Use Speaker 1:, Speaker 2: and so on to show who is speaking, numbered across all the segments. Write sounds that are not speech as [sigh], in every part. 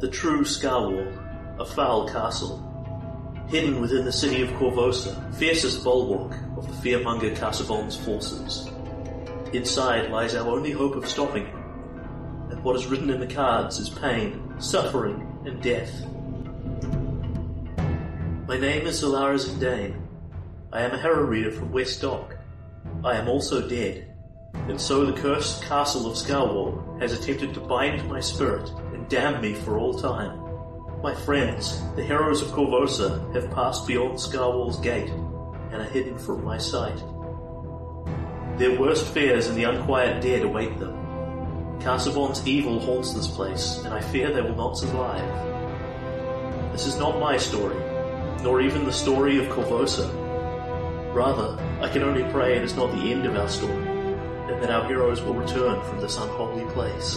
Speaker 1: The true Scarwall, a foul castle, hidden within the city of Corvosa, fiercest bulwark of the fearmonger Carsavon's forces. Inside lies our only hope of stopping him, and what is written in the cards is pain, suffering, and death. My name is Solara Zindane. I am a harrow reader from West Dock. I am also dead, and so the cursed castle of Scarwall has attempted to bind my spirit and damn me for all time. My friends, the heroes of Corvosa, have passed beyond Scarwall's gate and are hidden from my sight. Their worst fears and the unquiet dead await them. Casaubon's evil haunts this place, and I fear they will not survive. This is not my story, nor even the story of Corvosa. Rather, I can only pray it is not the end of our story, and that our heroes will return from this unholy place.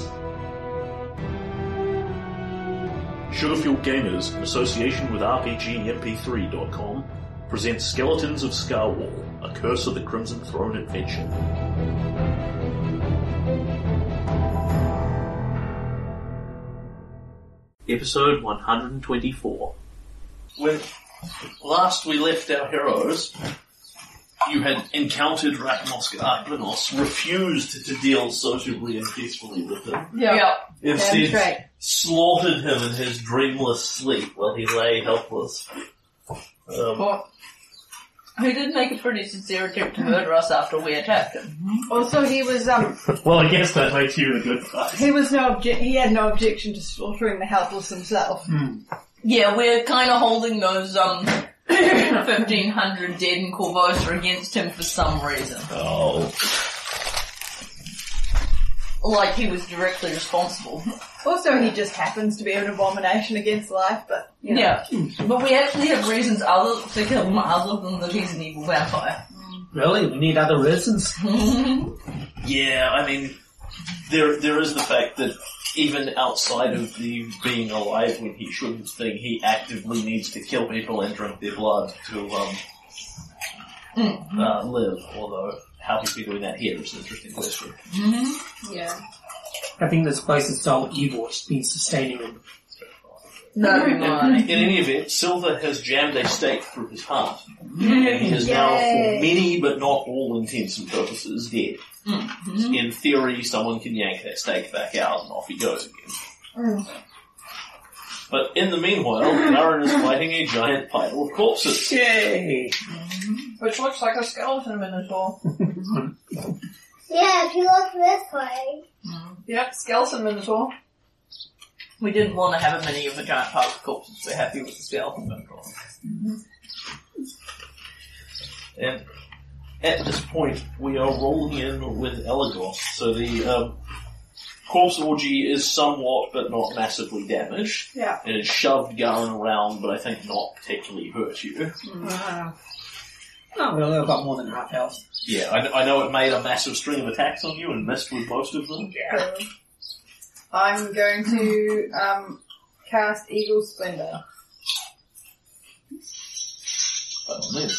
Speaker 1: Sugarfuel Gamers, in association with RPGMP3.com, presents Skeletons of Scarwall, a Curse of the Crimson Throne adventure. Episode 124. When last we left our heroes, you had encountered Ratmos Argrinos, refused to deal sociably and peacefully with him.
Speaker 2: Yeah.
Speaker 1: Instead,
Speaker 2: right.
Speaker 1: slaughtered him in his dreamless sleep while he lay helpless. Um,
Speaker 2: But
Speaker 3: He did make a pretty sincere attempt to murder us after we attacked him.
Speaker 2: also he was um
Speaker 1: well, I guess that makes you the good guy.
Speaker 2: he was no obje- he had no objection to slaughtering the helpless himself.
Speaker 3: Yeah, we're kind of holding those [coughs] um 1500 dead in Corvosa against him for some reason.
Speaker 1: Oh.
Speaker 3: Like he was directly responsible.
Speaker 2: Also he just happens to be an abomination against life, but you know.
Speaker 3: Yeah. But we actually have reasons other to kill him other than that he's an evil [laughs] vampire.
Speaker 4: Really? We need other reasons?
Speaker 1: Yeah, I mean, there there is the fact that even outside of the being alive when he shouldn't thing, he actively needs to kill people and drink their blood to um, uh, live. Although how he's been doing that here is an interesting question.
Speaker 2: Yeah.
Speaker 4: I think this place is so evil, it's been sustaining them.
Speaker 3: No, [laughs]
Speaker 1: In, in
Speaker 3: Mm-hmm.
Speaker 1: any event, Silver has jammed a stake through his heart. And he is now, for
Speaker 2: Yay.
Speaker 1: many but not all intents and purposes, dead.
Speaker 3: Mm-hmm.
Speaker 1: In theory, someone can yank that stake back out and off he goes again. But in the meanwhile, Darren is fighting a giant pile of corpses.
Speaker 4: Yay!
Speaker 3: Which looks like a skeleton minotaur.
Speaker 5: Yeah, if you look this way.
Speaker 2: Yep, skeleton minotaur.
Speaker 3: We didn't want to have a mini of a giant pile of corpses. We're happy with the skeleton minotaur.
Speaker 1: And at this point, we are rolling in with Elagos. So the um, corpse orgy is somewhat but not massively damaged.
Speaker 2: Yeah.
Speaker 1: And it shoved Garen around, but I think not particularly hurt you.
Speaker 4: Not really, Oh, I've got more than half health.
Speaker 1: Yeah, I, I know it made a massive string of attacks on you and missed with most of them.
Speaker 4: Yeah.
Speaker 2: I'm going to um cast Eagle Splendor.
Speaker 1: But I mean,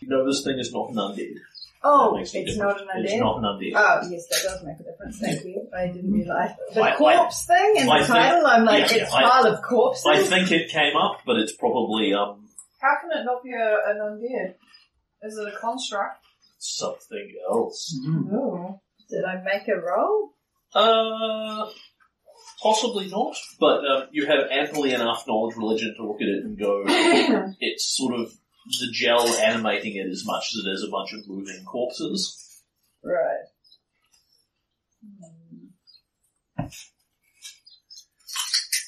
Speaker 1: you know this thing is not an undead.
Speaker 2: Oh,
Speaker 1: That
Speaker 2: it's
Speaker 1: makes a
Speaker 2: not
Speaker 1: difference.
Speaker 2: an
Speaker 1: It's
Speaker 2: undead.
Speaker 1: not an undead.
Speaker 2: Oh yes, that does make a difference. Thank you. I didn't realise the
Speaker 1: I- I-
Speaker 2: corpse thing in
Speaker 1: I
Speaker 2: the
Speaker 1: think-
Speaker 2: title. I'm like,
Speaker 1: yeah,
Speaker 2: it's
Speaker 1: yeah, I-
Speaker 2: pile of corpses.
Speaker 1: I think it came up, but it's probably um
Speaker 2: How can it not be a, an undead? Is it a construct?
Speaker 1: something else.
Speaker 2: Mm-hmm.
Speaker 4: Mm.
Speaker 2: No. Did I make a roll?
Speaker 1: Uh, possibly not. But um, you have amply enough knowledge religion to look at it and
Speaker 2: [coughs]
Speaker 1: go, it's sort of the gel animating it as much as it is a bunch of moving corpses.
Speaker 2: Right. Hmm.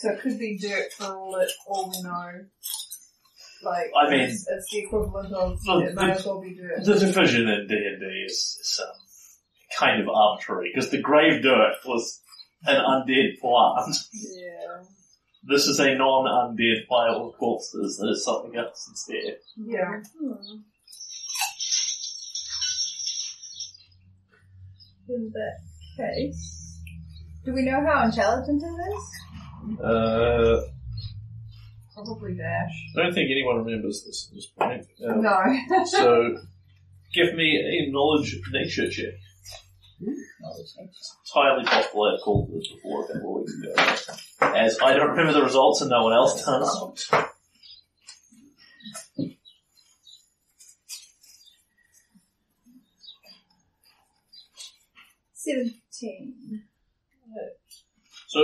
Speaker 2: So it could be dirt for all it all we know. Like
Speaker 1: I mean-
Speaker 2: it's, it's the equivalent of
Speaker 1: Well,
Speaker 2: it might as well be dirt.
Speaker 1: The division in D and D is, is um, kind of arbitrary because the grave dirt was an undead plant.
Speaker 2: Yeah.
Speaker 1: This is a non-undead pile of corpses. There's something else instead.
Speaker 2: Yeah. Hmm. In that case. Do we know how intelligent it is?
Speaker 1: Uh,
Speaker 2: Probably Dash.
Speaker 1: I don't think anyone remembers this at this point. Um,
Speaker 2: No.
Speaker 1: So, give me a knowledge nature check. It's entirely possible I have called this before a couple of weeks ago. As I don't remember the results and no one else does.
Speaker 2: Seventeen.
Speaker 1: So,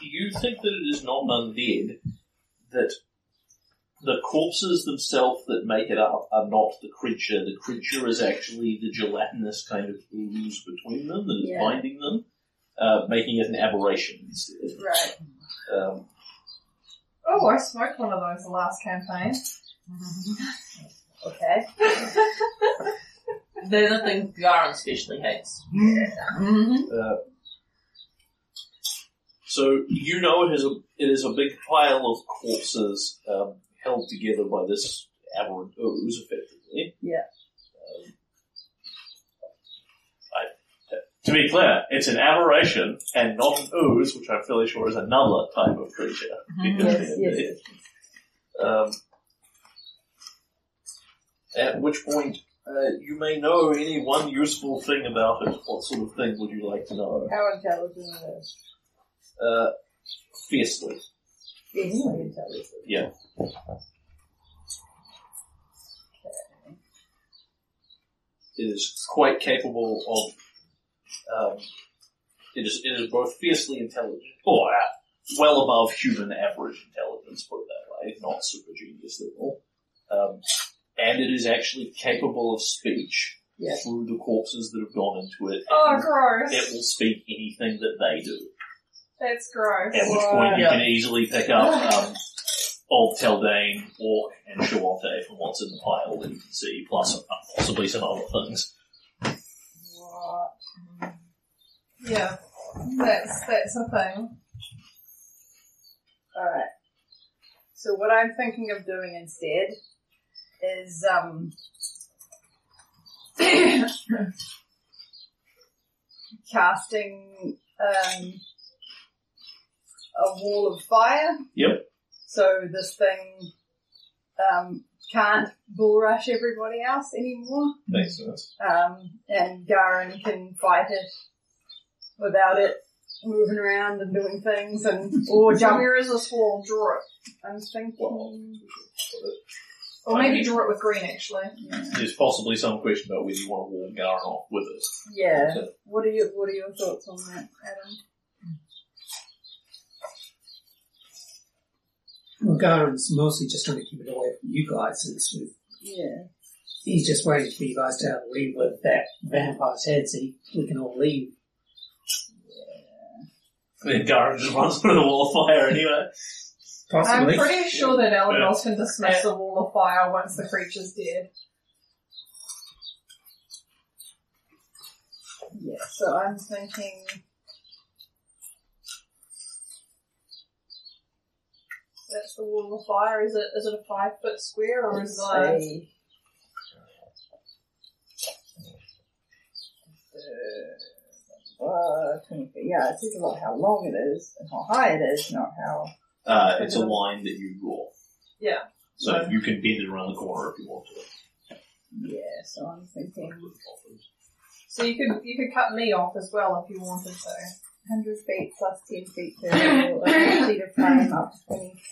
Speaker 1: you think that it is not undead that the corpses themselves that make it up are not the creature. The creature is actually the gelatinous kind of ooze between them that is
Speaker 2: Yeah.
Speaker 1: binding them, uh, making it an aberration instead.
Speaker 2: Right.
Speaker 1: Um,
Speaker 6: Oh, I smoked one of those the last campaign.
Speaker 2: Okay.
Speaker 3: They're the things Garan especially hates. Mm-hmm.
Speaker 1: Uh, so you know it is a it is a big pile of corpses um, held together by this aberrant ooze, effectively.
Speaker 2: Yeah.
Speaker 1: Um, I, to be clear, it's an aberration and not an ooze, which I'm fairly sure is another type of creature.
Speaker 2: Mm-hmm.
Speaker 1: [laughs]
Speaker 2: Yes, yes.
Speaker 1: Um, at which point, uh, you may know any one useful thing about it. What sort of thing would you like to know?
Speaker 2: How intelligent it is.
Speaker 1: Uh, fiercely.
Speaker 2: Extremely intelligent.
Speaker 1: Yeah. It is quite capable of. Um, it is. It is both fiercely intelligent, or uh, well above human average intelligence. Put it that way, not super genius level. Um, and it is actually capable of speech
Speaker 2: Yeah.
Speaker 1: through the corpses that have gone into it.
Speaker 6: Oh,
Speaker 1: and it
Speaker 6: gross.
Speaker 1: will speak anything that they do.
Speaker 6: That's gross.
Speaker 1: At which point you
Speaker 3: Yeah.
Speaker 1: can easily pick up um, Old Teldane, Orc, and Shawante from what's in the pile that you can see, plus uh, possibly some other things.
Speaker 2: What?
Speaker 6: Yeah. That's, that's a thing.
Speaker 2: Alright. So what I'm thinking of doing instead is, um, [coughs] casting, um, a wall of fire.
Speaker 1: Yep.
Speaker 2: So this thing, um, can't bull rush everybody else anymore.
Speaker 1: Makes sense.
Speaker 2: Um, and Garen can fight it without it moving around and doing things and, or jump
Speaker 6: Where is this wall? Draw it.
Speaker 2: I'm
Speaker 1: Well,
Speaker 2: thinking.
Speaker 6: Or maybe draw it with green, actually.
Speaker 1: there's possibly some question about whether you want to wall Garen off with it.
Speaker 2: Yeah.
Speaker 1: So,
Speaker 2: What are your What are your thoughts on that, Adam?
Speaker 4: Well, Garen's mostly just trying to keep it away from you guys, and it's with,
Speaker 2: Yeah.
Speaker 4: he's just waiting for you guys to have to leave with that vampire's head, so he- we can all leave.
Speaker 1: Then Garen just runs through the wall of fire anyway.
Speaker 4: Possibly.
Speaker 6: I'm pretty sure that Alanos can dismiss the wall of fire once the creature's dead.
Speaker 2: Yeah. So I'm thinking.
Speaker 6: That's the wall of fire. Is it is it a five foot square or is
Speaker 2: it's
Speaker 6: it a
Speaker 2: a- Uh, 20 feet. yeah, it says about how long it is and how high it is, not how.
Speaker 1: Uh, it's a line that you draw.
Speaker 6: Yeah.
Speaker 1: So you can bend it around the corner if you want to.
Speaker 2: Yeah, so I'm thinking
Speaker 6: So you could you could cut me off as well if you wanted to.
Speaker 2: 100 feet plus 10 feet vertical, 100 feet of flame up to 20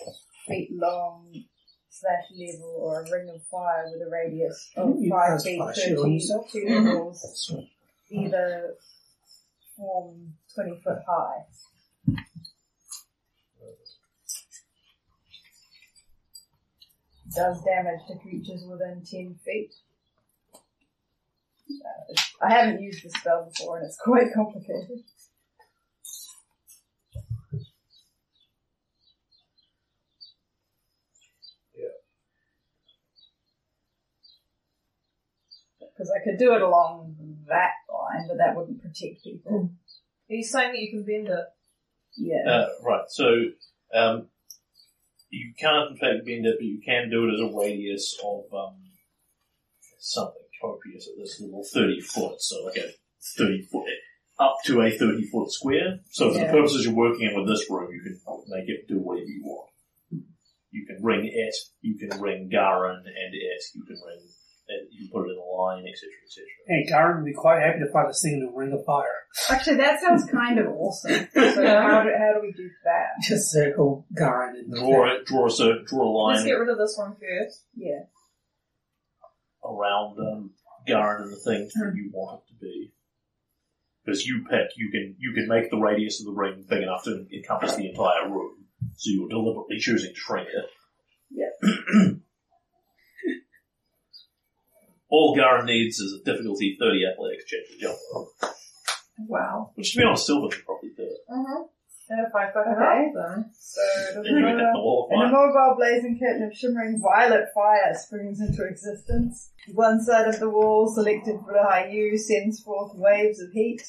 Speaker 2: feet long slash level, or a ring of fire with a radius of
Speaker 4: You
Speaker 2: 5
Speaker 4: guys
Speaker 2: feet,
Speaker 4: fire shit on
Speaker 2: 30
Speaker 4: yourself. Mm-hmm.
Speaker 2: two levels, either form 20 foot high. Does damage to creatures within 10 feet. Uh, I haven't used this spell before and it's quite complicated. because I could do it along that line, but that wouldn't protect people.
Speaker 6: Hmm. Are you saying that you can bend it?
Speaker 2: Yeah.
Speaker 1: Uh, right, so um, you can't in fact bend it, but you can do it as a radius of um, something copious at this level, 30 foot, so like a 30 foot, up to a 30 foot square. So for the
Speaker 2: Yeah.
Speaker 1: purposes you're working in with this room, you can make it do whatever you want. You can ring it, you can ring Garin and it, you can ring and you can put it in a line, etc., etc.
Speaker 4: Hey, Garen would be quite happy to find this thing in a ring of fire.
Speaker 2: Actually, that sounds kind of awesome.
Speaker 6: [laughs]
Speaker 2: So how do, how do we do that?
Speaker 4: Just circle Garen and
Speaker 1: Draw it, draw a cir- draw a
Speaker 7: Let's
Speaker 1: line
Speaker 7: get rid of this one first.
Speaker 2: Yeah.
Speaker 1: around um, Garen and the thing that you want it to be. Because you pick, you can you can make the radius of the ring big enough to encompass the entire room. So you're deliberately choosing to shrink it. [clears throat] All Garen needs is a difficulty 30 athletics check to jump over.
Speaker 7: Wow.
Speaker 1: Which to be honest, Silver could probably do it.
Speaker 2: Uh-huh.
Speaker 7: And if I fuck
Speaker 2: Okay.
Speaker 7: it up, then
Speaker 2: So the
Speaker 1: Then you would hit the
Speaker 2: water,
Speaker 1: wall of fire.
Speaker 2: an immobile blazing curtain of shimmering violet fire springs into existence. One side of the wall, selected for the high U, sends forth waves of heat,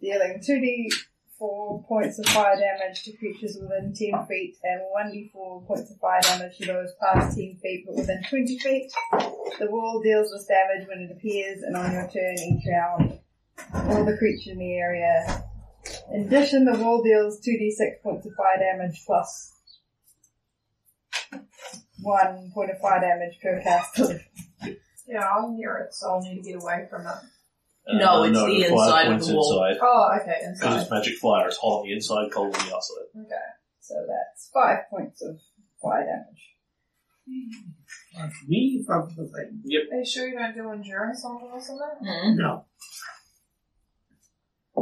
Speaker 2: dealing 2d4 points of fire damage to creatures within 10 feet and 1d4 points of fire damage to those past 10 feet but within 20 feet. The wall deals this damage when it appears and on your turn each round, all the creature in the area. In addition, the wall deals 2d6 points of fire damage plus one point of fire damage per
Speaker 3: [laughs]
Speaker 2: caster.
Speaker 7: yeah, I'm near it, so I'll need to get away from it.
Speaker 1: Uh,
Speaker 3: No, it's the
Speaker 1: fire
Speaker 3: inside of
Speaker 1: points
Speaker 3: the wall.
Speaker 1: inside.
Speaker 7: Oh, okay,
Speaker 1: Because
Speaker 3: Uh,
Speaker 7: inside.
Speaker 1: it's magic fire, it's hot on the inside, cold on the outside.
Speaker 7: Okay.
Speaker 2: So that's five points of fire damage.
Speaker 4: Me from the thing.
Speaker 7: Are you sure you don't do endurance on this and that?
Speaker 3: Mm.
Speaker 4: No.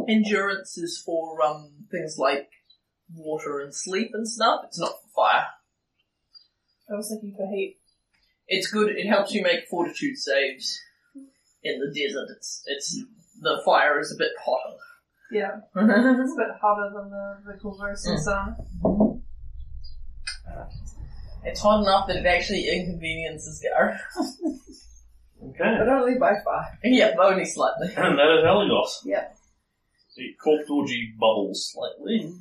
Speaker 3: Endurance is for um things like water and sleep and stuff. It's not for fire.
Speaker 7: I was thinking for heat.
Speaker 3: It's good. It helps you make fortitude saves in the desert. It's it's the fire is a bit hotter.
Speaker 7: Yeah. It's a bit hotter than the, the
Speaker 3: Mm.
Speaker 7: conversing sun.
Speaker 3: [laughs] it's hot enough that it actually inconveniences Gar.
Speaker 1: Okay.
Speaker 2: But only by five.
Speaker 3: [laughs] yeah, only slightly.
Speaker 1: And [clears throat] that is Helios.
Speaker 2: Yep.
Speaker 1: The corpse orgy bubbles slightly.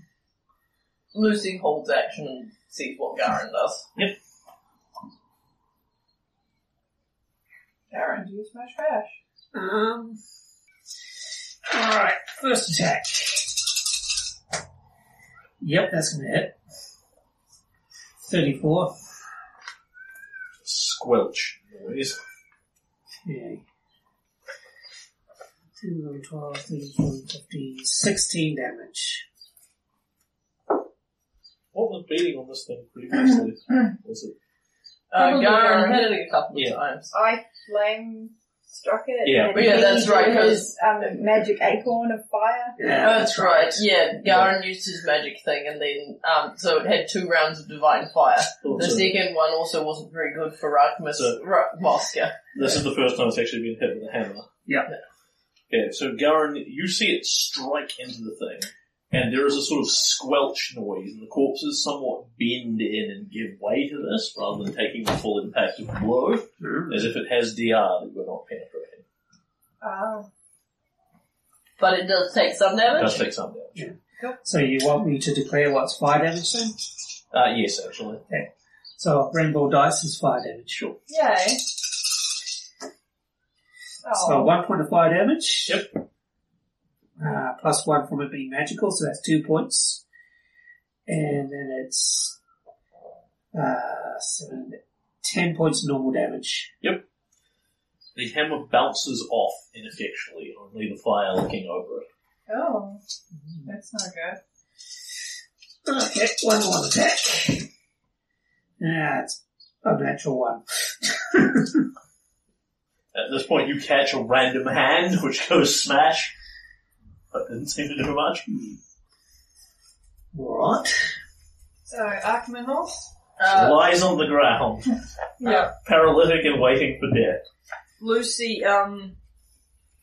Speaker 3: Lucy holds action and sees what Garen does.
Speaker 7: Aaron, do you smash trash?
Speaker 4: Um. Alright, first attack. Yep, that's gonna hit. 34.
Speaker 1: Squelch noise.
Speaker 4: Okay. 2, 11, 12, 13, 14, 15, 16 damage.
Speaker 1: What was beating on this thing previously? was it?
Speaker 3: Uh,
Speaker 7: Probably
Speaker 3: Garen
Speaker 7: Garen.
Speaker 3: hit it a couple of
Speaker 1: Yeah.
Speaker 3: times.
Speaker 2: I flame struck it.
Speaker 1: Yeah.
Speaker 2: and
Speaker 3: But yeah,
Speaker 2: he
Speaker 3: that's right,
Speaker 2: used his, um, magic acorn of fire.
Speaker 4: Yeah,
Speaker 3: That's right. Yeah, Garen used his magic thing, and then um, so it had two rounds of divine fire. The
Speaker 1: Also,
Speaker 3: second one also wasn't very good for Rachmus
Speaker 1: So-
Speaker 3: Ra- Mosca.
Speaker 1: this is the first time it's actually been hit with a hammer.
Speaker 4: Yeah.
Speaker 1: Okay, so Garen, you see it strike into the thing, and there is a sort of squelch noise, and the corpses somewhat bend in and give way to this, rather than taking the full impact of the blow, as if it has DR that you're not penetrating.
Speaker 7: Oh.
Speaker 3: But it does take some
Speaker 1: It does
Speaker 3: damage.
Speaker 1: take some damage.
Speaker 4: So you want me to declare what's fire damage then?
Speaker 1: Uh, yes, actually.
Speaker 4: So rainbow dice is fire damage.
Speaker 1: Sure.
Speaker 7: Yay. Oh.
Speaker 4: So one point of fire damage.
Speaker 1: Yep.
Speaker 4: Uh, plus one from it being magical, so that's two points. And then it's uh, seven, ten points normal damage.
Speaker 1: The hammer bounces off ineffectually, only the fire looking over it.
Speaker 7: oh. That's not good.
Speaker 4: Okay, one more attack. Ah, it's a natural one. [laughs]
Speaker 1: At this point, you catch a random hand, [laughs] which goes smash, but didn't seem to do much.
Speaker 4: Alright.
Speaker 7: So, Archimandros?
Speaker 3: Uh,
Speaker 1: Lies on the ground,
Speaker 3: [laughs]
Speaker 7: Yeah.
Speaker 1: paralytic and waiting for death.
Speaker 3: Lucy um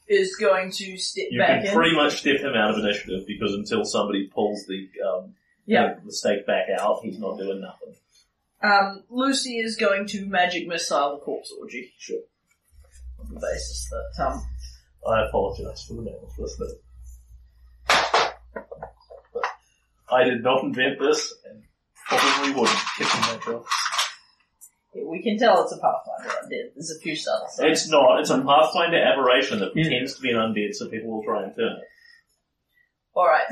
Speaker 3: is going to step
Speaker 1: You
Speaker 3: back
Speaker 1: can
Speaker 3: in.
Speaker 1: pretty much step him out of initiative because until somebody pulls the um,
Speaker 3: Yeah.
Speaker 1: the stake back out, he's not doing nothing.
Speaker 3: um, Lucy is going to magic missile the corpse orgy
Speaker 1: Sure.
Speaker 3: on the basis that um
Speaker 1: I apologise for the damage with it. But I did not invent this, and probably wouldn't, kicking myself.
Speaker 3: we can tell it's a pathfinder undead. There's a few subtleties.
Speaker 1: It's not. It's a Pathfinder aberration that
Speaker 4: Yeah.
Speaker 1: pretends to be an undead, so people will try and turn it.
Speaker 3: All right.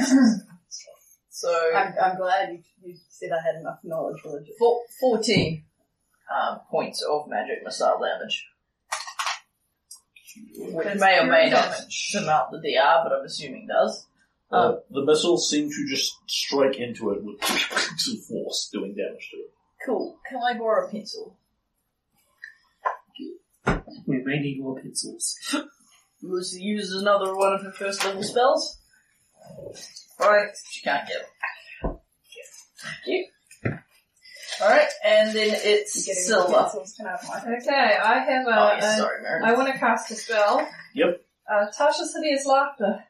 Speaker 3: so
Speaker 2: I'm, I'm glad you, you said I had enough knowledge for it.
Speaker 3: Four, 14 um, points of magic missile damage. It may or may not melt the DR, but I'm assuming does.
Speaker 2: Oh.
Speaker 3: Um,
Speaker 1: Uh, the missile seemed to just strike into it with [laughs] some force, doing damage to it.
Speaker 3: Cool. Can I borrow a pencil?
Speaker 4: We may need more pencils.
Speaker 3: Lucy uses another one of her first level spells. Alright, she can't get it. Thank you. Alright, and then it's Silva.
Speaker 2: Okay, I have a.
Speaker 3: Oh, yes,
Speaker 2: a-
Speaker 3: sorry, Mary.
Speaker 2: I want to cast a spell.
Speaker 1: Yep.
Speaker 2: Uh, Tasha City is laughter.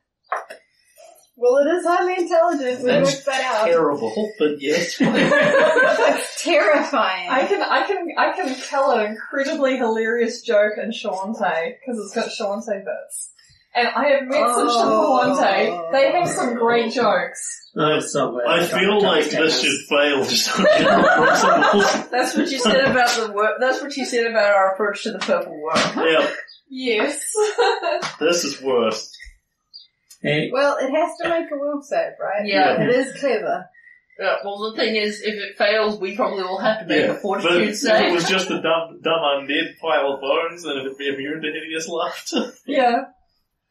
Speaker 2: Well, it is highly intelligent. We
Speaker 1: That's
Speaker 2: worked that out.
Speaker 1: Terrible, but [laughs] yes.
Speaker 5: That's terrifying.
Speaker 2: I can, I can, I can tell an incredibly hilarious joke in Shawante because it's got Shawante bits. And I have met some
Speaker 5: Oh.
Speaker 2: Shawante. They have some great jokes.
Speaker 4: No, it's not where
Speaker 1: I
Speaker 4: it's
Speaker 1: feel
Speaker 4: not-
Speaker 1: like
Speaker 4: not
Speaker 1: this
Speaker 4: taken.
Speaker 1: should fail just on general principles.
Speaker 3: That's what you said about the work. That's what you said about our approach to the purple worm.
Speaker 1: [laughs] Yeah,
Speaker 2: Yes.
Speaker 1: this is worse.
Speaker 4: Hey,
Speaker 5: well, it has to make a will save, right?
Speaker 3: Yeah.
Speaker 5: It is clever.
Speaker 3: Yeah, well, the thing is, if it fails, we probably will have to make
Speaker 1: Yeah.
Speaker 3: a
Speaker 1: But
Speaker 3: fortitude
Speaker 1: if it
Speaker 3: save.
Speaker 1: was just a dumb, dumb undead pile of bones, then it'd be immune to [laughs] hideous laughter.
Speaker 2: yeah.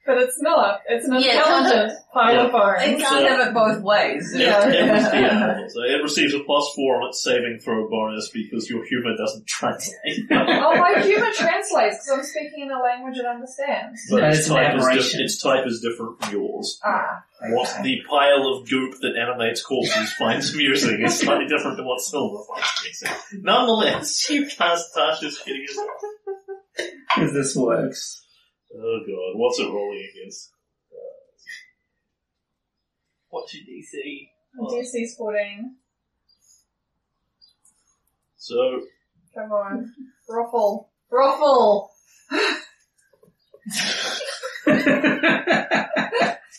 Speaker 2: But it's not. It's an
Speaker 3: Yeah, it
Speaker 2: intelligent pile of
Speaker 3: It
Speaker 2: [laughs] bones.
Speaker 3: can't have it both ways.
Speaker 1: It,
Speaker 2: Yeah.
Speaker 1: uh, it
Speaker 3: [laughs]
Speaker 1: was- [laughs] yeah, so it receives a plus four on its saving throw bonus because your humor doesn't [laughs] translate. [laughs] But
Speaker 2: Oh, my human translates because I'm speaking in a language it understands.
Speaker 4: That
Speaker 1: its
Speaker 4: is an
Speaker 1: type is,
Speaker 4: aberration.
Speaker 1: di- its type is different from yours.
Speaker 2: Ah.
Speaker 1: What the pile of goop that animates corpses finds amusing is slightly different than what Silver finds amusing. Nonetheless, you cast Tasha's hideous.
Speaker 4: [laughs] if this works. [laughs]
Speaker 1: Oh god, what's it rolling against?
Speaker 3: What's your DC?
Speaker 2: DC's 14.
Speaker 1: So,
Speaker 2: Come on. Ruffle. Ruffle.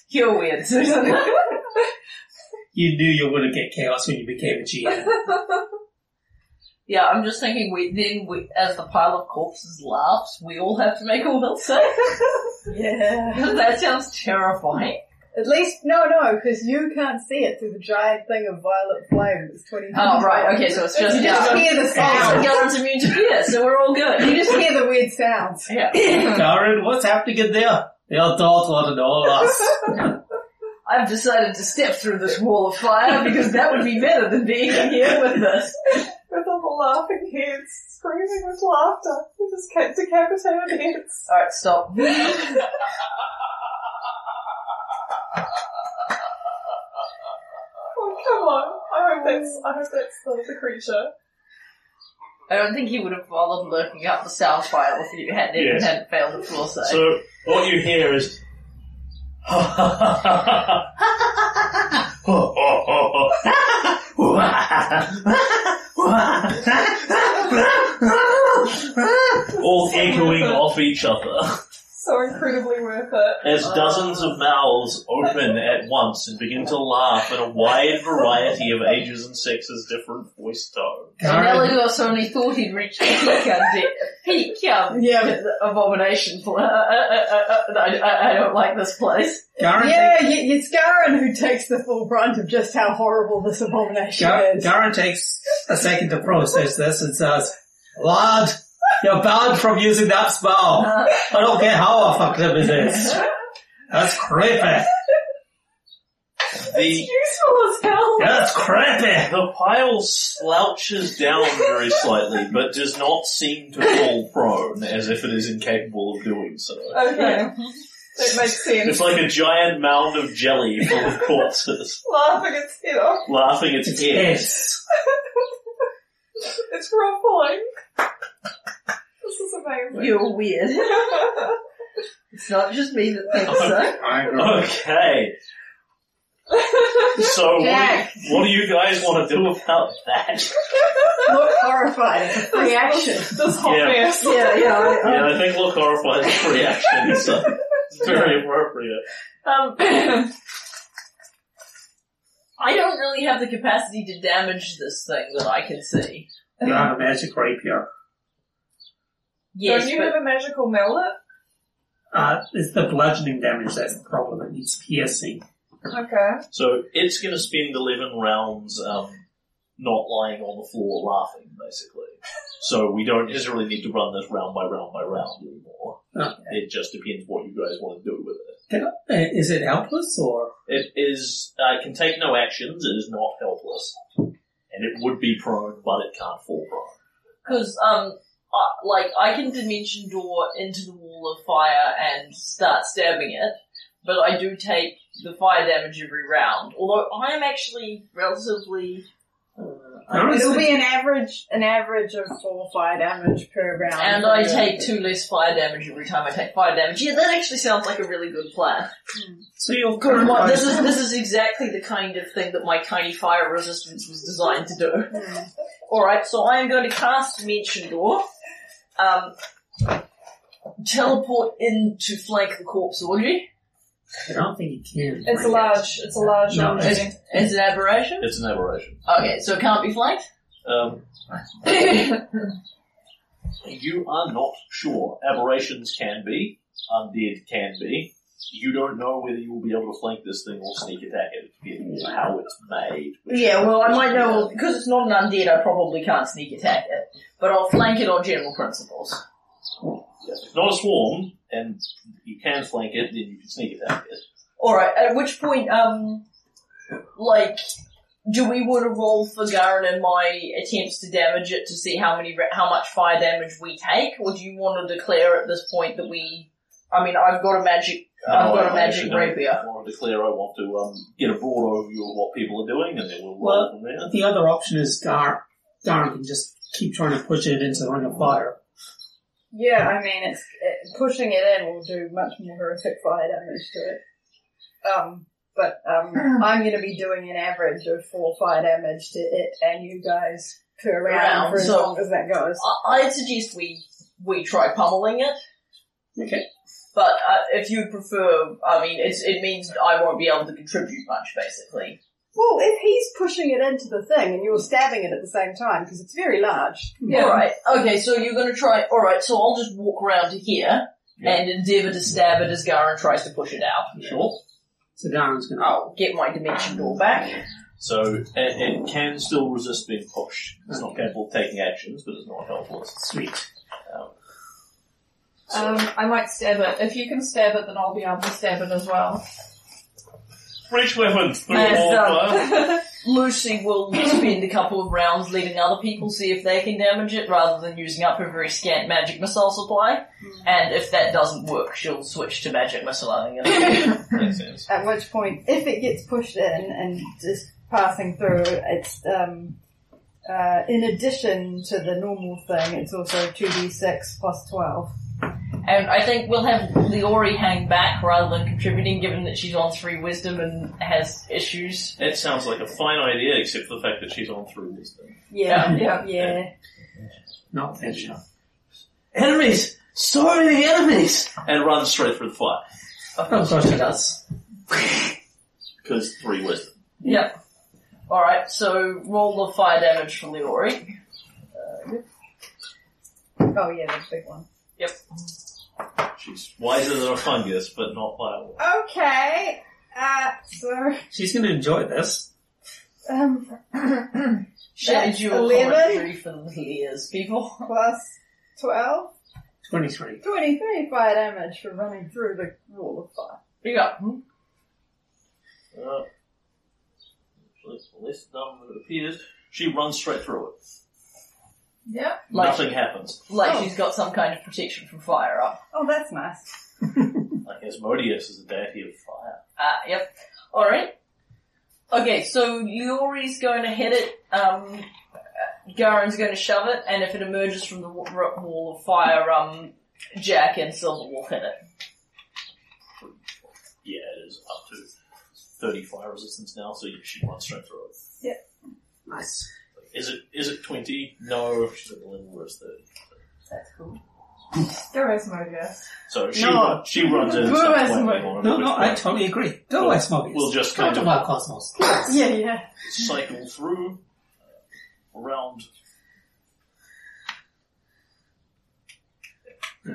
Speaker 3: You're weird, Susan. [laughs]
Speaker 4: you knew you were going to get chaos when you became a GM.
Speaker 3: yeah, I'm just thinking. We then, we, as the pile of corpses laughs, we all have to make a will save. [laughs]
Speaker 5: Yeah.
Speaker 3: that sounds terrifying.
Speaker 5: At least, no, no, because you can't see it through the giant thing of violet flame that's 20 feet
Speaker 3: Oh right, okay, so it's just [laughs]
Speaker 5: You just hear the sound.
Speaker 3: Yarn's immune to fear, so we're all
Speaker 5: You
Speaker 3: good.
Speaker 5: just hear the weird sounds.
Speaker 3: Yeah. [laughs]
Speaker 4: Karen, what's happening in there? The adult want to know all us.
Speaker 3: I've decided to step through this wall of fire because that would be better than being in here with us.
Speaker 2: With all the laughing heads screaming with laughter. He just kept decapitated heads.
Speaker 3: Alright, stop.
Speaker 2: Oh, come on. I hope that's, I hope that's the, the creature.
Speaker 3: I don't think he would have bothered looking up the sound file if you hadn't even
Speaker 1: Yes.
Speaker 3: hadn't failed the floor save.
Speaker 1: so what you hear is. All echoing off each other.
Speaker 2: So incredibly worth it.
Speaker 1: as dozens of mouths open at once and begin to laugh in a wide variety of ages and sexes, different voice tone.
Speaker 3: And
Speaker 4: Karen,
Speaker 3: Elagos only thought he'd reached the peak, of the- peak um,
Speaker 5: Yeah.
Speaker 3: the abomination. for- Uh, uh, uh, uh, I, I- I don't like this place.
Speaker 4: Karen,
Speaker 5: Yeah, y- it's Garen who takes the full brunt of just how horrible this abomination
Speaker 4: Gar-
Speaker 5: is.
Speaker 4: Garen takes a second to process this and says, Lad, you're banned from using that spell.
Speaker 3: Uh,
Speaker 4: I don't care how fucked up it is. That's creepy.
Speaker 1: The,
Speaker 2: Useful as hell.
Speaker 4: That's creepy.
Speaker 1: the pile slouches down very slightly, but does not seem to fall prone, as if it is incapable of doing so.
Speaker 2: Okay. That makes sense.
Speaker 1: It's like a giant mound of jelly full of corpses, [laughs]
Speaker 2: Laughing its head off.
Speaker 1: laughing its
Speaker 4: It's
Speaker 1: head.
Speaker 4: hiss.
Speaker 2: It's ruffling. This is amazing.
Speaker 3: you're weird. [laughs] It's not just me that thinks so.
Speaker 1: [laughs] Okay. So what
Speaker 5: Jack.
Speaker 1: do, you, what do you guys want to do about that?
Speaker 5: Look horrified. It's a free action.
Speaker 2: this hot
Speaker 1: Yeah.
Speaker 2: mess.
Speaker 3: Yeah, yeah. I- I-
Speaker 1: Yeah, I think look horrified is a reaction, so it's very appropriate.
Speaker 3: Um, [coughs] I don't really have the capacity to damage this thing that I can see.
Speaker 4: You have a magic rapier.
Speaker 3: Yes,
Speaker 2: Don't you
Speaker 3: but
Speaker 2: have a magical mallet?
Speaker 4: Uh, it's the bludgeoning damage that's the problem. It needs piercing.
Speaker 2: Okay.
Speaker 1: So it's going to spend 11 rounds um, not lying on the floor laughing, basically. So we don't necessarily need to run this round by round by round anymore.
Speaker 4: Oh.
Speaker 1: It just depends what you guys want to do with it.
Speaker 4: Can I- uh, is it helpless or?
Speaker 1: It is uh, can take no actions. It is not helpless, and it would be prone, but it can't fall prone.
Speaker 3: Because, um, I, like, I can dimension door into the wall of fire and start stabbing it, but I do take the fire damage every round. Although I am actually relatively.
Speaker 2: Uh, It'll be an average, an average of four fire damage per round.
Speaker 3: And I take two less fire damage every time I take fire damage. Yeah, that actually sounds like a really good plan.
Speaker 4: so your
Speaker 3: Good
Speaker 4: current
Speaker 3: one. This
Speaker 4: bonus,
Speaker 3: is this is exactly the kind of thing that my tiny fire resistance was designed to do. Alright, so I am going to cast Dimension Door. Um, teleport in to flank the corpse orgy.
Speaker 4: I don't think you can.
Speaker 8: It's a large, it's a large
Speaker 4: No,
Speaker 8: number.
Speaker 3: It's, it's an aberration.
Speaker 1: It's an aberration.
Speaker 3: Okay, so it can't be flanked. [laughs]
Speaker 1: Um, you are not sure. Aberrations can be. Undead can be. You don't know whether you will be able to flank this thing or sneak attack it. It depends on how it's made.
Speaker 3: yeah, well, I might know because it's not an undead. I probably can't sneak attack it, but I'll flank it on general principles.
Speaker 1: If it's not a swarm, and you can flank it, then you can sneak attack it.
Speaker 3: All right. At which point, um, like, do we want to roll for Garen and my attempts to damage it to see how many ra- how much fire damage we take, or do you want to declare at this point that we? I mean, I've got a magic. I've got a magic rapier.
Speaker 1: Uh, I want to declare I want to um, get a broad overview of what people are doing, and then we'll roll
Speaker 4: Well-
Speaker 1: from there.
Speaker 4: The other option is Gar. Gar can just keep trying to push it into the ring of fire.
Speaker 2: Yeah, I mean, it's it, pushing it in will do much more horrific fire damage to it. Um, but
Speaker 8: [clears throat]
Speaker 2: um, I'm going to be doing an average of four fire damage to it and you guys per round,
Speaker 3: Round,
Speaker 2: for as
Speaker 3: so-
Speaker 2: long as that goes.
Speaker 3: I, I'd suggest we we try pummeling it.
Speaker 4: Okay.
Speaker 3: But uh, if you prefer, I mean, it's, it means I won't be able to contribute much, basically.
Speaker 2: Well, if he's pushing it into the thing and you're stabbing it at the same time because it's very large.
Speaker 3: Alright, okay, so you're gonna try, alright, so I'll just walk around to here
Speaker 1: Yeah.
Speaker 3: and endeavour to stab it as Garen tries to push it out.
Speaker 1: Sure.
Speaker 4: So Gar's gonna.
Speaker 3: I'll get my dimension door back.
Speaker 1: So it, it can still resist being pushed. It's not capable of taking actions, but it's not helpless.
Speaker 4: Sweet.
Speaker 1: So,
Speaker 8: Um, I might stab it. If you can stab it, then I'll be able to stab it as
Speaker 2: [laughs]
Speaker 8: well.
Speaker 1: Fresh weapons through
Speaker 8: Nice
Speaker 1: all
Speaker 8: done.
Speaker 1: fire.
Speaker 3: Lucy will spend a couple of rounds letting other people see if they can damage it rather than using up her very scant magic missile supply. And if that doesn't work, she'll switch to magic missileing it.
Speaker 1: [laughs] Makes sense.
Speaker 2: At which point, if it gets pushed in and just passing through, it's um, uh, in addition to the normal thing, it's also two d six plus twelve.
Speaker 3: and I think we'll have Leori hang back rather than contributing given that she's on three wisdom and has issues.
Speaker 1: That sounds like a fine idea, except for the fact that she's on through this thing.
Speaker 2: Yeah,
Speaker 3: Yeah.
Speaker 2: yeah, yeah.
Speaker 4: Not that shot.
Speaker 1: Enemies! So many enemies! And runs straight through the fire.
Speaker 3: Of
Speaker 4: Oh
Speaker 3: course
Speaker 4: gosh,
Speaker 3: she
Speaker 4: it
Speaker 3: does.
Speaker 4: does.
Speaker 1: Because three wisdom.
Speaker 3: Yep. Alright, so roll the fire damage for Leori.
Speaker 2: Oh yeah, that's a big one.
Speaker 1: She's wiser than a fungus, but not viable.
Speaker 2: Okay, uh, so
Speaker 4: She's gonna enjoy this.
Speaker 2: um, [coughs]
Speaker 3: Shade
Speaker 2: That's
Speaker 3: you a
Speaker 2: 11.
Speaker 3: commentary for the little ears, people.
Speaker 2: plus 12,
Speaker 4: Twenty-three.
Speaker 2: 23 fire damage for running through the wall of fire.
Speaker 3: You got
Speaker 1: Uh, actually, less dumb than it appears. She runs straight through it.
Speaker 2: Yep.
Speaker 3: like,
Speaker 1: Nothing happens.
Speaker 3: like
Speaker 2: Oh.
Speaker 3: she's got some kind of protection from fire up.
Speaker 2: Oh, that's nice.
Speaker 1: Like Asmodeus is a deity of fire.
Speaker 3: Ah, yep. Alright. Okay, so Leori's going to hit it, um, Garen's going to shove it, and if it emerges from the wa- ro- wall of fire, um, Jack and Silver will hit it.
Speaker 1: Yeah, it is up to 30 fire resistance now, so yeah, she runs straight through it.
Speaker 4: Nice.
Speaker 1: Like, Is it is it 20? No, she's at the level where it's 30.
Speaker 3: That's cool.
Speaker 8: Go Asmodeus.
Speaker 1: So she,
Speaker 2: No.
Speaker 1: run- she runs in.
Speaker 2: Who
Speaker 1: stuff
Speaker 2: has
Speaker 1: like
Speaker 2: mo-
Speaker 1: that, or
Speaker 4: No,
Speaker 1: which
Speaker 4: no, I
Speaker 1: one.
Speaker 4: totally agree. Go
Speaker 1: We'll-
Speaker 4: away, Smokies.
Speaker 1: We'll just
Speaker 4: Talk
Speaker 1: kind of
Speaker 4: about Cosmos.
Speaker 2: Yeah, yeah.
Speaker 1: cycle through uh, round.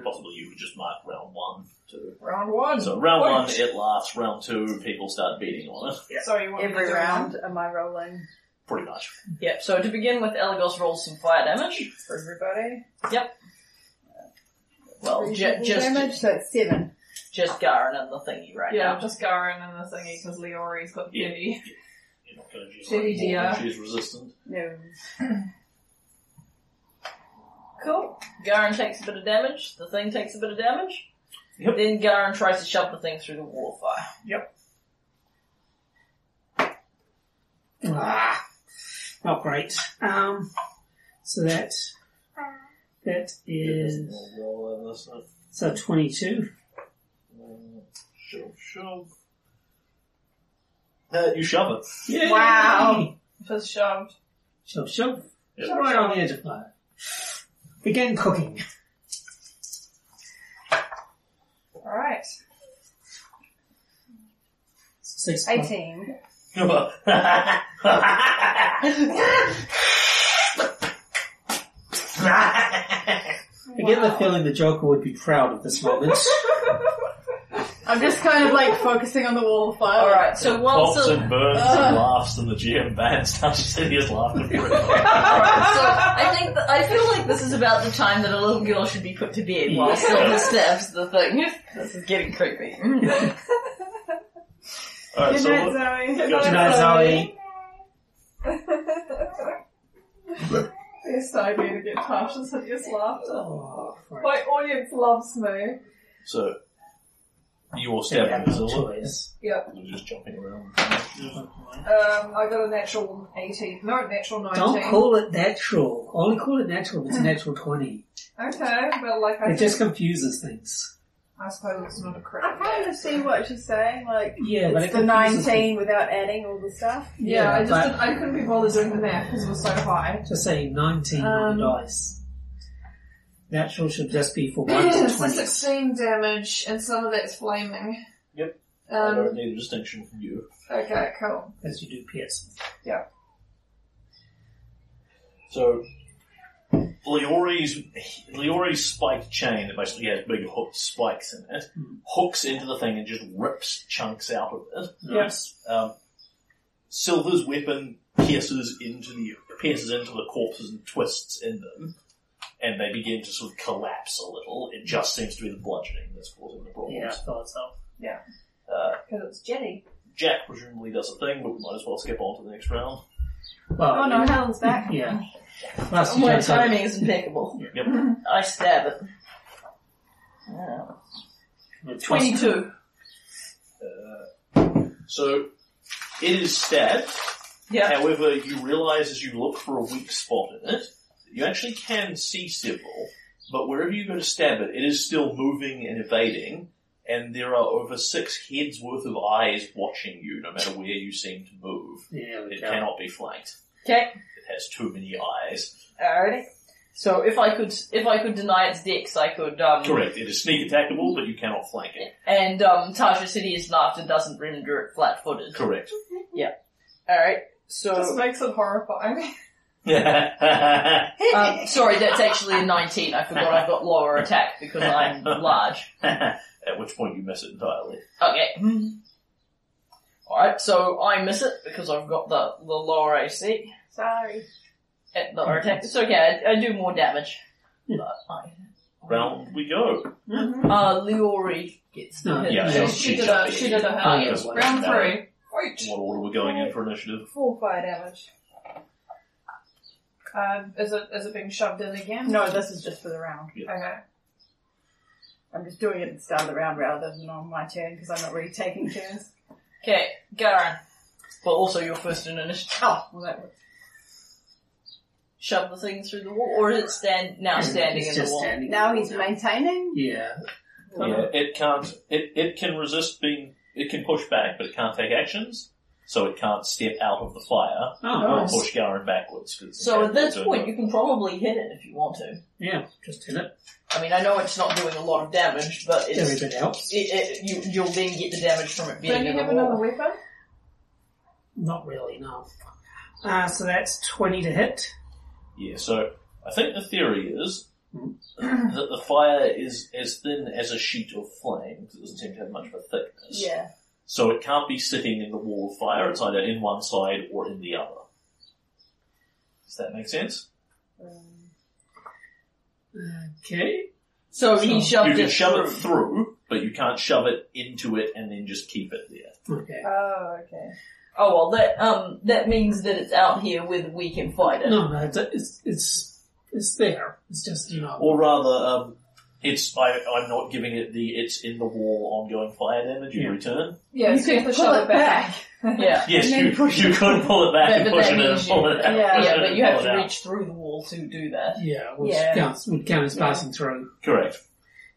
Speaker 1: Possibly you could just mark round one, two.
Speaker 8: Round one.
Speaker 1: So round one,
Speaker 8: Points.
Speaker 1: it lasts. Round two, people start beating on it.
Speaker 8: So you want me to
Speaker 2: Every
Speaker 8: do
Speaker 2: round, am I rolling?
Speaker 1: Pretty much.
Speaker 3: Yep, so to begin with, Elagos rolls some fire damage.
Speaker 8: one For everybody.
Speaker 2: Oh,
Speaker 3: Well, ju-
Speaker 8: Reasonable
Speaker 3: just,
Speaker 8: damage, so it's seven.
Speaker 3: just Garen and the thingy right
Speaker 9: Yeah,
Speaker 3: now.
Speaker 9: just Garen and the thingy because Leori's got
Speaker 1: Yeah.
Speaker 9: thirty.
Speaker 1: You're not going to use
Speaker 9: Silly
Speaker 1: that.
Speaker 9: dear.
Speaker 1: She's resistant.
Speaker 2: No.
Speaker 3: Cool. Garen takes a bit of damage. The thing takes a bit of damage.
Speaker 1: Yep.
Speaker 3: Then Garen tries to shove the thing through the wall of fire.
Speaker 4: Ah, not great. Um, so that that
Speaker 1: It
Speaker 4: is
Speaker 1: doesn't roll over, so
Speaker 4: so twenty-two.
Speaker 1: Uh, shove, shove. Uh, you shove it.
Speaker 4: Yay!
Speaker 2: Wow.
Speaker 9: Just shoved.
Speaker 4: Shove, shove,
Speaker 1: Yeah. [laughs]
Speaker 4: shove right on the edge of fire. Begin cooking.
Speaker 9: All right.
Speaker 4: Six. plus-
Speaker 2: Eighteen.
Speaker 4: I get the feeling the Joker would be proud of this moment.
Speaker 2: I'm just kind of like focusing on the wall of fire.
Speaker 3: Alright, so once
Speaker 1: Pops
Speaker 3: the, [laughs]
Speaker 1: and burns and laughs and the GM band starts sitting his laughter for it.
Speaker 3: So I think that, I feel like this is about the time that a little girl should be put to bed while
Speaker 1: Yeah.
Speaker 3: Silver stabs the thing. [laughs] This is getting [laughs] creepy.
Speaker 1: Alright,
Speaker 2: Good
Speaker 1: so
Speaker 2: night,
Speaker 1: what,
Speaker 2: Zoe.
Speaker 1: Good
Speaker 4: Good
Speaker 1: night.
Speaker 4: night, Zoe.
Speaker 3: [laughs]
Speaker 9: It's so good to get Tasha's hideous laughter.
Speaker 4: Oh, right.
Speaker 9: My audience loves me.
Speaker 1: So, you're
Speaker 4: Yeah,
Speaker 1: stabbing the
Speaker 4: no
Speaker 1: silver.
Speaker 4: choice.
Speaker 1: You're just jumping around.
Speaker 9: Um, I got a natural 18. No, natural 19.
Speaker 4: Don't call it natural. Only call it natural if it's a natural twenty.
Speaker 9: Okay, well, like I
Speaker 4: It
Speaker 9: think,
Speaker 4: just confuses things.
Speaker 9: I suppose it's not a crit.
Speaker 2: I kind of see what she's saying, like
Speaker 4: Yeah, but it
Speaker 2: it's the
Speaker 4: confuses things.
Speaker 2: nineteen without adding all the stuff.
Speaker 9: Yeah, I just
Speaker 4: but-
Speaker 9: didn't, I couldn't be bothered doing the math because it was so high.
Speaker 4: Just say 19 on the
Speaker 9: Um,
Speaker 4: dice. Natural should just be [clears throat] for 1 to
Speaker 9: it's the
Speaker 4: 20.
Speaker 9: 16 damage, and some of that's flaming.
Speaker 1: Yep. I don't
Speaker 9: Um,
Speaker 1: need a distinction from you.
Speaker 9: okay, cool.
Speaker 4: As you do piercing.
Speaker 1: So, Leori's, Leori's spiked chain that basically has big hooked spikes in it, hooks into the thing and just rips chunks out of it.
Speaker 4: Yes.
Speaker 1: Um, Silver's weapon pierces into the pierces into the corpses and twists in them, and they begin to sort of collapse a little. It just seems to be the bludgeoning that's causing the problems.
Speaker 4: Yeah, I thought so.
Speaker 1: Uh,
Speaker 9: Because it's Jenny.
Speaker 1: Jack presumably does a thing, but we might as well skip on to the next round.
Speaker 4: Well,
Speaker 2: Oh no, Helen's back.
Speaker 4: yeah. Plus, you
Speaker 3: My
Speaker 4: don't have-
Speaker 3: timing is impeccable.
Speaker 1: Yep.
Speaker 3: I stab it. Yeah.
Speaker 4: plus-
Speaker 3: 22.
Speaker 1: So it is stabbed.
Speaker 3: Yeah.
Speaker 1: However, you realise as you look for a weak spot in it, you actually can see several, but wherever you go to stab it, it is still moving and evading, and there are over six heads worth of eyes watching you no matter where you seem to move.
Speaker 4: Yeah, we
Speaker 1: It
Speaker 4: go.
Speaker 1: cannot be flanked.
Speaker 3: Okay.
Speaker 1: It has too many eyes.
Speaker 3: Alrighty. So if I could, if I could deny its dex, I could, um...
Speaker 1: Correct, it is sneak attackable, but you cannot flank it.
Speaker 3: And, um, Tasha City is laughter doesn't render it flat-footed.
Speaker 1: Correct. [laughs]
Speaker 3: Alright,
Speaker 9: This
Speaker 3: so...
Speaker 9: makes it horrifying.
Speaker 1: Alright,
Speaker 3: Um, sorry, that's actually a 19. I forgot I've got lower attack because I'm large.
Speaker 1: at which point you miss it entirely.
Speaker 3: Okay. Alright, so I miss it because I've got the, the lower AC.
Speaker 2: Sorry.
Speaker 3: At lower attack. It's okay, I, I do more damage. But I,
Speaker 1: Round we go.
Speaker 3: uh, Leori gets the hit.
Speaker 1: Yeah,
Speaker 9: [laughs] she,
Speaker 1: she's
Speaker 9: she, did
Speaker 1: jumping
Speaker 9: a, she
Speaker 1: in.
Speaker 9: did a
Speaker 4: Oh,
Speaker 9: hit.
Speaker 4: yeah.
Speaker 9: Round three. Wait.
Speaker 1: What order are we going in for initiative?
Speaker 2: Four fire damage.
Speaker 9: Um, is it is it being shoved in again?
Speaker 2: No, this is just for the round.
Speaker 9: Okay.
Speaker 2: I'm just doing it at the start of the round rather than on my turn because I'm not really taking turns.
Speaker 3: Okay, Garen. But also your first in initiative.
Speaker 2: Oh, well that works.
Speaker 3: Shove the thing through the wall, or is it stand now standing
Speaker 4: It's
Speaker 3: in the
Speaker 4: just
Speaker 3: wall?
Speaker 4: standing.
Speaker 2: Now he's maintaining.
Speaker 4: Yeah.
Speaker 3: Uh-huh.
Speaker 1: Yeah, it can't. It, it can resist being. It can push back, but it can't take actions, so it can't step out of the fire
Speaker 4: Oh,
Speaker 1: or
Speaker 4: nice.
Speaker 1: push Garen backwards. 'cause
Speaker 3: So
Speaker 1: it
Speaker 3: at this
Speaker 1: can't
Speaker 3: point,
Speaker 1: do
Speaker 3: you can probably hit it if you want to.
Speaker 4: Yeah, just hit it.
Speaker 3: I mean, I know it's not doing a lot of damage, but it's, it,
Speaker 4: Everything else.
Speaker 3: it, you, you'll then get the damage from it
Speaker 9: Don't
Speaker 3: being
Speaker 9: you
Speaker 3: in the
Speaker 9: have another
Speaker 3: wall.
Speaker 9: weapon?
Speaker 4: Not really, no. Uh, so that's 20 to hit.
Speaker 1: Yeah. So I think the theory is [clears throat]
Speaker 3: Mm-hmm.
Speaker 1: that the fire is as thin as a sheet of flame because it doesn't seem to have much of a thickness.
Speaker 2: Yeah.
Speaker 1: So it can't be sitting in the wall of fire. It's either in one side or in the other. Does that make sense?
Speaker 4: Okay.
Speaker 3: So he shoved
Speaker 1: you can
Speaker 3: it.
Speaker 1: shove it through, but you can't shove it into it and then just keep it there.
Speaker 4: Okay.
Speaker 8: Oh, okay.
Speaker 3: Oh well, that um that means that it's out here where we can fight it.
Speaker 4: No, no, it's, it's it's it's there. It's just you know.
Speaker 1: Or rather, um, it's I, I'm not giving it the it's in the wall ongoing fire damage in
Speaker 4: Yeah.
Speaker 1: return.
Speaker 2: Yeah,
Speaker 8: You
Speaker 2: so
Speaker 8: can
Speaker 2: have to
Speaker 8: pull
Speaker 2: shove
Speaker 8: it back.
Speaker 3: [laughs] Yeah.
Speaker 1: Yes, you, you could pull it [laughs] back
Speaker 3: But,
Speaker 1: and
Speaker 3: but
Speaker 1: push it
Speaker 3: that
Speaker 1: in and
Speaker 3: means you,
Speaker 1: pull it out.
Speaker 2: Yeah,
Speaker 1: push
Speaker 3: yeah,
Speaker 1: it in
Speaker 3: but
Speaker 1: and
Speaker 3: you have
Speaker 1: pull it
Speaker 3: to
Speaker 1: out.
Speaker 3: reach through the wall to do that.
Speaker 4: Yeah, which
Speaker 2: Yeah.
Speaker 4: counts would count as passing through.
Speaker 1: Correct.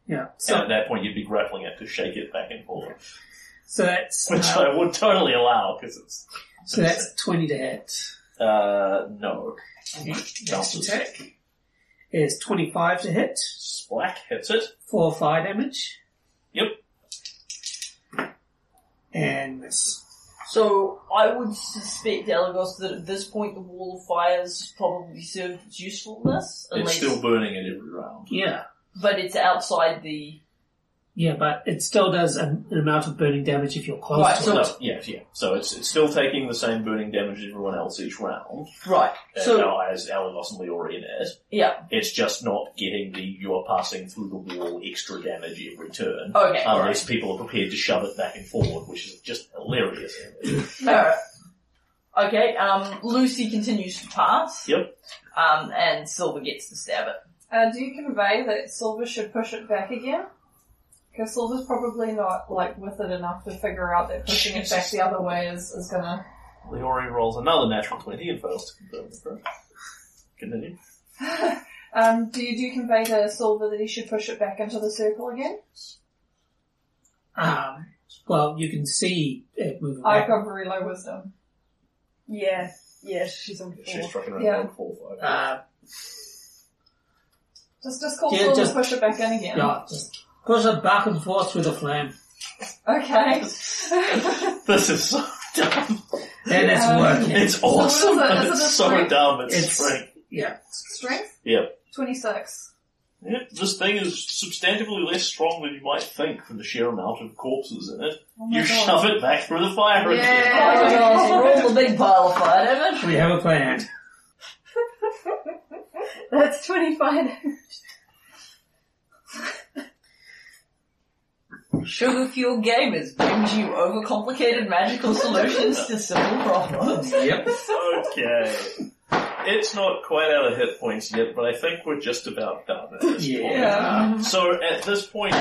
Speaker 4: Yeah.
Speaker 1: and at
Speaker 4: So
Speaker 1: that point, you'd be grappling it to shake it back and forth,
Speaker 4: so that's
Speaker 1: which
Speaker 4: uh,
Speaker 1: I would totally allow because it's
Speaker 4: so that's twenty to hit.
Speaker 1: uh, no
Speaker 4: Next attack is twenty five to hit.
Speaker 1: splack hits it.
Speaker 4: Four fire damage.
Speaker 1: Yep.
Speaker 4: And miss.
Speaker 3: So I would suspect, Elagos, that at this point the wall of fire's probably served its usefulness,
Speaker 1: It's
Speaker 3: unless,
Speaker 1: still burning it every round.
Speaker 4: Yeah.
Speaker 3: but it's outside the
Speaker 4: Yeah, but it still does an, an amount of burning damage if you're close
Speaker 3: Right,
Speaker 4: to
Speaker 3: so
Speaker 4: it.
Speaker 1: No, yeah, yeah. So it's it's still taking the same burning damage as everyone else each round.
Speaker 3: right.
Speaker 1: And
Speaker 3: So
Speaker 1: now as Alagos and Leora in it.
Speaker 3: yeah,
Speaker 1: It's just not getting the you're passing through the wall extra damage every turn.
Speaker 3: okay, all right.
Speaker 1: Unless people are prepared to shove it back and forward, which is just hilarious.
Speaker 3: Alright. Okay, um, Lucy continues to pass.
Speaker 1: Yep.
Speaker 3: Um, and Silver gets to stab it.
Speaker 8: Uh, do you convey that Silver should push it back again? Because Silver's probably not like with it enough to figure out that pushing it back the other way is, is gonna.
Speaker 1: Leori rolls another natural 20 and fails to confirm the throw. Continue.
Speaker 8: Um, do you do you convey to Silver that he should push it back into the circle again?
Speaker 4: Um, well, you can see it moving.
Speaker 8: I've
Speaker 4: back.
Speaker 8: got very low wisdom.
Speaker 2: Yeah, yeah, she's on
Speaker 1: She's
Speaker 2: four.
Speaker 1: fucking around
Speaker 8: Yeah.
Speaker 1: on four five.
Speaker 4: Uh,
Speaker 8: Just just call
Speaker 4: Yeah,
Speaker 8: Silver
Speaker 4: just-
Speaker 8: to push it back in again.
Speaker 4: yeah, just push it back and forth through the flame. [laughs]
Speaker 8: Okay. [laughs]
Speaker 1: This is so dumb.
Speaker 4: It is
Speaker 8: Um,
Speaker 4: working.
Speaker 1: It's awesome,
Speaker 8: what is it?
Speaker 1: but
Speaker 8: Is
Speaker 1: it's
Speaker 8: it a
Speaker 1: so
Speaker 8: strength?
Speaker 1: dumb. It's,
Speaker 4: It's-
Speaker 1: strength.
Speaker 4: Yeah.
Speaker 8: Strength?
Speaker 1: Yeah.
Speaker 8: Twenty six.
Speaker 1: Yeah, this thing is substantively less strong than you might think from the sheer amount of corpses in it. you shove it back through the fire again.
Speaker 3: Elagos, roll the big pile of fire damage.
Speaker 4: We have a plan.
Speaker 2: That's
Speaker 8: [laughs]
Speaker 4: [laughs]
Speaker 2: 25.
Speaker 3: Sugar Fuel Gamers brings you overcomplicated magical solutions to simple problems.
Speaker 4: Yep.
Speaker 1: Okay. It's not quite out of hit points yet, but I think we're just about done at this
Speaker 4: Yeah.
Speaker 1: point. So at this point,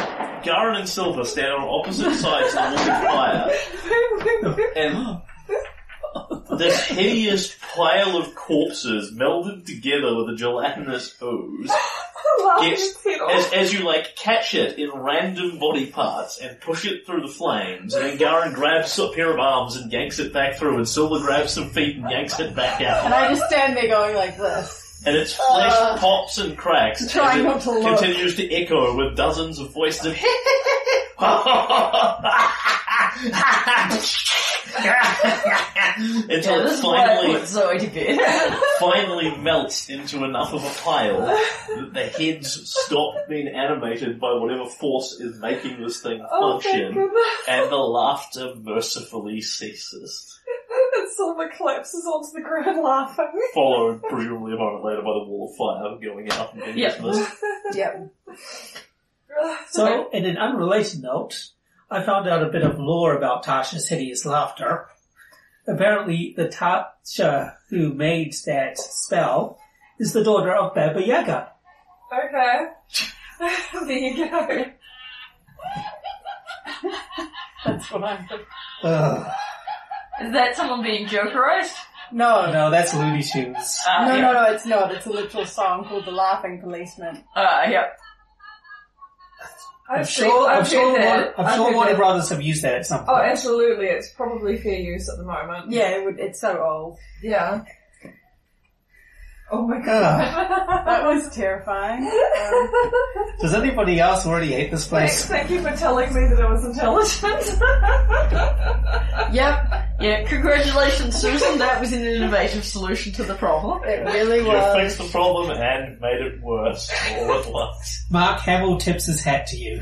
Speaker 1: Garen and Silver stand on opposite sides of the wall of fire, and this hideous pile of corpses melded together with a gelatinous ooze gets, as, as you like catch it in random body parts and push it through the flames, and then Garen grabs a pair of arms and yanks it back through, and Silver grabs some feet and yanks it back out.
Speaker 2: And I just stand there going like this.
Speaker 1: and its flesh
Speaker 2: Ugh.
Speaker 1: pops and cracks as
Speaker 2: Trying
Speaker 1: it
Speaker 2: not to look.
Speaker 1: continues to echo with dozens of voices
Speaker 3: [laughs]
Speaker 1: of
Speaker 3: Yeah,
Speaker 1: until it
Speaker 3: this is why I
Speaker 1: finally
Speaker 3: put Zoe to bed.
Speaker 1: finally melts into enough of a pile that the heads stop being animated by whatever force is making this thing
Speaker 8: Oh thank
Speaker 1: function,
Speaker 8: goodness. [laughs]
Speaker 1: and the laughter mercifully ceases.
Speaker 8: And Silver collapses onto the ground laughing.
Speaker 1: Followed presumably a moment later by the wall of fire going out and being
Speaker 3: Yeah.
Speaker 1: dismissed.
Speaker 2: Yep.
Speaker 4: So, in an unrelated note, I found out a bit of lore about Tasha's hideous laughter. Apparently, the Tasha who made that spell is the daughter of Baba Yaga.
Speaker 8: Okay. [laughs] there you go.
Speaker 2: That's what I'm thinking.
Speaker 4: Ugh.
Speaker 3: Is that someone being jokerized?
Speaker 4: Oh
Speaker 2: No.
Speaker 4: no, that's Looney Tunes.
Speaker 3: Uh,
Speaker 1: Ah,
Speaker 2: No,
Speaker 3: yeah.
Speaker 2: no, no, it's not. It's a literal song called The Laughing Policeman.
Speaker 3: Uh, yeah.
Speaker 8: I've
Speaker 4: I'm
Speaker 8: seen-
Speaker 4: sure,
Speaker 8: I've
Speaker 4: I'm sure,
Speaker 8: seen
Speaker 4: Warner-
Speaker 8: that.
Speaker 4: I'm
Speaker 8: I've
Speaker 4: sure
Speaker 8: seen
Speaker 4: Warner
Speaker 8: that.
Speaker 4: Brothers have used that at some
Speaker 8: Oh,
Speaker 4: point.
Speaker 8: absolutely. It's probably fair use at the moment.
Speaker 2: Yeah, it would, it's so old.
Speaker 8: Yeah. Oh my
Speaker 4: Ugh.
Speaker 9: Ah. [laughs]
Speaker 2: That
Speaker 8: god.
Speaker 2: was [laughs] terrifying. Um,
Speaker 4: Does anybody else already hate this
Speaker 8: Thanks,
Speaker 4: place?
Speaker 8: thank you for telling me that it was
Speaker 9: [laughs]
Speaker 8: intelligent.
Speaker 3: Yep. Yeah, congratulations, Susan. That was an innovative solution to the problem.
Speaker 2: it really
Speaker 1: You
Speaker 2: was.
Speaker 1: fixed the problem and made it worse all at once.
Speaker 4: Mark Hamill tips his hat to you.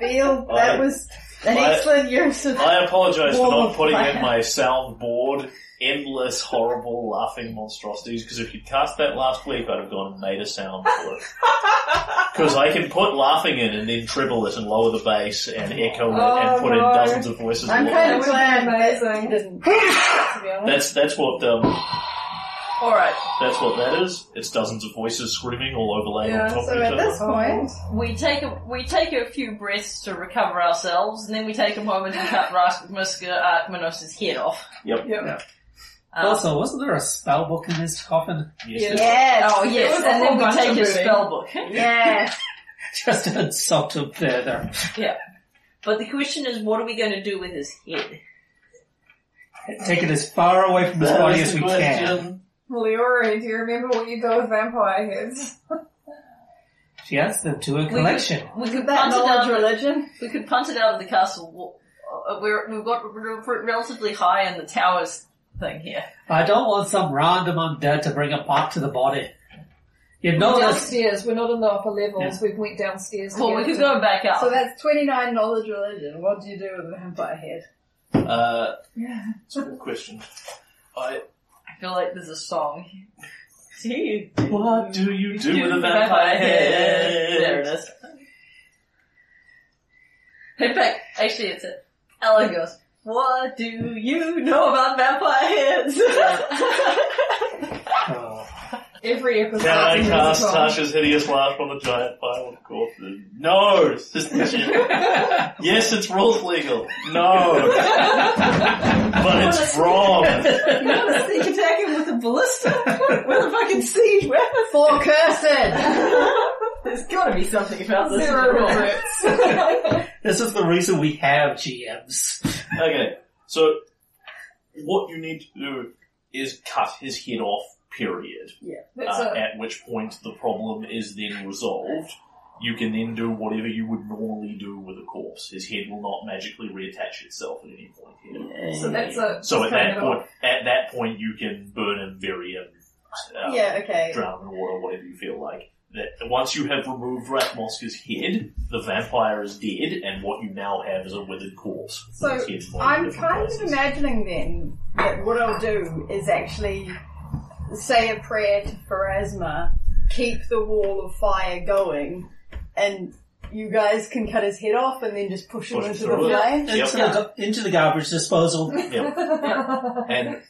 Speaker 2: Feel that
Speaker 1: I-
Speaker 2: was an
Speaker 1: I-
Speaker 2: excellent use of
Speaker 1: I apologise for
Speaker 2: Wall
Speaker 8: [laughs]
Speaker 1: not
Speaker 2: of
Speaker 1: putting in
Speaker 2: fire.
Speaker 1: my soundboard endless, horrible, laughing monstrosities. Because if you'd cast that last week, I'd have gone and made a sound
Speaker 8: [laughs]
Speaker 1: for it. Because I can put laughing in and then treble it and lower the bass and echo it and
Speaker 8: Oh,
Speaker 1: put in
Speaker 8: no.
Speaker 1: dozens of voices.
Speaker 2: I'm
Speaker 1: and
Speaker 2: kind
Speaker 1: whatnot.
Speaker 2: of glad that
Speaker 8: Amazing.
Speaker 2: you didn't. to be honest.
Speaker 1: That's that's what um,
Speaker 3: Alright,
Speaker 1: that's what that is. It's dozens of voices screaming all overlaid on
Speaker 8: Yeah,
Speaker 1: top
Speaker 8: so
Speaker 1: of each
Speaker 8: at
Speaker 1: other.
Speaker 8: this point,
Speaker 9: Oh.
Speaker 3: we take a, we take a few breaths to recover ourselves, and then we take a moment to cut Ras- Miska Arkmanos' head off.
Speaker 1: Yep.
Speaker 8: Yep. Uh.
Speaker 3: Um,
Speaker 4: also, wasn't there a spell book in his coffin? [laughs]
Speaker 1: Yes.
Speaker 2: Yes.
Speaker 3: Oh yes,
Speaker 9: There was a
Speaker 3: and then
Speaker 9: whole
Speaker 3: we
Speaker 9: bunch
Speaker 3: take
Speaker 9: of
Speaker 3: his
Speaker 9: moving.
Speaker 3: spell book.
Speaker 2: Yes.
Speaker 4: Just to insult him further.
Speaker 3: But the question is, what are we going to do with his head?
Speaker 4: Take it as far away from his body
Speaker 1: is
Speaker 4: as
Speaker 1: the
Speaker 4: we
Speaker 1: question.
Speaker 4: can.
Speaker 9: Leori, do you remember what you did with vampire heads?
Speaker 4: She asked them to a
Speaker 3: could-
Speaker 4: collection.
Speaker 3: We could
Speaker 2: That
Speaker 3: punt it
Speaker 2: knowledge
Speaker 3: out.
Speaker 2: religion.
Speaker 3: We could punt it out of the castle. wall. Uh, We're, we've got re- re- relatively high in the towers thing here.
Speaker 4: I don't want some random undead to bring it back to the body. You've noticed
Speaker 9: downstairs. We're not in the upper levels. We've went downstairs. to
Speaker 3: Well, we
Speaker 9: get
Speaker 3: could
Speaker 9: it.
Speaker 3: go back up.
Speaker 2: So that's 29 knowledge religion. What do you do with a vampire head?
Speaker 1: Uh, it's a
Speaker 8: [laughs]
Speaker 1: good question. I,
Speaker 3: I feel like there's a song. [laughs] See
Speaker 1: what do
Speaker 3: [laughs]
Speaker 1: you do with a
Speaker 3: the
Speaker 1: vampire head?
Speaker 3: There it is. In fact, actually, it's it. Ella goes. What do you know about vampire
Speaker 1: [laughs]
Speaker 3: heads? [laughs]
Speaker 4: Oh,
Speaker 9: Every episode.
Speaker 1: Can
Speaker 9: [laughs]
Speaker 1: I
Speaker 9: there's a
Speaker 1: cast
Speaker 9: song.
Speaker 1: Tasha's hideous laugh on the giant pile of corpses? No, suspicion. yes, it's rules legal. No, but it's
Speaker 9: [laughs]
Speaker 1: wrong.
Speaker 3: you want to sneak attack him with a ballista? With a fucking siege weapon?
Speaker 2: Four cursed!
Speaker 3: There's gotta be something about this.
Speaker 9: Zero
Speaker 3: rule.
Speaker 9: regrets.
Speaker 4: [laughs]
Speaker 9: [laughs]
Speaker 4: this is the reason we have GMs.
Speaker 1: Okay, so what you need to do is cut his head off. Period.
Speaker 9: That's
Speaker 1: Uh,
Speaker 9: it.
Speaker 1: at which point the problem is then resolved. You can then do whatever you would normally do with a corpse. His head will not magically reattach itself at any point. Here.
Speaker 9: So that's it.
Speaker 1: So at
Speaker 9: Just
Speaker 1: that
Speaker 9: cut it
Speaker 1: point, at that point, you can burn him, bury him, uh,
Speaker 2: Yeah, okay.
Speaker 1: drown him, or whatever you feel like. That once you have removed Rathmoska's head, the vampire is dead, and what you now have is a withered corpse. with
Speaker 2: So,
Speaker 1: its head in all
Speaker 2: I'm
Speaker 1: different
Speaker 2: kind of
Speaker 1: places.
Speaker 2: imagining then that what I'll do is actually say a prayer to Pharasma, keep the wall of fire going, and you guys can cut his head off and then just push him
Speaker 1: Push it
Speaker 2: into the
Speaker 1: through it.
Speaker 2: flame.
Speaker 4: Into, the, into the garbage disposal.
Speaker 1: and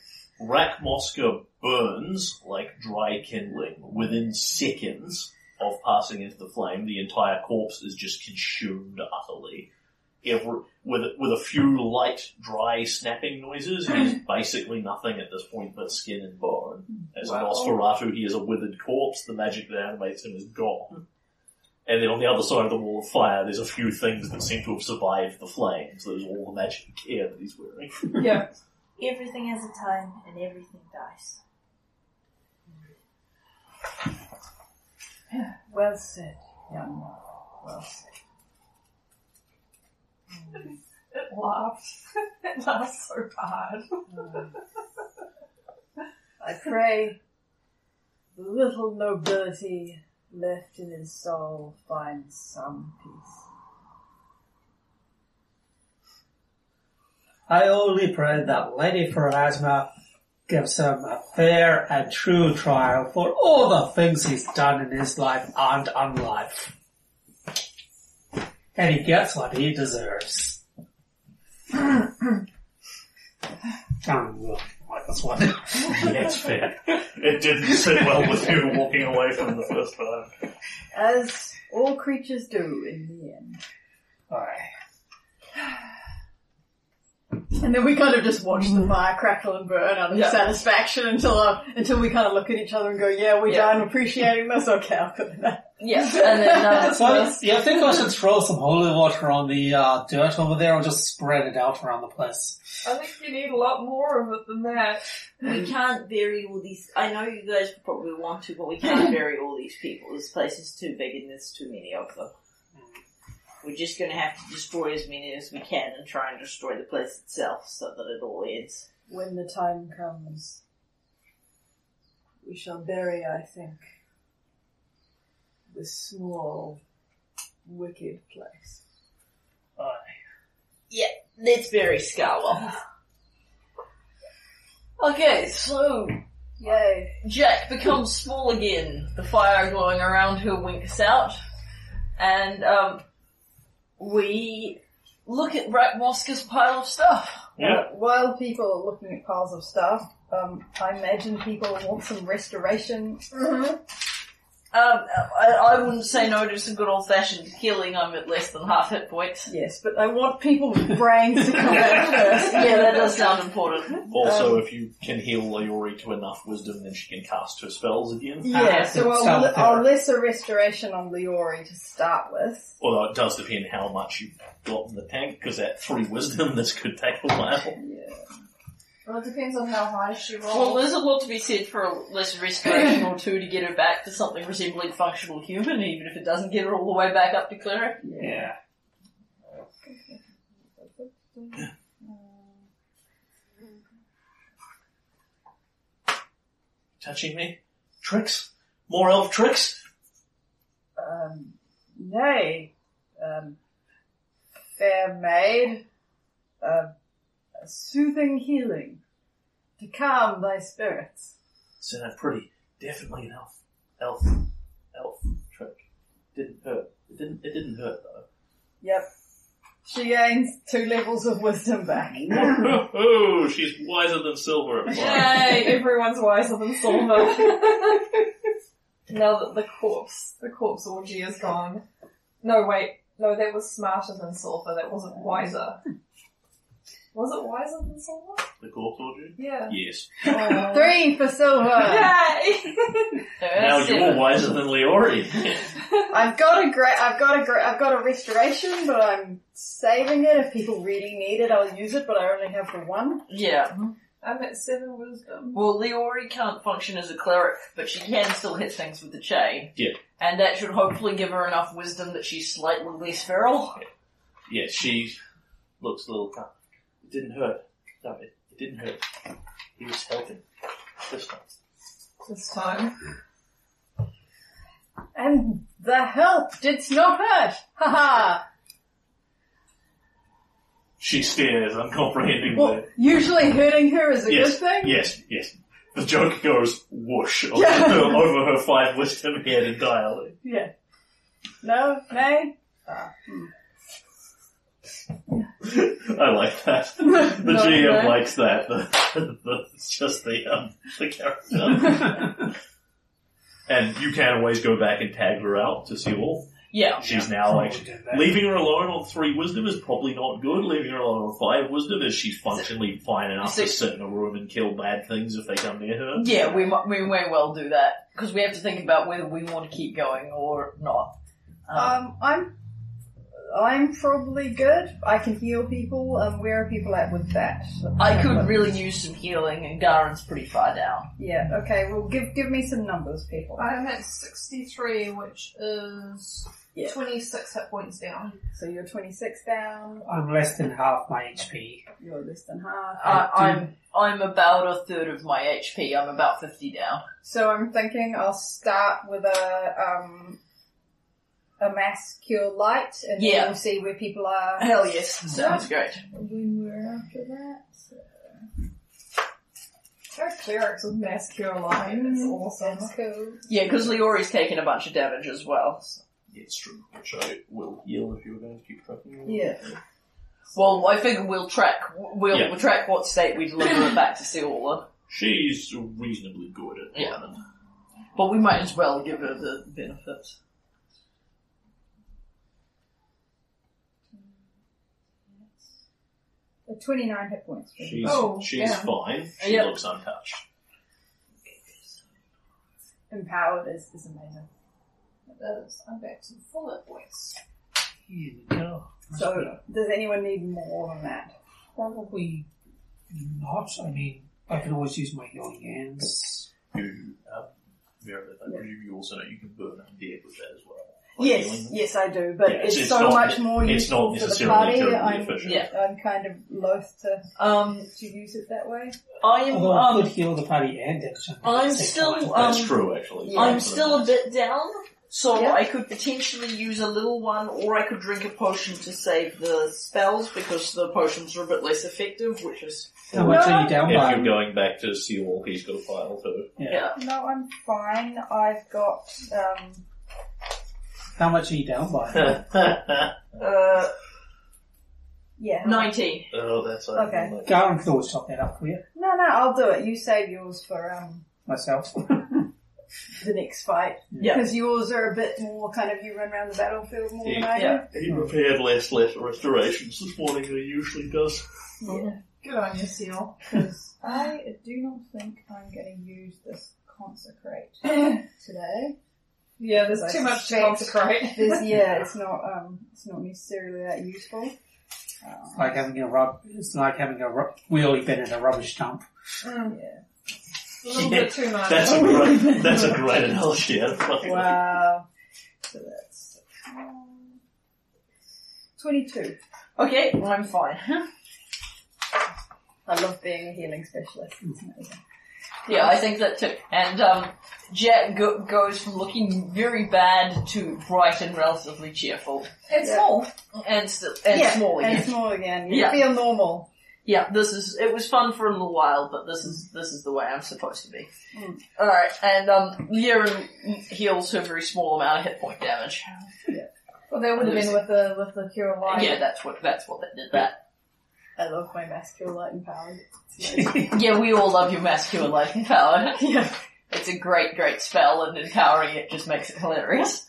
Speaker 1: Rathmoska burns like dry kindling within seconds of passing into the flame. The entire corpse is just consumed utterly. Every, with with a few light, dry snapping noises, it is basically nothing at this point but skin and bone. As a Nosferatu, he is a withered corpse. The magic that animates him is gone. And then on the other side of the wall of fire, there's a few things that seem to have survived the flames. There's all the magic gear that he's wearing.
Speaker 9: Yeah.
Speaker 10: Everything has a time and everything dies.
Speaker 2: Well said, young one. Well said.
Speaker 9: It laughed. [laughs] It laughed so hard.
Speaker 2: I pray the little nobility left in his soul finds some peace.
Speaker 4: I only pray that Lady Pharasma gives him a fair and true trial for all the things he's done in his life and unlife. And he gets what he [clears throat] deserves. Oh, Um, well, that's [laughs] what-
Speaker 1: That's fair. It didn't sit well with you walking away from the first time.
Speaker 2: As all creatures do in the end.
Speaker 4: Aye.
Speaker 2: And then we kind of just watch the fire crackle and burn out of
Speaker 3: Yeah.
Speaker 2: satisfaction until uh, until we kind of look at each other and go, "Yeah, we're
Speaker 3: Yeah.
Speaker 2: done appreciating this." Okay, I'll put it back.
Speaker 3: Yeah, and then
Speaker 1: [laughs]
Speaker 3: uh,
Speaker 4: So, yeah, I think I should throw some holy water on the uh, dirt over there or just spread it out around the place.
Speaker 9: I think you need a lot more of it than that.
Speaker 10: We can't bury all these. I know you guys probably want to, but we can't bury all these people. This place is too big and there's too many of them. We're just going to have to destroy as many as we can and try and destroy the place itself so that it all ends.
Speaker 2: When the time comes, we shall bury. I think this small, wicked place.
Speaker 10: Let's bury Scarwell.
Speaker 3: Okay, so
Speaker 2: Yay.
Speaker 3: Jack becomes small again. The fire glowing around her winks out, and um, we look at Ratmoska's pile of stuff.
Speaker 1: Yeah.
Speaker 2: Uh, while people are looking at piles of stuff, um, I imagine people want some restoration.
Speaker 3: Um, I, I wouldn't say no to some good old fashioned healing. I'm at less than half hit points.
Speaker 2: Yes, but I want [laughs] people's brains to come out first.
Speaker 3: [laughs] yeah, that does sound important.
Speaker 1: Also, if you can heal Leori to enough wisdom, then she can cast her spells again.
Speaker 2: Yeah,
Speaker 4: Ah,
Speaker 2: so
Speaker 4: good
Speaker 2: I'll,
Speaker 4: sound
Speaker 2: li- I'll
Speaker 4: fair.
Speaker 2: lesser restoration on Leori to start with.
Speaker 1: Although it does depend how much you've got in the tank, because at three wisdom, [laughs] this could take a while.
Speaker 8: Well, it depends on how high she rolls.
Speaker 3: Well, there's a lot to be said for a less
Speaker 1: [clears throat]
Speaker 3: restoration or two to get her back to something resembling functional human, even if it doesn't get her all the way back up to cleric.
Speaker 4: Yeah.
Speaker 1: Touching me? Tricks? More elf tricks?
Speaker 2: Um, nay, um, fair maid, um, a soothing healing to calm thy spirits.
Speaker 1: Said I'm pretty. Definitely an elf. Elf. Elf trick. Didn't hurt. It didn't, it didn't hurt [laughs]
Speaker 2: Yep. She gains two levels of wisdom back.
Speaker 1: though. oh, she's wiser than silver [laughs] at
Speaker 8: [laughs] Yay,
Speaker 1: flying.
Speaker 8: everyone's wiser than Silver. [laughs] now that the corpse, the corpse orgy is gone. No, wait. No, that was smarter than Silver. That wasn't wiser. Was it wiser than Silver?
Speaker 1: The corpse orgy?
Speaker 8: Yeah.
Speaker 1: Yes.
Speaker 8: Oh.
Speaker 2: Three for silver. [laughs]
Speaker 8: Yay! [laughs]
Speaker 1: now
Speaker 3: That's
Speaker 1: you're
Speaker 3: it.
Speaker 1: wiser than Leori. [laughs]
Speaker 2: I've got a great, I've got a great, I've got a restoration, but I'm saving it. If people really need it, I'll use it, but I only have the one.
Speaker 3: Yeah.
Speaker 8: I'm at seven wisdom.
Speaker 3: Well, Leori can't function as a cleric, but she can still hit things with the chain.
Speaker 1: Yeah.
Speaker 3: And that should hopefully give her enough wisdom that she's slightly less feral.
Speaker 1: yeah, she looks a little calm. It didn't hurt. No, it, it didn't hurt. He was helping. This time.
Speaker 8: This time.
Speaker 2: And the help didst not hurt. Ha ha.
Speaker 1: She stares uncomprehendingly.
Speaker 2: Well, usually hurting her is a
Speaker 1: yes,
Speaker 2: good thing.
Speaker 1: yes, yes. The joke goes whoosh
Speaker 2: [laughs]
Speaker 1: over,
Speaker 2: Yeah.
Speaker 1: her, over her five wisdom head entirely. [laughs]
Speaker 2: No, nay.
Speaker 1: I like
Speaker 2: [laughs]
Speaker 1: that. The
Speaker 2: Not
Speaker 1: GM
Speaker 2: bad.
Speaker 1: likes that. The, [laughs] the, it's just the um, the character.
Speaker 2: [laughs]
Speaker 1: and you can always go back and tag her out to see all.
Speaker 3: Yeah.
Speaker 1: She's now like
Speaker 4: Someone did that.
Speaker 1: leaving her alone on three wisdom is probably not good. Leaving her alone on five wisdom is she's functionally fine enough to
Speaker 3: Six.
Speaker 1: sit in a room and kill bad things if they come near her.
Speaker 3: Yeah, we, mu- we may well do that, because we have to think about whether we want to keep going or not. Um,
Speaker 2: Um, I'm, I'm probably good. I can heal people. Um, where are people at with that? Um,
Speaker 3: I could really use some healing, and Garen's pretty far down.
Speaker 2: Yeah. Okay. Well, give give me some numbers, people.
Speaker 8: I'm at 63, which is
Speaker 2: Yeah.
Speaker 8: 26 hit points down.
Speaker 2: So you're 26 down.
Speaker 4: I'm less than half my HP.
Speaker 2: You're less than half.
Speaker 3: I, I'm I'm about a third of my HP. I'm about fifty down.
Speaker 2: So I'm thinking I'll start with a um a mass cure light, and
Speaker 3: Yeah.
Speaker 2: then we'll see where people are.
Speaker 3: Hell yes, [laughs] sounds great.
Speaker 2: When we're after that. so-
Speaker 8: Our clerics with mass cure line is
Speaker 2: Mm.
Speaker 8: awesome.
Speaker 2: That's cool.
Speaker 3: Yeah, because Leori's taken a bunch of damage as well.
Speaker 1: Yeah, it's true. Which I will heal if you were going to keep tracking. her.
Speaker 2: Yeah.
Speaker 3: Well, I figure we'll track we'll,
Speaker 1: Yeah.
Speaker 3: we'll track what state we deliver it back to Seola,
Speaker 1: She's reasonably good at the
Speaker 3: Yeah.
Speaker 1: moment.
Speaker 3: but we might as well give her the benefit.
Speaker 2: Uh, 29 hit points.
Speaker 1: She's
Speaker 8: Oh,
Speaker 1: she's
Speaker 8: yeah.
Speaker 1: fine. She
Speaker 3: Yep.
Speaker 1: looks untouched.
Speaker 2: Empowered is, is amazing.
Speaker 8: It is. I'm back to full hit points.
Speaker 4: Here we go.
Speaker 2: So, does anyone need more than that?
Speaker 4: Probably not. I mean, I can always use my healing hands.
Speaker 1: You, um, Meredith, I presume you also know you can burn undead with that as well. Like
Speaker 2: Yes,
Speaker 1: healing.
Speaker 2: yes I do, but
Speaker 1: Yeah,
Speaker 2: it's,
Speaker 1: it's- it's
Speaker 2: so
Speaker 1: not-
Speaker 2: much more
Speaker 1: It's
Speaker 2: useful
Speaker 1: not
Speaker 2: for the
Speaker 1: necessarily
Speaker 2: party.
Speaker 1: terribly
Speaker 2: I'm,
Speaker 1: efficient.
Speaker 3: yeah.
Speaker 2: I'm kind of loath to,
Speaker 3: Um,
Speaker 2: to use it that way.
Speaker 3: I am
Speaker 4: Although I could
Speaker 3: um,
Speaker 4: heal the party and damage.
Speaker 3: I'm still
Speaker 1: That's
Speaker 3: um,
Speaker 1: true, actually.
Speaker 2: Yeah.
Speaker 3: I'm still a bit down.
Speaker 10: So
Speaker 2: Yeah.
Speaker 10: I could potentially use a little one, or I could drink a potion to save the spells because the potions are a bit less effective, which is
Speaker 4: How much are you down
Speaker 1: If you're
Speaker 4: by?
Speaker 1: going back to Seawall, he's got a file [laughs] too.
Speaker 10: yeah.
Speaker 2: No, I'm fine. I've got um
Speaker 4: How much are you down by?
Speaker 1: [laughs] oh,
Speaker 10: Uh,
Speaker 2: yeah.
Speaker 10: nineteen.
Speaker 1: Oh, that's
Speaker 2: Okay.
Speaker 4: Garen can always chop that up for you.
Speaker 2: No, no, I'll do it. You save yours for um
Speaker 4: Myself. [laughs]
Speaker 2: the next fight
Speaker 10: Yeah.
Speaker 2: because yours are a bit more kind of you run around the battlefield more than
Speaker 1: Yeah.
Speaker 2: I do.
Speaker 10: Yeah.
Speaker 3: Oh.
Speaker 1: He prepared less letter restorations this morning than he usually does.
Speaker 3: [laughs]
Speaker 9: Good on you, Seal.
Speaker 8: I do not think I'm going to use this
Speaker 1: [laughs]
Speaker 8: consecrate today.
Speaker 2: Yeah, there's
Speaker 8: Like
Speaker 2: too much to
Speaker 8: fake-
Speaker 2: consecrate. [laughs]
Speaker 8: This yeah, it's not um, it's not necessarily that useful.
Speaker 4: It's like having a rub. It's like having a ru- wheelie bin in a rubbish dump.
Speaker 2: Mm, Um,
Speaker 9: A little
Speaker 1: Yeah,
Speaker 9: bit too much.
Speaker 1: That's
Speaker 3: Oh.
Speaker 1: a
Speaker 9: [laughs]
Speaker 1: great, that's a great analogy. I fucking-
Speaker 2: Wow.
Speaker 8: So that's um, twenty-two.
Speaker 10: Okay, well, I'm
Speaker 3: [laughs]
Speaker 10: fine.
Speaker 2: I love being a healing specialist. It's amazing.
Speaker 3: Yeah, I think that too. And um, Jet go- goes from looking very bad to bright and relatively cheerful.
Speaker 2: And
Speaker 3: small. And, still, and
Speaker 2: yeah,
Speaker 3: small again.
Speaker 2: And small again. You
Speaker 3: Yeah.
Speaker 2: feel normal.
Speaker 3: yeah, this is, it was fun for a little while, but this is, this is the way I'm supposed to be.
Speaker 2: Hmm.
Speaker 3: Alright, and um, Liren heals her very small amount of hit point damage.
Speaker 2: Well, that
Speaker 3: would have been
Speaker 2: with the with the cure light.
Speaker 3: Yeah, that's what, that's what that did that.
Speaker 2: I love my masculine light and
Speaker 3: [laughs]
Speaker 2: power. [laughs]
Speaker 3: Yeah, we all love your masculine life and power.
Speaker 2: Yeah.
Speaker 3: It's a great, great spell, and empowering it just makes it hilarious.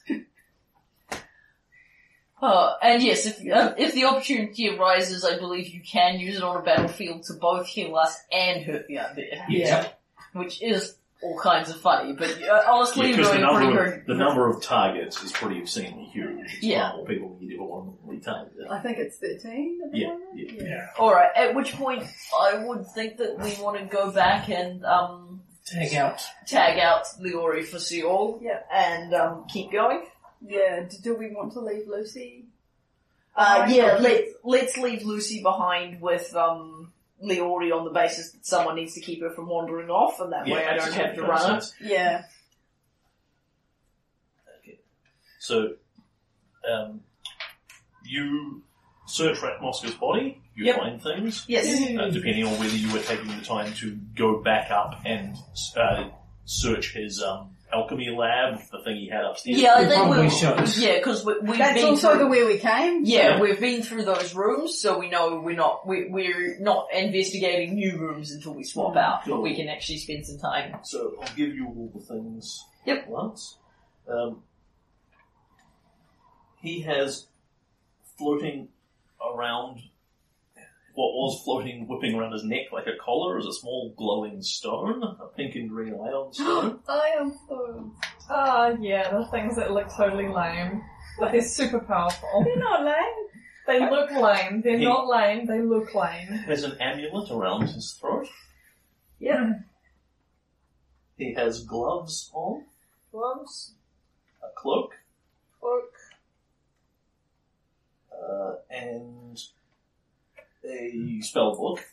Speaker 3: Uh, and yes, if um, if the opportunity arises, I believe you can use it on a battlefield to both heal us and hurt the undead.
Speaker 1: Yeah.
Speaker 3: which is all kinds of funny. But uh, honestly,
Speaker 1: Yeah,
Speaker 3: you're
Speaker 1: because the
Speaker 3: doing pretty
Speaker 1: number
Speaker 3: good.
Speaker 1: of, the number of targets is pretty obscenely huge. It's
Speaker 3: Yeah.
Speaker 1: far more people than you'd ever want to be targeted.
Speaker 2: I think it's thirteen. at the
Speaker 1: Yeah,
Speaker 2: moment.
Speaker 1: yeah.
Speaker 3: All right. At which point, I would think that we want to go back and um,
Speaker 4: Tag out.
Speaker 3: tag out Leori for Seol.
Speaker 2: Yeah.
Speaker 3: and um, keep going.
Speaker 2: Yeah. Do, do we want to leave Lucy?
Speaker 3: Uh,
Speaker 2: Fine.
Speaker 3: yeah, let, let's leave Lucy behind with, um, Leori on the basis that someone needs to keep her from wandering off, and that
Speaker 1: Yeah,
Speaker 3: way I
Speaker 1: makes
Speaker 3: don't
Speaker 1: a
Speaker 3: have to
Speaker 1: ton of
Speaker 3: run her.
Speaker 1: sense.
Speaker 2: Yeah.
Speaker 1: So, um, you search Ratmoska's body, you
Speaker 3: Yep.
Speaker 1: find things,
Speaker 3: Yes.
Speaker 1: uh, depending on whether you were taking the time to go back up and uh, search his um, alchemy lab, the thing he had upstairs.
Speaker 3: Yeah, I
Speaker 4: We
Speaker 3: think
Speaker 4: probably
Speaker 3: we'll,
Speaker 4: should.
Speaker 3: yeah, because we, we've
Speaker 2: That's
Speaker 3: been
Speaker 2: also
Speaker 3: through,
Speaker 2: the way we came.
Speaker 3: yeah, we've been through those rooms, so we know we're not, we, we're not investigating new rooms until we swap
Speaker 2: Mm.
Speaker 3: out, but we can actually spend some time.
Speaker 1: So I'll give you all the things
Speaker 3: Yep.
Speaker 1: at once. Um, he has floating around what was floating, whipping around his neck like a collar, is a small glowing stone, a pink and green ion
Speaker 3: [gasps]
Speaker 1: stone.
Speaker 2: Iron stones.
Speaker 9: Oh, yeah, the things that look totally lame. But they're super powerful.
Speaker 2: They're not lame.
Speaker 9: They look lame. They're
Speaker 1: Hey.
Speaker 9: not lame. They look lame.
Speaker 1: There's an amulet around his throat.
Speaker 9: [laughs] Yeah.
Speaker 1: He has gloves on,
Speaker 9: Gloves.
Speaker 1: a cloak,
Speaker 9: Look.
Speaker 1: uh, and a spell book,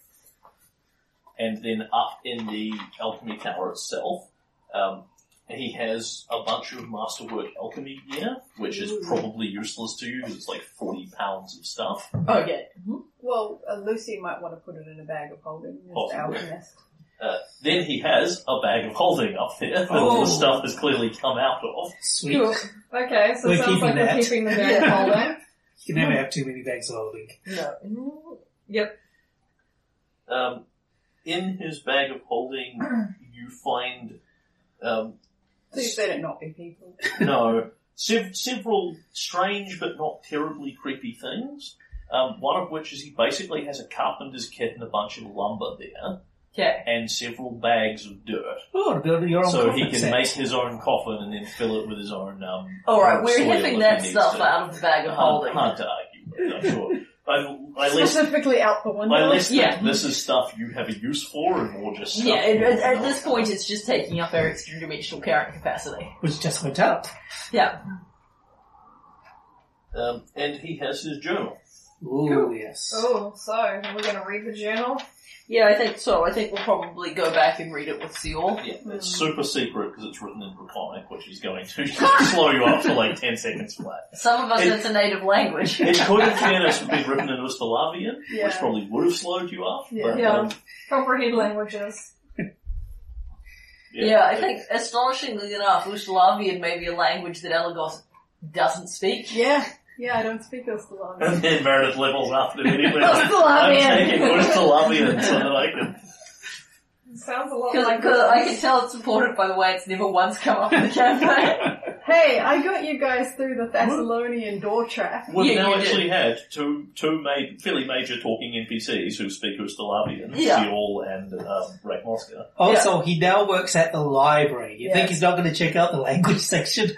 Speaker 1: and then up in the alchemy tower itself, um, he has a bunch of masterwork alchemy gear, which is probably useless to you because it's like forty pounds of stuff.
Speaker 3: Okay.
Speaker 2: Well, uh, Lucy might want to put it in a bag of holding. as
Speaker 1: Possibly.
Speaker 2: alchemist.
Speaker 1: Uh, then he has a bag of holding up there [laughs] that all
Speaker 4: Oh.
Speaker 1: the stuff has clearly come out of.
Speaker 4: Sweet.
Speaker 9: Cool. Okay, so
Speaker 4: We're
Speaker 9: it sounds
Speaker 4: keeping
Speaker 9: like
Speaker 4: that.
Speaker 9: we're keeping the bag
Speaker 3: Yeah.
Speaker 9: holding.
Speaker 4: You can never have too many bags of holding.
Speaker 3: No.
Speaker 1: Um, in his bag of
Speaker 3: [clears throat]
Speaker 1: holding, you find um,
Speaker 2: Please let it not be people.
Speaker 1: no. Sev- several strange but not terribly creepy things. Um, one of which is he basically has a carpenter's kit and a bunch of lumber there,
Speaker 3: Okay.
Speaker 1: and several bags of dirt,
Speaker 4: Oh, to build your own
Speaker 1: so
Speaker 4: coffin
Speaker 1: he can
Speaker 4: set.
Speaker 1: make his own coffin and then fill it with his own. Um,
Speaker 3: Alright, we're
Speaker 1: soil
Speaker 3: hipping
Speaker 1: if
Speaker 3: that
Speaker 1: he needs
Speaker 3: stuff
Speaker 1: to.
Speaker 3: out of the bag of
Speaker 1: Hard,
Speaker 3: holding.
Speaker 1: hard to argue, with, I'm
Speaker 3: [laughs]
Speaker 1: sure. I, I less,
Speaker 2: Specifically out the window.
Speaker 1: I less think
Speaker 3: Yeah.
Speaker 1: this is stuff you have a use for, and more just stuff
Speaker 3: Yeah, at,
Speaker 1: you
Speaker 3: at, at
Speaker 1: know.
Speaker 3: this point it's just taking up our extra dimensional carrying capacity.
Speaker 4: which just went up.
Speaker 3: Yeah.
Speaker 1: Um, and he has his journal.
Speaker 4: Ooh,
Speaker 9: Cool.
Speaker 4: yes.
Speaker 9: Oh, so are we going to read the journal?
Speaker 3: Yeah, I think so. I think we'll probably go back and read it with Seal.
Speaker 1: Yeah, it's super secret because it's written in Draconic, which is going to [laughs] slow you up for like 10 seconds flat.
Speaker 3: Some of us,
Speaker 1: It-
Speaker 3: it's a
Speaker 1: [laughs]
Speaker 3: native language.
Speaker 1: It could, in fairness, have been written in Ustalavian, which
Speaker 2: Yeah.
Speaker 1: probably would have slowed you up. But,
Speaker 9: Yeah.
Speaker 1: um,
Speaker 9: Comprehend languages.
Speaker 3: Yeah, I think astonishingly enough, Ustalavian may be a language that Elagos doesn't speak.
Speaker 2: Yeah, yeah, I don't speak Ostalavian.
Speaker 1: And then Meredith levels up immediately. I'm taking
Speaker 2: Ostalavian!
Speaker 1: Ustalavian so that I
Speaker 3: [laughs]
Speaker 1: can...
Speaker 9: It sounds a lot
Speaker 3: Because
Speaker 9: like [laughs]
Speaker 3: I can tell it's supported by the way it's never once come up in the campaign.
Speaker 2: hey, I got you guys through the Thessalonian door trap.
Speaker 1: We've
Speaker 3: Yeah,
Speaker 1: now
Speaker 3: you did.
Speaker 1: actually had two two ma- fairly major talking NPCs who speak Ustalavian,
Speaker 3: Yeah.
Speaker 1: Seol and um, Rakmoska.
Speaker 4: Also, he now works at the library. You think
Speaker 2: Yes.
Speaker 4: he's not going to check out the language [laughs] section?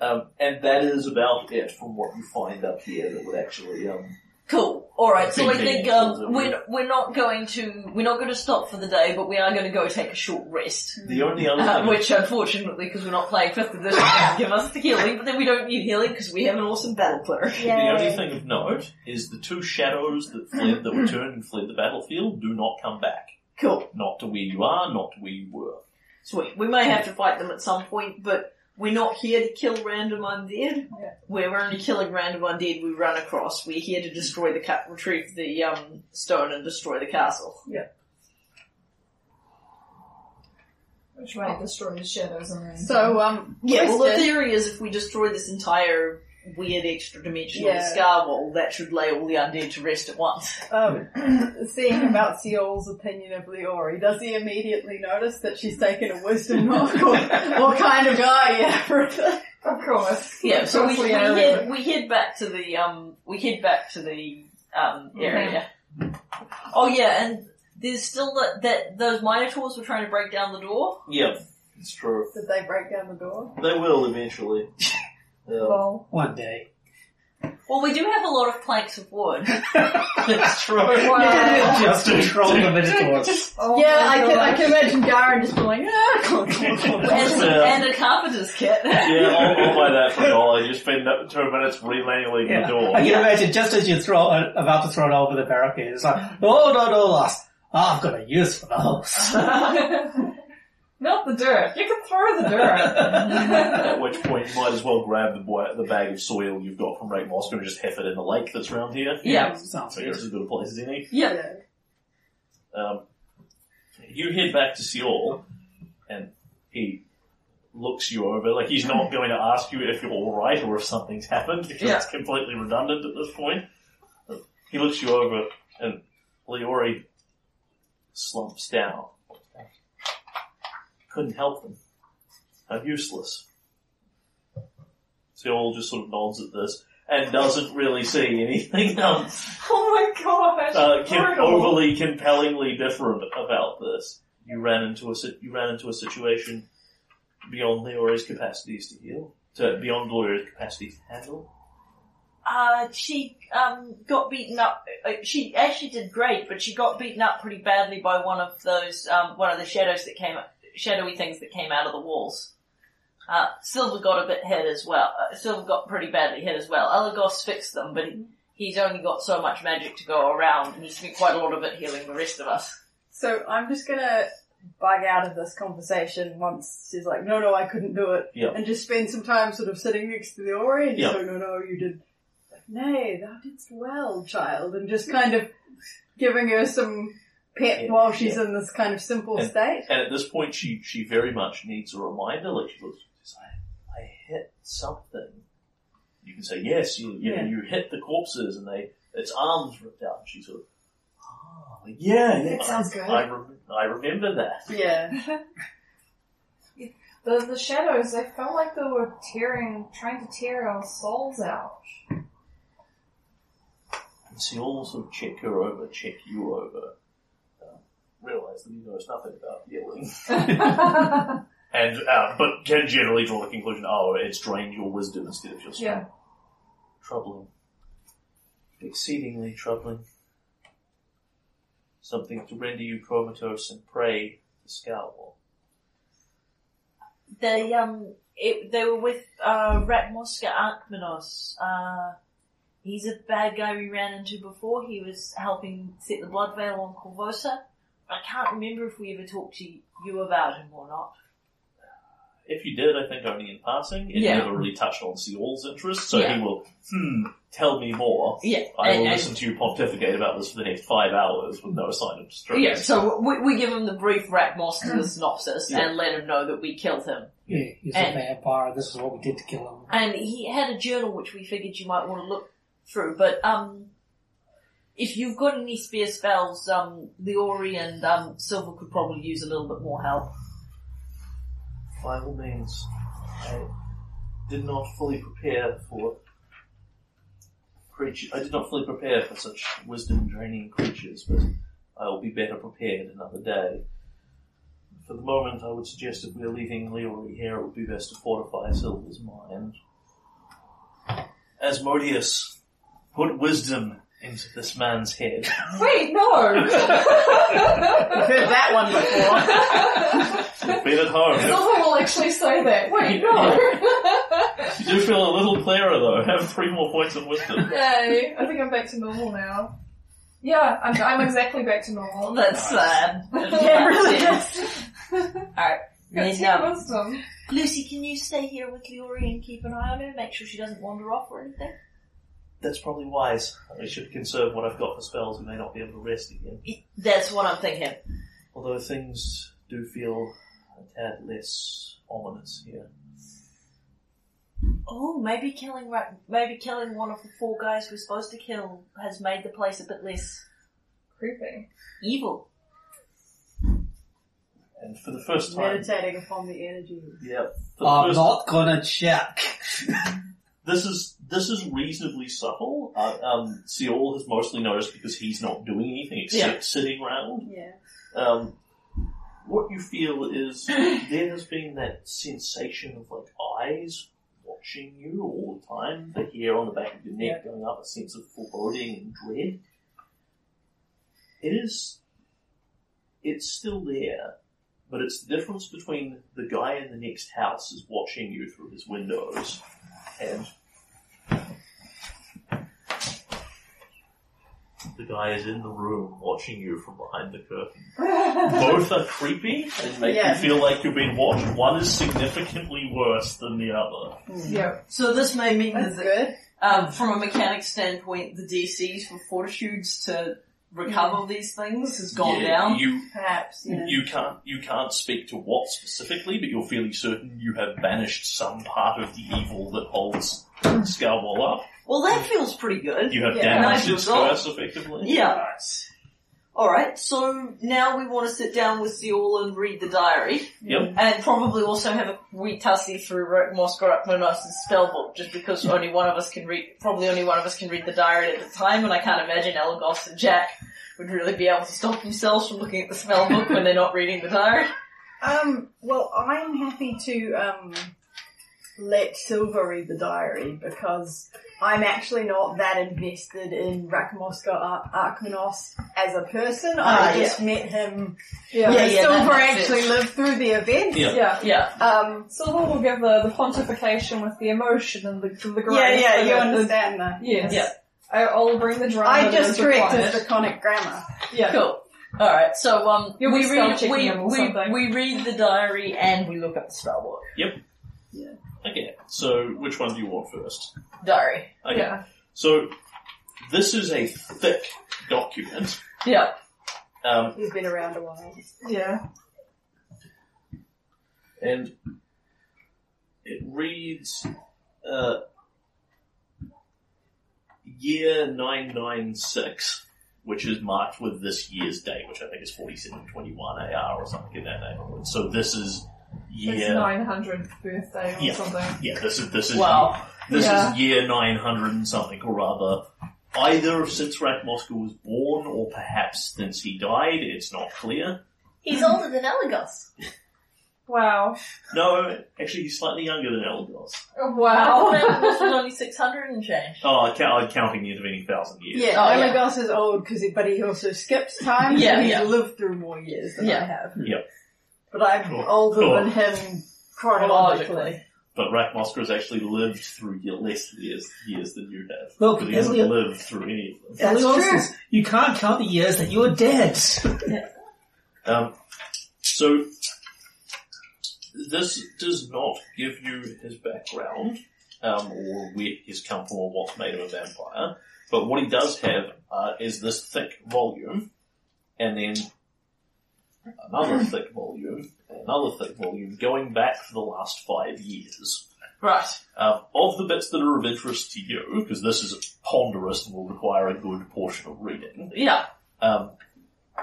Speaker 1: Um, and that is about it from what you find up here that would actually... Um,
Speaker 3: Cool. All right. So I
Speaker 1: Big
Speaker 3: think
Speaker 1: meetings,
Speaker 3: um,
Speaker 1: isn't
Speaker 3: we're
Speaker 1: it?
Speaker 3: we're not going to we're not going to stop for the day, but we are going to go take a short rest.
Speaker 1: the only other
Speaker 3: Uh,
Speaker 1: thing...
Speaker 3: which unfortunately, because we're not playing fifth edition, doesn't give us the healing. But then we don't need healing because we have an awesome battle cleric.
Speaker 1: The only thing of note is the two shadows that fled, that returned and fled the battlefield, do not come back.
Speaker 3: Cool.
Speaker 1: Not to where you are, not to where you were.
Speaker 3: Sweet. We may have to fight them at some point, but we're not here to kill random undead. We're only killing random undead we run across. We're here to destroy the cut, retrieve the um, stone, and destroy the castle.
Speaker 9: Which way destroys shadows and then...
Speaker 2: So, um,
Speaker 3: Yeah, well, the
Speaker 2: Kristen-
Speaker 3: theory is if we destroy this entire weird extra dimensional
Speaker 2: Yeah.
Speaker 3: scar wall, that should lay all the undead to rest
Speaker 2: [laughs]
Speaker 3: at once.
Speaker 2: um, [clears throat] seeing about Seol's opinion of Leori, does he immediately notice that she's taken a wisdom [laughs] knock or what kind of guy yeah, for the-
Speaker 9: of course.
Speaker 3: Yeah, so we,
Speaker 2: Hopefully
Speaker 3: we,
Speaker 2: I
Speaker 3: head,
Speaker 2: remember.
Speaker 3: we head back to the um we head back to the um area. Oh yeah, and there's still that, that those minotaurs were trying to break down the door.
Speaker 1: Yeah, it's true.
Speaker 2: [laughs] Did they break down the door?
Speaker 1: They will [laughs] eventually. Yeah.
Speaker 9: Lol.
Speaker 4: One day. [laughs]
Speaker 3: Well, we do have a lot of planks of wood. [laughs]
Speaker 1: it's true.
Speaker 2: Wow.
Speaker 4: Just control the minotaurs.
Speaker 9: Oh
Speaker 2: yeah,
Speaker 9: my
Speaker 2: I can, I [laughs]
Speaker 9: God.
Speaker 2: can imagine Garen just being like, ah, clunk, clunk, clunk.
Speaker 3: and,
Speaker 1: Yeah.
Speaker 3: and a carpenter's kit.
Speaker 1: [laughs] Yeah, I'll, I'll buy that for a dollar. You spend up two minutes relaying the
Speaker 4: Yeah.
Speaker 1: [laughs] door.
Speaker 4: I can imagine just as you throw about to throw it over the barricade, it's like, oh no no, lost. I've got a use for those.
Speaker 9: [laughs] Melt the dirt. You can throw the dirt.
Speaker 1: At which point, you might as well grab the, boi- the bag of soil you've got from Rake Mosca and just hef it in the lake that's round here.
Speaker 3: Yeah.
Speaker 4: [laughs] sounds
Speaker 1: So it's
Speaker 4: good.
Speaker 1: as good a place as any.
Speaker 3: yeah.
Speaker 1: Um, you head back to Seoul, and he looks you over. Like he's not going to ask you if you're all right or if something's happened because
Speaker 3: Yeah.
Speaker 1: it's completely redundant at this point. He looks you over, and Leori slumps down. Couldn't help them. How useless. Seoul just sort of nods at this and doesn't really see anything [laughs] Um, else
Speaker 9: [laughs] oh my gosh.
Speaker 1: uh, com-
Speaker 9: Brutal.
Speaker 1: overly compellingly different about this. You ran into a si- you ran into a situation beyond Leori's capacities to heal, to beyond Leori's capacity to handle.
Speaker 10: Uh, she um got beaten up. uh, She actually did great, but she got beaten up pretty badly by one of those um one of the shadows that came shadowy things that came out of the walls. Uh, Silver got a bit hit as well. Uh, Silver got pretty badly hit as well. Elagos fixed them, but he, he's only got so much magic to go around, and he spent quite a lot of it healing the rest of us.
Speaker 2: So I'm just gonna bug out of this conversation once she's like, no, no, I couldn't do it.
Speaker 1: Yeah.
Speaker 2: And just spend some time sort of sitting next to the Ori and just like, no, no, you did. Like, Nay, thou didst well, child. And just kind of giving her some pep
Speaker 1: Yeah,
Speaker 2: while she's in this kind of simple
Speaker 1: And-
Speaker 2: state.
Speaker 1: And at this point, she she very much needs a reminder. Like she looks, she says, I, I hit something. You can say yes. You you, know, you hit the corpses, and they its arms ripped out. And she sort of. "Ah, Yeah, yeah,
Speaker 9: That sounds
Speaker 1: I,
Speaker 9: good."
Speaker 1: I, rem- I remember that.
Speaker 2: Yeah.
Speaker 9: The, the shadows, they felt like they were tearing, trying to tear our souls out. [laughs]
Speaker 1: And so you all sort of check her over, check you over, um, realise that he knows nothing about healing. and, uh, but can generally draw the conclusion, oh, it's drained your wisdom instead of your strength.
Speaker 9: Yeah.
Speaker 1: Troubling. Exceedingly troubling. Something to render you comatose and prey to Scowl.
Speaker 10: The um
Speaker 3: it, they were with uh, Ratmoska Arkmanos. Uh, he's a bad guy we ran into before. He was helping set the blood veil on Corvosa. I can't remember if we ever talked to you about him or not.
Speaker 1: If you did, I think only in passing. It
Speaker 3: Yeah.
Speaker 1: never really touched on Seol's interest, so
Speaker 3: Yeah.
Speaker 1: he will, hmm, tell me more.
Speaker 3: Yeah,
Speaker 1: I
Speaker 3: and-
Speaker 1: will
Speaker 3: and-
Speaker 1: listen to you pontificate about this for the next five hours with no sign of distress.
Speaker 3: Yeah, so we, we give him the brief Ratmos to the synopsis
Speaker 1: Yeah.
Speaker 3: and let him know that we killed him.
Speaker 4: Yeah, he's a
Speaker 3: And-
Speaker 4: vampire. This is what we did to kill him.
Speaker 3: And he had a journal which we figured you might want to look through, but um, if you've got any spare spells, um, Leori and um, Silver could probably use a little bit more help.
Speaker 1: By all means, I did not fully prepare for creature. I did not fully prepare for such wisdom-draining creatures, but I will be better prepared another day. For the moment, I would suggest if we are leaving Leori here, it would be best to fortify Silver's mind. Asmodeus, put wisdom into this man's head. [laughs]
Speaker 2: Wait,
Speaker 9: [laughs]
Speaker 2: no!
Speaker 11: I've heard that one
Speaker 3: [laughs]
Speaker 11: before.
Speaker 1: You've been at home.
Speaker 2: Silver will actually say that. Wait,
Speaker 9: [laughs]
Speaker 2: no!
Speaker 1: You do feel a little clearer though. Have three more points of wisdom.
Speaker 2: Yay! I think I'm back to normal now. Yeah, I'm, I'm exactly back to normal.
Speaker 3: That's uh, sad.
Speaker 2: Yeah, it really
Speaker 3: Then,
Speaker 2: Yeah,
Speaker 3: um,
Speaker 2: wisdom.
Speaker 3: Lucy, can you stay here with Leori and keep an eye on her, make sure she doesn't wander off or anything?
Speaker 1: That's probably wise. I should conserve what I've got for spells. We may not be able to rest again.
Speaker 3: That's what I'm thinking.
Speaker 1: Although things do feel a tad less ominous here.
Speaker 3: Oh, maybe killing Ra- maybe killing one of the four guys we're supposed to kill has made the place a bit less
Speaker 2: Creepy.
Speaker 3: evil.
Speaker 1: And for the first time,
Speaker 2: Meditating upon the energy.
Speaker 1: yeah, for the
Speaker 4: I'm
Speaker 1: first,
Speaker 4: Uh, not gonna check.
Speaker 1: this is this is reasonably subtle. Uh, um, Seol has mostly noticed because he's not doing anything except sitting around.
Speaker 2: Yeah.
Speaker 1: um, what you feel is there has been that sensation of like eyes watching you all the time, the hair on the back of your neck going up, a sense of foreboding and dread. It is, it's still there, but it's the difference between the guy in the next house is watching you through his windows and the guy is in the room watching you from behind the curtain. Both are creepy and make
Speaker 11: Yeah.
Speaker 1: you feel like you've been watched. One is significantly worse than the other.
Speaker 2: Yeah.
Speaker 3: So this may mean
Speaker 2: That's
Speaker 3: that,
Speaker 2: good.
Speaker 3: um, from a mechanic standpoint, the DCs for fortitudes to recover these things has gone
Speaker 1: Yeah,
Speaker 3: down.
Speaker 1: You
Speaker 2: Perhaps, yeah.
Speaker 1: you can't you can't speak to what specifically, but you're fairly certain you have banished some part of the evil that holds Scarwall up.
Speaker 3: Well, that feels pretty good.
Speaker 1: You have
Speaker 2: Yeah,
Speaker 1: damaged
Speaker 3: nice
Speaker 1: its
Speaker 3: result.
Speaker 1: curse effectively.
Speaker 3: Yeah. All right. So now we want to sit down with Seol and read the diary.
Speaker 1: Yep.
Speaker 3: And probably also have a wee tussy through Ro- Moscow Rachmaninoff's spellbook, just because only one of us can read, probably only one of us can read the diary at the time, and I can't imagine Elagos and Jack would really be able to stop themselves from looking at the spellbook when they're not reading the diary.
Speaker 2: Um, well, I'm happy to um, let Silver read the diary because I'm actually not that invested in Rakmoska Ar- Arkmanos as a person.
Speaker 3: Ah,
Speaker 2: I just met him.
Speaker 9: Yeah.
Speaker 3: Yeah, yeah, that
Speaker 2: Silver
Speaker 3: makes
Speaker 2: actually
Speaker 3: sense.
Speaker 2: lived through the event.
Speaker 1: Yeah.
Speaker 9: Yeah.
Speaker 3: Yeah.
Speaker 2: Um,
Speaker 9: Silver will give the, the pontification with the emotion and the, the grace.
Speaker 2: yeah, yeah,
Speaker 9: and
Speaker 2: you
Speaker 9: the-
Speaker 2: understand that.
Speaker 9: Yes.
Speaker 3: Yeah.
Speaker 9: I, I'll bring the drama.
Speaker 2: I
Speaker 9: that
Speaker 2: just
Speaker 9: is
Speaker 2: correct his
Speaker 9: required.
Speaker 2: draconic grammar.
Speaker 9: Yeah.
Speaker 3: Cool. All right. So um,
Speaker 9: You'll be
Speaker 3: we
Speaker 9: spell
Speaker 3: read
Speaker 9: checking
Speaker 3: we,
Speaker 9: them or
Speaker 3: we,
Speaker 9: something.
Speaker 3: we read the diary and we look up the spellbook
Speaker 1: Okay. So which one do you want first?
Speaker 3: diary.
Speaker 1: Okay.
Speaker 9: Yeah.
Speaker 1: So this is a thick document.
Speaker 3: Yeah.
Speaker 1: Um,
Speaker 2: He's been around a while.
Speaker 9: Yeah.
Speaker 1: and it reads uh, year 996, which is marked with this year's date, which I think is 4721 AR or something in that neighborhood. So this is
Speaker 9: It's
Speaker 1: year.
Speaker 9: 900th birthday or
Speaker 1: Yeah.
Speaker 9: something.
Speaker 1: Yeah, this is this is
Speaker 3: Wow.
Speaker 1: this
Speaker 9: Yeah.
Speaker 1: is year 900 and something or rather. Either since Ratmoska was born, or perhaps since he died, it's not clear.
Speaker 3: He's older than Elagos.
Speaker 9: Wow.
Speaker 1: No, actually, he's slightly younger than Elagos.
Speaker 8: Oh,
Speaker 3: [laughs] I
Speaker 9: Wow.
Speaker 3: thought Elagos was only six hundred and change.
Speaker 1: Oh, I count, I'm counting the intervening thousand years.
Speaker 2: Yeah,
Speaker 3: Oh, yeah.
Speaker 2: Elagos is old because he, but he also skips time,
Speaker 3: Yeah,
Speaker 2: so he's
Speaker 3: yeah.
Speaker 2: lived through more years than I
Speaker 3: Yeah.
Speaker 2: have.
Speaker 1: Yeah.
Speaker 2: But I'm older than him chronologically.
Speaker 1: But Rackmosker has actually lived through ye- less years, years than you have.
Speaker 4: Look,
Speaker 1: But he hasn't
Speaker 4: Elio-
Speaker 1: lived through any of them.
Speaker 4: That's
Speaker 8: true.
Speaker 4: You can't count the years that you were dead.
Speaker 1: Um, so this does not give you his background um, or where he's come from or what made him a vampire. But what he does have uh, is this thick volume, and then another thick volume, and another thick volume, going back for the last five years.
Speaker 3: Right.
Speaker 1: Um, of the bits that are of interest to you, because this is ponderous and will require a good portion of reading,
Speaker 3: Yeah.
Speaker 1: um,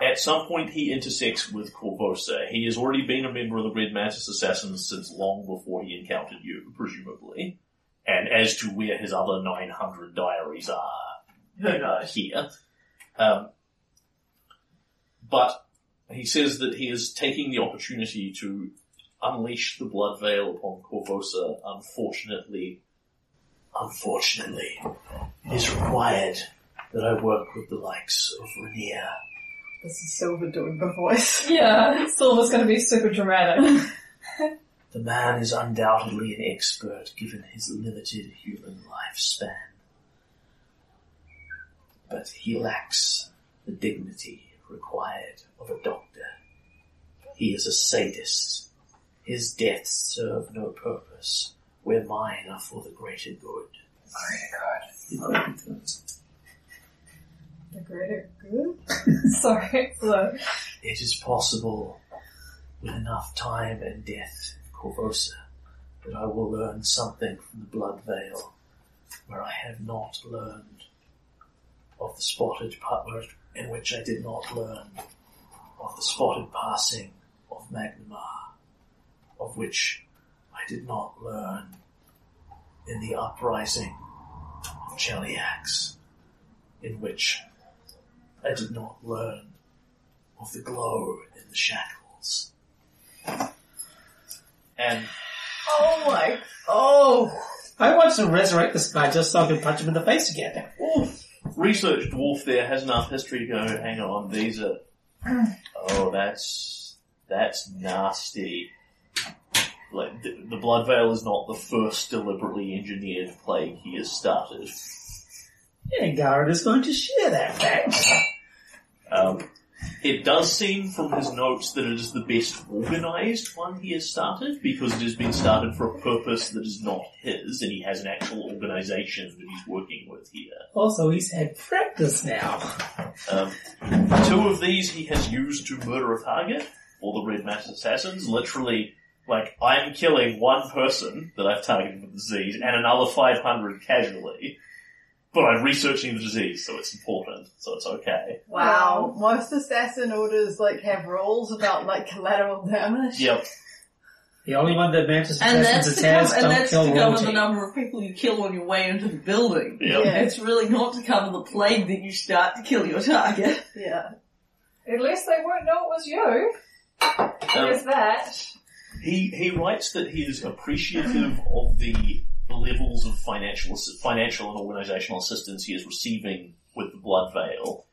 Speaker 1: at some point he intersects with Corvosa. He has already been a member of the Red Mantis Assassins since long before he encountered you, presumably. And as to where his other 900 diaries are,
Speaker 3: Who
Speaker 1: uh,
Speaker 3: knows?
Speaker 1: here. Um, but he says that he is taking the opportunity to unleash the blood veil upon Corvosa. Unfortunately, unfortunately, it is required that I work with the likes of Rhaenyra.
Speaker 8: This is Silver doing the voice.
Speaker 9: [laughs] Yeah, Silver's gonna be super
Speaker 8: [laughs]
Speaker 9: dramatic.
Speaker 1: The man is undoubtedly an expert given his limited human lifespan. But he lacks the dignity required of a doctor. He is a sadist. His deaths serve no purpose, where mine are for the greater good.
Speaker 8: The greater good?
Speaker 9: Sorry. Hello.
Speaker 1: It is possible, with enough time and death in Corvosa, that I will learn something from the Blood Veil, where I have not learned of the spotted pa- where- in which I did not learn of the spotted passing of Magnamar, of which I did not learn in the uprising of Cheliax, in which I did not learn of the glow in the shackles. And
Speaker 3: Oh my.
Speaker 4: Oh, I want to resurrect this guy just so I can punch him in the face again.
Speaker 1: research dwarf there has enough history to go, hang on, these are, oh, that's, that's nasty. Like, the, the Blood Veil is not the first deliberately engineered plague he has started.
Speaker 4: Engard is going to share that fact.
Speaker 1: Um, it does seem from his notes that it is the best organized one he has started because it has been started for a purpose that is not his and he has an actual organization that he's working with here.
Speaker 4: Also, he's had practice now.
Speaker 1: Um, two of these he has used to murder a target, or the Red Mass Assassins, literally, like, I'm killing one person that I've targeted with the disease and another 500 casually, but I'm researching the disease, so it's important, so it's
Speaker 9: [laughs]
Speaker 1: okay.
Speaker 8: Wow. Most assassin orders like have rules about like collateral damage.
Speaker 1: Yep.
Speaker 4: The only one that Mantis
Speaker 3: And that's
Speaker 4: Assassins
Speaker 3: to cover,
Speaker 4: attacks
Speaker 3: and
Speaker 4: don't
Speaker 3: that's to
Speaker 4: kill
Speaker 3: cover the
Speaker 4: royalty.
Speaker 3: number of people you kill on your way into the building.
Speaker 1: Yep.
Speaker 8: Yeah.
Speaker 3: It's really not to cover the plague that you start to kill your target.
Speaker 8: Yeah.
Speaker 9: At least they won't know it was you.
Speaker 1: Um,
Speaker 9: There's that.
Speaker 1: He he writes that he is appreciative of the levels of financial assi- financial and organisational assistance he is receiving with the Blood Veil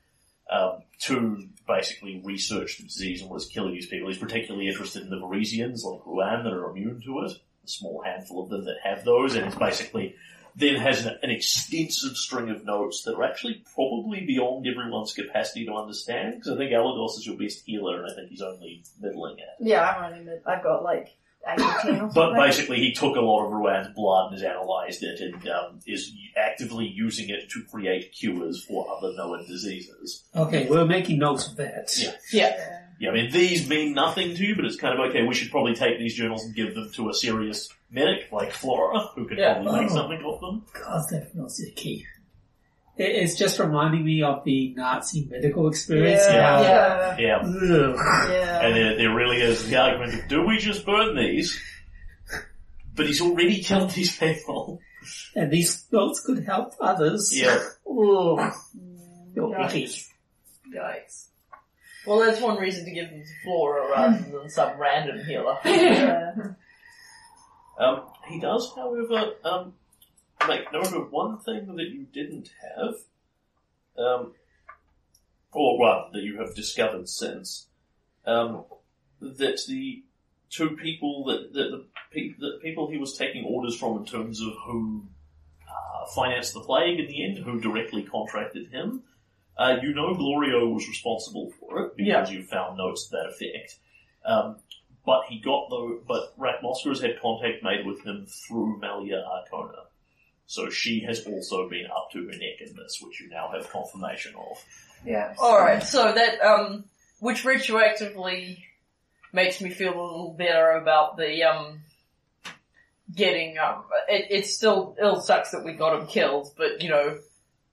Speaker 1: um, to basically research the disease and what is killing these people. He's particularly interested in the Varisians like Ruan that are immune to it. A small handful of them that have those, and it's basically then has an, an extensive string of notes that are actually probably beyond everyone's capacity to understand. Because I think Alados is your best healer, and I think he's only middling at. it.
Speaker 2: Yeah, I'm only mid. I've got like eight or ten or
Speaker 1: But
Speaker 2: something.
Speaker 1: basically, he took a lot of Ruan's blood and has analysed it and um, is actively using it to create cures for other known diseases.
Speaker 4: Okay, we're making notes of that.
Speaker 1: Yeah. Yeah, I mean, these mean nothing to you, but it's kind of okay, we should probably take these journals and give them to a serious medic like Flora, who could
Speaker 3: Yeah.
Speaker 1: probably make
Speaker 4: Oh.
Speaker 1: something of them.
Speaker 4: God, that feels icky. It, it's just reminding me of the Nazi medical experience.
Speaker 8: Yeah.
Speaker 4: Now,
Speaker 8: Yeah.
Speaker 1: Yeah.
Speaker 4: Ugh.
Speaker 1: And there, there really is the argument of, do we just burn these? But he's already killed these people.
Speaker 4: And these notes could help others.
Speaker 1: Yeah.
Speaker 4: Ugh.
Speaker 3: Mm,
Speaker 4: Feel
Speaker 9: Yikes.
Speaker 4: icky.
Speaker 9: Yikes.
Speaker 3: Well, that's one reason to give them to Flora rather than some random [laughs] healer.
Speaker 8: Yeah.
Speaker 1: Um, he does, however, um, make note of one thing that you didn't have, um, or rather that you have discovered since, um, that the two people that, that the, pe- the people he was taking orders from in terms of who uh, financed the plague in the end, who directly contracted him. Uh, you know Glorio was responsible for it because you found notes to that effect. Um, but he got though, but Ratmosker's had contact made with him through Malia Arcona. So she has also been up to her neck in this, which you now have confirmation of.
Speaker 8: Yeah.
Speaker 3: Alright, so that, um, which retroactively makes me feel a little better about the, um, getting, um, it, it still, ill sucks that we got him killed, but you know,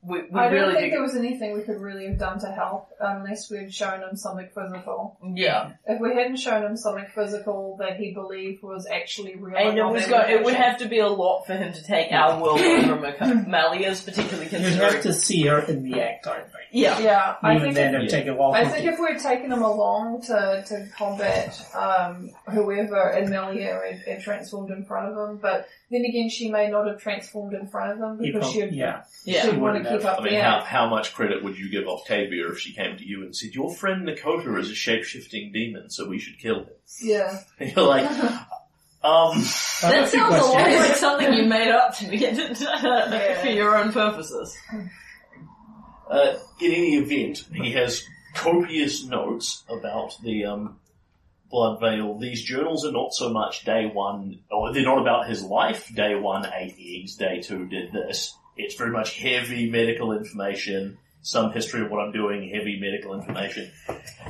Speaker 3: we, we
Speaker 9: I don't
Speaker 3: really
Speaker 9: think
Speaker 3: did.
Speaker 9: there was anything we could really have done to help unless we'd shown him something physical.
Speaker 3: yeah.
Speaker 9: If we hadn't shown him something physical that he believed was actually real,
Speaker 3: And it
Speaker 9: not
Speaker 3: was going, it would
Speaker 9: imagination,
Speaker 3: have to be a lot for him to take our world from a [laughs] Malia's particularly
Speaker 4: You'd have
Speaker 3: considering.
Speaker 4: to see her in the act, I think.
Speaker 3: Yeah.
Speaker 9: Yeah, I
Speaker 4: Even
Speaker 9: think
Speaker 4: then,
Speaker 9: if-
Speaker 4: it'd take a while.
Speaker 9: I
Speaker 4: for
Speaker 9: think
Speaker 4: you-
Speaker 9: if we'd taken him along to, to combat um, whoever in Melia and, and transformed in front of him, but then again, she may not have transformed in front of him
Speaker 4: you
Speaker 9: because
Speaker 4: prob-
Speaker 9: she'd,
Speaker 4: yeah,
Speaker 3: Yeah.
Speaker 4: She
Speaker 9: she'd want
Speaker 4: wouldn't
Speaker 9: to keep up
Speaker 1: I
Speaker 9: the
Speaker 1: mean,
Speaker 9: act.
Speaker 1: how, how much credit would you give Octavia if she came to you and said, your friend Nakota is a shape-shifting demon, so we should kill him? [laughs]
Speaker 9: Yeah.
Speaker 1: And you're like, um,
Speaker 4: I've got
Speaker 3: That
Speaker 4: a few
Speaker 3: sounds a lot
Speaker 4: questions.
Speaker 3: like [laughs] something you made up to be [laughs] for your own purposes.
Speaker 1: uh, in any event, he has copious notes about the, um, Blood Veil. These journals are not so much day one, or they're not about his life. Day one ate eggs, day two did this. It's very much heavy medical information, some history of what I'm doing, heavy medical information.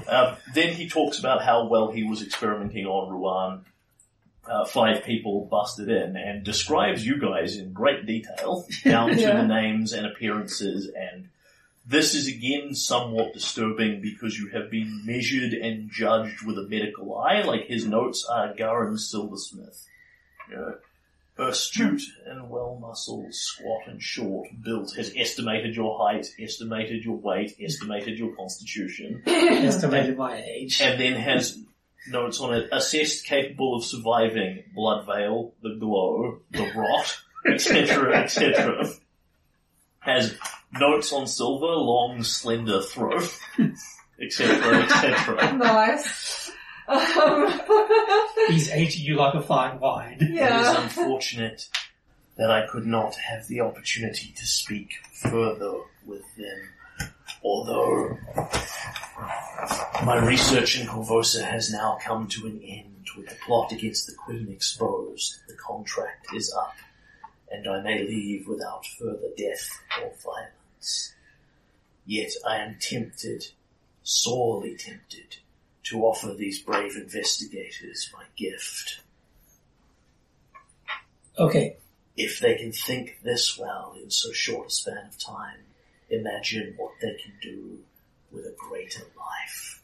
Speaker 1: Uh, then he talks about how well he was experimenting on Ruan. Uh, five people busted in and describes you guys in great detail, down to the names and appearances and this is again somewhat disturbing because you have been measured and judged with a medical eye. Like his notes are Garin Silversmith. You know, astute and well muscled, squat and short, built, has estimated your height, estimated your weight, estimated your constitution,
Speaker 4: Estimated my age.
Speaker 9: [laughs]
Speaker 1: and then has notes on it assessed capable of surviving blood veil, the glow, the rot, etc., etc. Has notes on silver, long, slender throat, etc., etc.
Speaker 9: Nice. [laughs] Um,
Speaker 4: He's aging you like a fine wine.
Speaker 1: It is
Speaker 9: yeah.
Speaker 1: unfortunate that I could not have the opportunity to speak further with them. Although my research in Corvosa has now come to an end with the plot against the Queen exposed, the contract is up, and I may leave without further death or violence. Yet I am tempted, sorely tempted, to offer these brave investigators my gift.
Speaker 4: Okay,
Speaker 1: If they can think this well in so short a span of time, imagine what they can do with a greater life.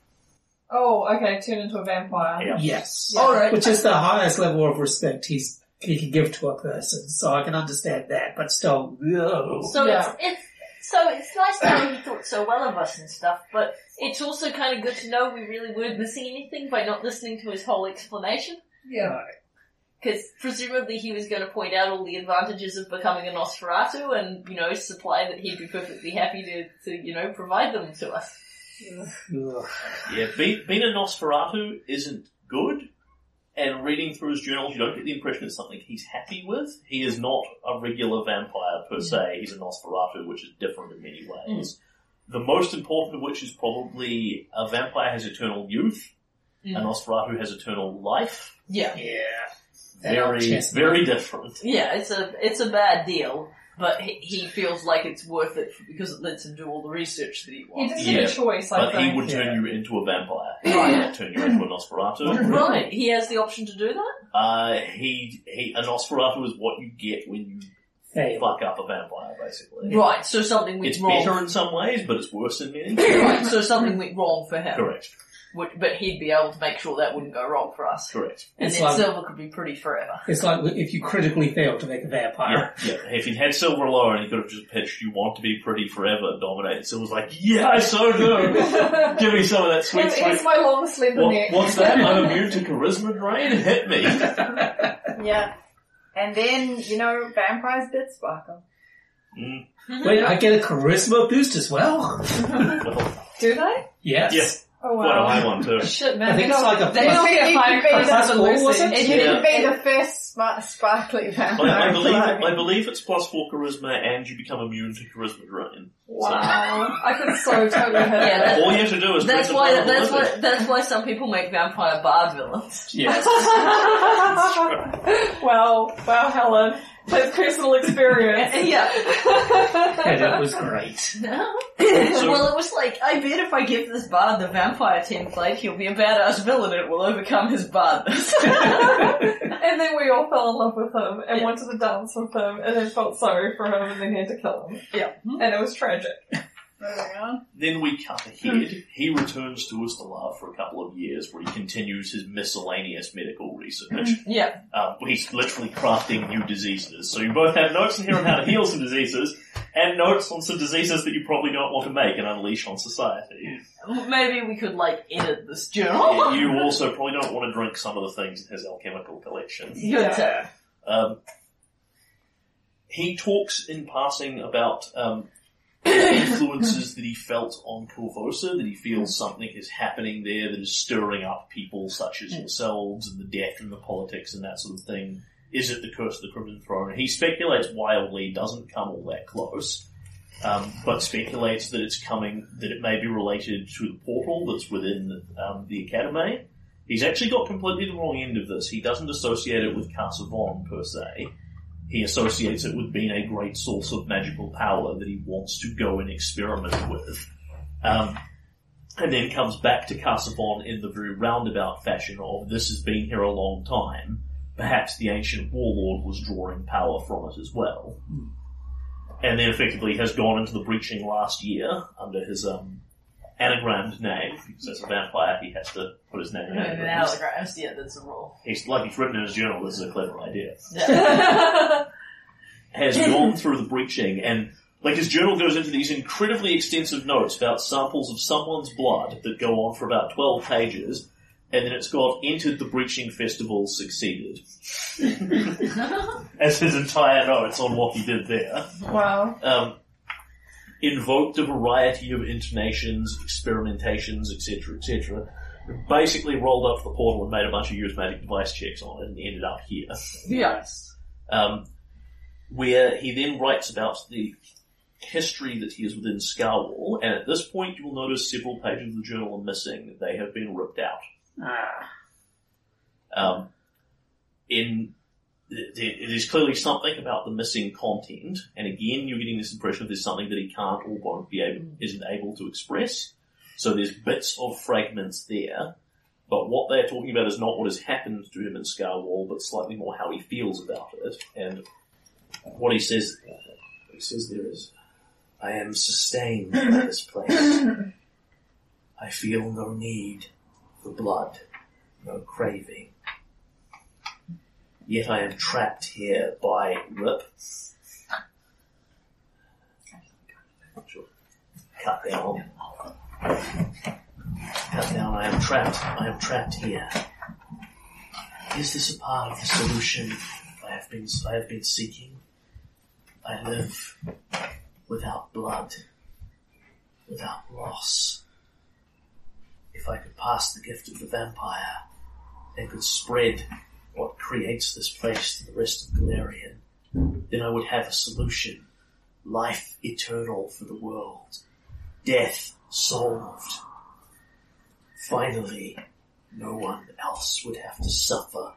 Speaker 9: Oh, okay, turn into a vampire.
Speaker 1: Yeah.
Speaker 4: yes.
Speaker 9: All right.
Speaker 4: Which is the highest level of respect he's he can give to a person, so I can understand that, but still, no.
Speaker 10: So
Speaker 9: Yeah.
Speaker 10: it's, it's so it's nice that he thought so well of us and stuff, but it's also kind of good to know we really weren't missing anything by not listening to his whole explanation.
Speaker 9: Yeah.
Speaker 10: Because presumably he was going to point out all the advantages of becoming a Nosferatu and, you know, supply that he'd be perfectly happy to, to you know, provide them to us.
Speaker 4: Ugh.
Speaker 1: Yeah, be- being a Nosferatu isn't good, and reading through his journals, you don't get the impression it's something he's happy with. He is not a regular vampire per se, he's a Nosferatu, which is different in many ways. The most important of which is probably a vampire has eternal youth, a
Speaker 3: Mm.
Speaker 1: Nosferatu has eternal life.
Speaker 3: Yeah.
Speaker 4: yeah. That old
Speaker 1: Very,
Speaker 4: chestnut.
Speaker 1: very different.
Speaker 3: Yeah, it's a, it's a bad deal, but he, he feels like it's worth it because it lets him do all the research that he
Speaker 9: He
Speaker 3: wants.
Speaker 9: doesn't
Speaker 1: Yeah,
Speaker 9: have a choice, I
Speaker 1: But
Speaker 9: think.
Speaker 1: he would turn you into a
Speaker 3: [laughs]
Speaker 1: vampire. He would not turn you into a Nosferatu.
Speaker 3: Right, he has the option to do that?
Speaker 1: Uh, he, he, a Nosferatu is what you get when you
Speaker 4: Fail.
Speaker 1: fuck up a vampire, basically.
Speaker 3: Right, so something went
Speaker 1: It's
Speaker 3: wrong.
Speaker 1: better in some ways, but it's worse in many.
Speaker 3: [laughs] Right, so something went wrong for him.
Speaker 1: correct,
Speaker 3: Would- But he'd be able to make sure that wouldn't go wrong for us.
Speaker 1: correct.
Speaker 3: And
Speaker 4: It's
Speaker 3: then
Speaker 4: like-
Speaker 3: Silver could be pretty forever.
Speaker 4: It's like if you critically fail to make a
Speaker 1: Yeah,
Speaker 4: vampire.
Speaker 1: yeah. If he'd had silver alone, he could have just pitched, you want to be pretty forever, and dominate. Silver's like, yeah, I so
Speaker 3: [laughs]
Speaker 9: [laughs]
Speaker 1: do! Give me some of that sweet,
Speaker 9: It's,
Speaker 1: sweet...
Speaker 9: my long slender
Speaker 1: What,
Speaker 9: neck.
Speaker 1: what's that? I'm immune to charisma drain? Hit
Speaker 3: [laughs]
Speaker 1: me!
Speaker 4: [laughs]
Speaker 2: Yeah. And then, you know, vampires did sparkle.
Speaker 1: Mm,
Speaker 4: Wait, I get a charisma boost as well.
Speaker 1: well,
Speaker 2: Do they?
Speaker 4: Yes.
Speaker 1: Yes.
Speaker 9: Oh
Speaker 1: Quite a
Speaker 9: wow.
Speaker 1: high one too.
Speaker 9: Shit, man.
Speaker 4: I think
Speaker 9: they
Speaker 4: it's
Speaker 9: don't-
Speaker 4: like a
Speaker 9: they don't
Speaker 4: plus,
Speaker 8: It
Speaker 9: get
Speaker 8: could
Speaker 9: higher
Speaker 8: be
Speaker 9: class
Speaker 4: plus
Speaker 9: than
Speaker 4: four,
Speaker 9: Lucy.
Speaker 4: wasn't
Speaker 8: It
Speaker 4: it?
Speaker 8: could
Speaker 1: Yeah.
Speaker 8: be the first smart, sparkly vampire.
Speaker 12: [laughs]
Speaker 1: I, I believe I believe it's plus four charisma and you become immune to charisma drain.
Speaker 9: Wow. I could
Speaker 1: [laughs]
Speaker 9: so totally hit
Speaker 12: Yeah,
Speaker 9: that.
Speaker 12: that-
Speaker 1: All you have to do is
Speaker 12: That's
Speaker 1: press
Speaker 12: why.
Speaker 1: the
Speaker 12: That's why.
Speaker 1: button
Speaker 12: That's why some people make vampire bard
Speaker 9: [laughs]
Speaker 12: villains.
Speaker 1: Yes.
Speaker 9: Wow, wow, Helen. That's personal experience.
Speaker 12: [laughs] yeah.
Speaker 4: and it was
Speaker 9: [laughs]
Speaker 4: great.
Speaker 12: well, it was like I bet if I give this bard the vampire template, he'll be a badass villain. and It will overcome his bardness. [laughs]
Speaker 9: and then we all fell in love with him and wanted to dance with him and then felt sorry for him and then had to kill him.
Speaker 12: Yeah.
Speaker 9: And it was tragic.
Speaker 1: Then we cut ahead. He returns to Ustalav for a couple of years where he continues his miscellaneous medical research.
Speaker 12: Mm-hmm. yeah.
Speaker 1: Um, where he's literally crafting new diseases. So you both have notes in here on how to heal some diseases, and notes on some diseases that you probably don't want to make and unleash
Speaker 12: [laughs]
Speaker 1: on society.
Speaker 12: Maybe we could like edit this journal.
Speaker 1: Yeah, you also probably don't want to drink some of the things in his alchemical collection.
Speaker 12: Good tip.
Speaker 1: Um, he talks in passing about um, [coughs] the influences that he felt on Corvosa, that he feels something is happening there that is stirring up people such as yourselves and the death and the politics and that sort of thing. Is it the curse of the Crimson Throne? He speculates wildly, doesn't come all that close, um, but speculates that it's coming, that it may be related to the portal that's within um, the Academy. He's actually got completely the wrong end of this. He doesn't associate it with Casa Von per se. He associates it with being a great source of magical power that he wants to go and experiment with. Um, and then comes back to Casa Von in the very roundabout fashion of this has been here a long time. Perhaps the ancient warlord was drawing power from it as well. And then effectively has gone into the breaching last year under his um, anagrammed name. Because as a vampire, he has to put his name in
Speaker 12: And then
Speaker 1: anagrams.
Speaker 12: Allograms, yeah, that's a
Speaker 9: [laughs]
Speaker 12: rule. [laughs]
Speaker 1: He's like he's written in his journal, this is a clever idea.
Speaker 12: Yeah.
Speaker 1: Has gone through the breaching and like his journal goes into these incredibly extensive notes about samples of someone's blood that go on for about twelve pages, and then it's got entered the breaching festival, succeeded.
Speaker 3: [laughs]
Speaker 1: As his entire notes on what he did there.
Speaker 9: Wow.
Speaker 1: Um, invoked a variety of intonations, experimentations, etc., etc. Basically rolled up to the portal and made a bunch of charismatic device checks on it and ended up here.
Speaker 12: yes.
Speaker 1: um, where he then writes about the history that he is within Scarwall, and at this point you will notice several pages of the journal are missing. They have been ripped out.
Speaker 4: Ah,
Speaker 1: Um, in th- th- there's clearly something about the missing content, and again, you're getting this impression that there's something that he can't or won't be able, isn't able to express. So there's bits of fragments there, but what they're talking about is not what has happened to him in Scarwall, but slightly more how he feels about it and what he says. He says there is, I am sustained by this place. I feel no need for blood no craving. Yet I am trapped here by Rip. Sure. Cut down. Cut down. I am trapped. I am trapped here. Is this a part of the solution I have been I have been seeking? I live without blood, without loss. If I could pass the gift of the vampire, and could spread what creates this place to the rest of Galarian, then I would have a solution. Life eternal for the world. Death solved. Finally, no one else would have to suffer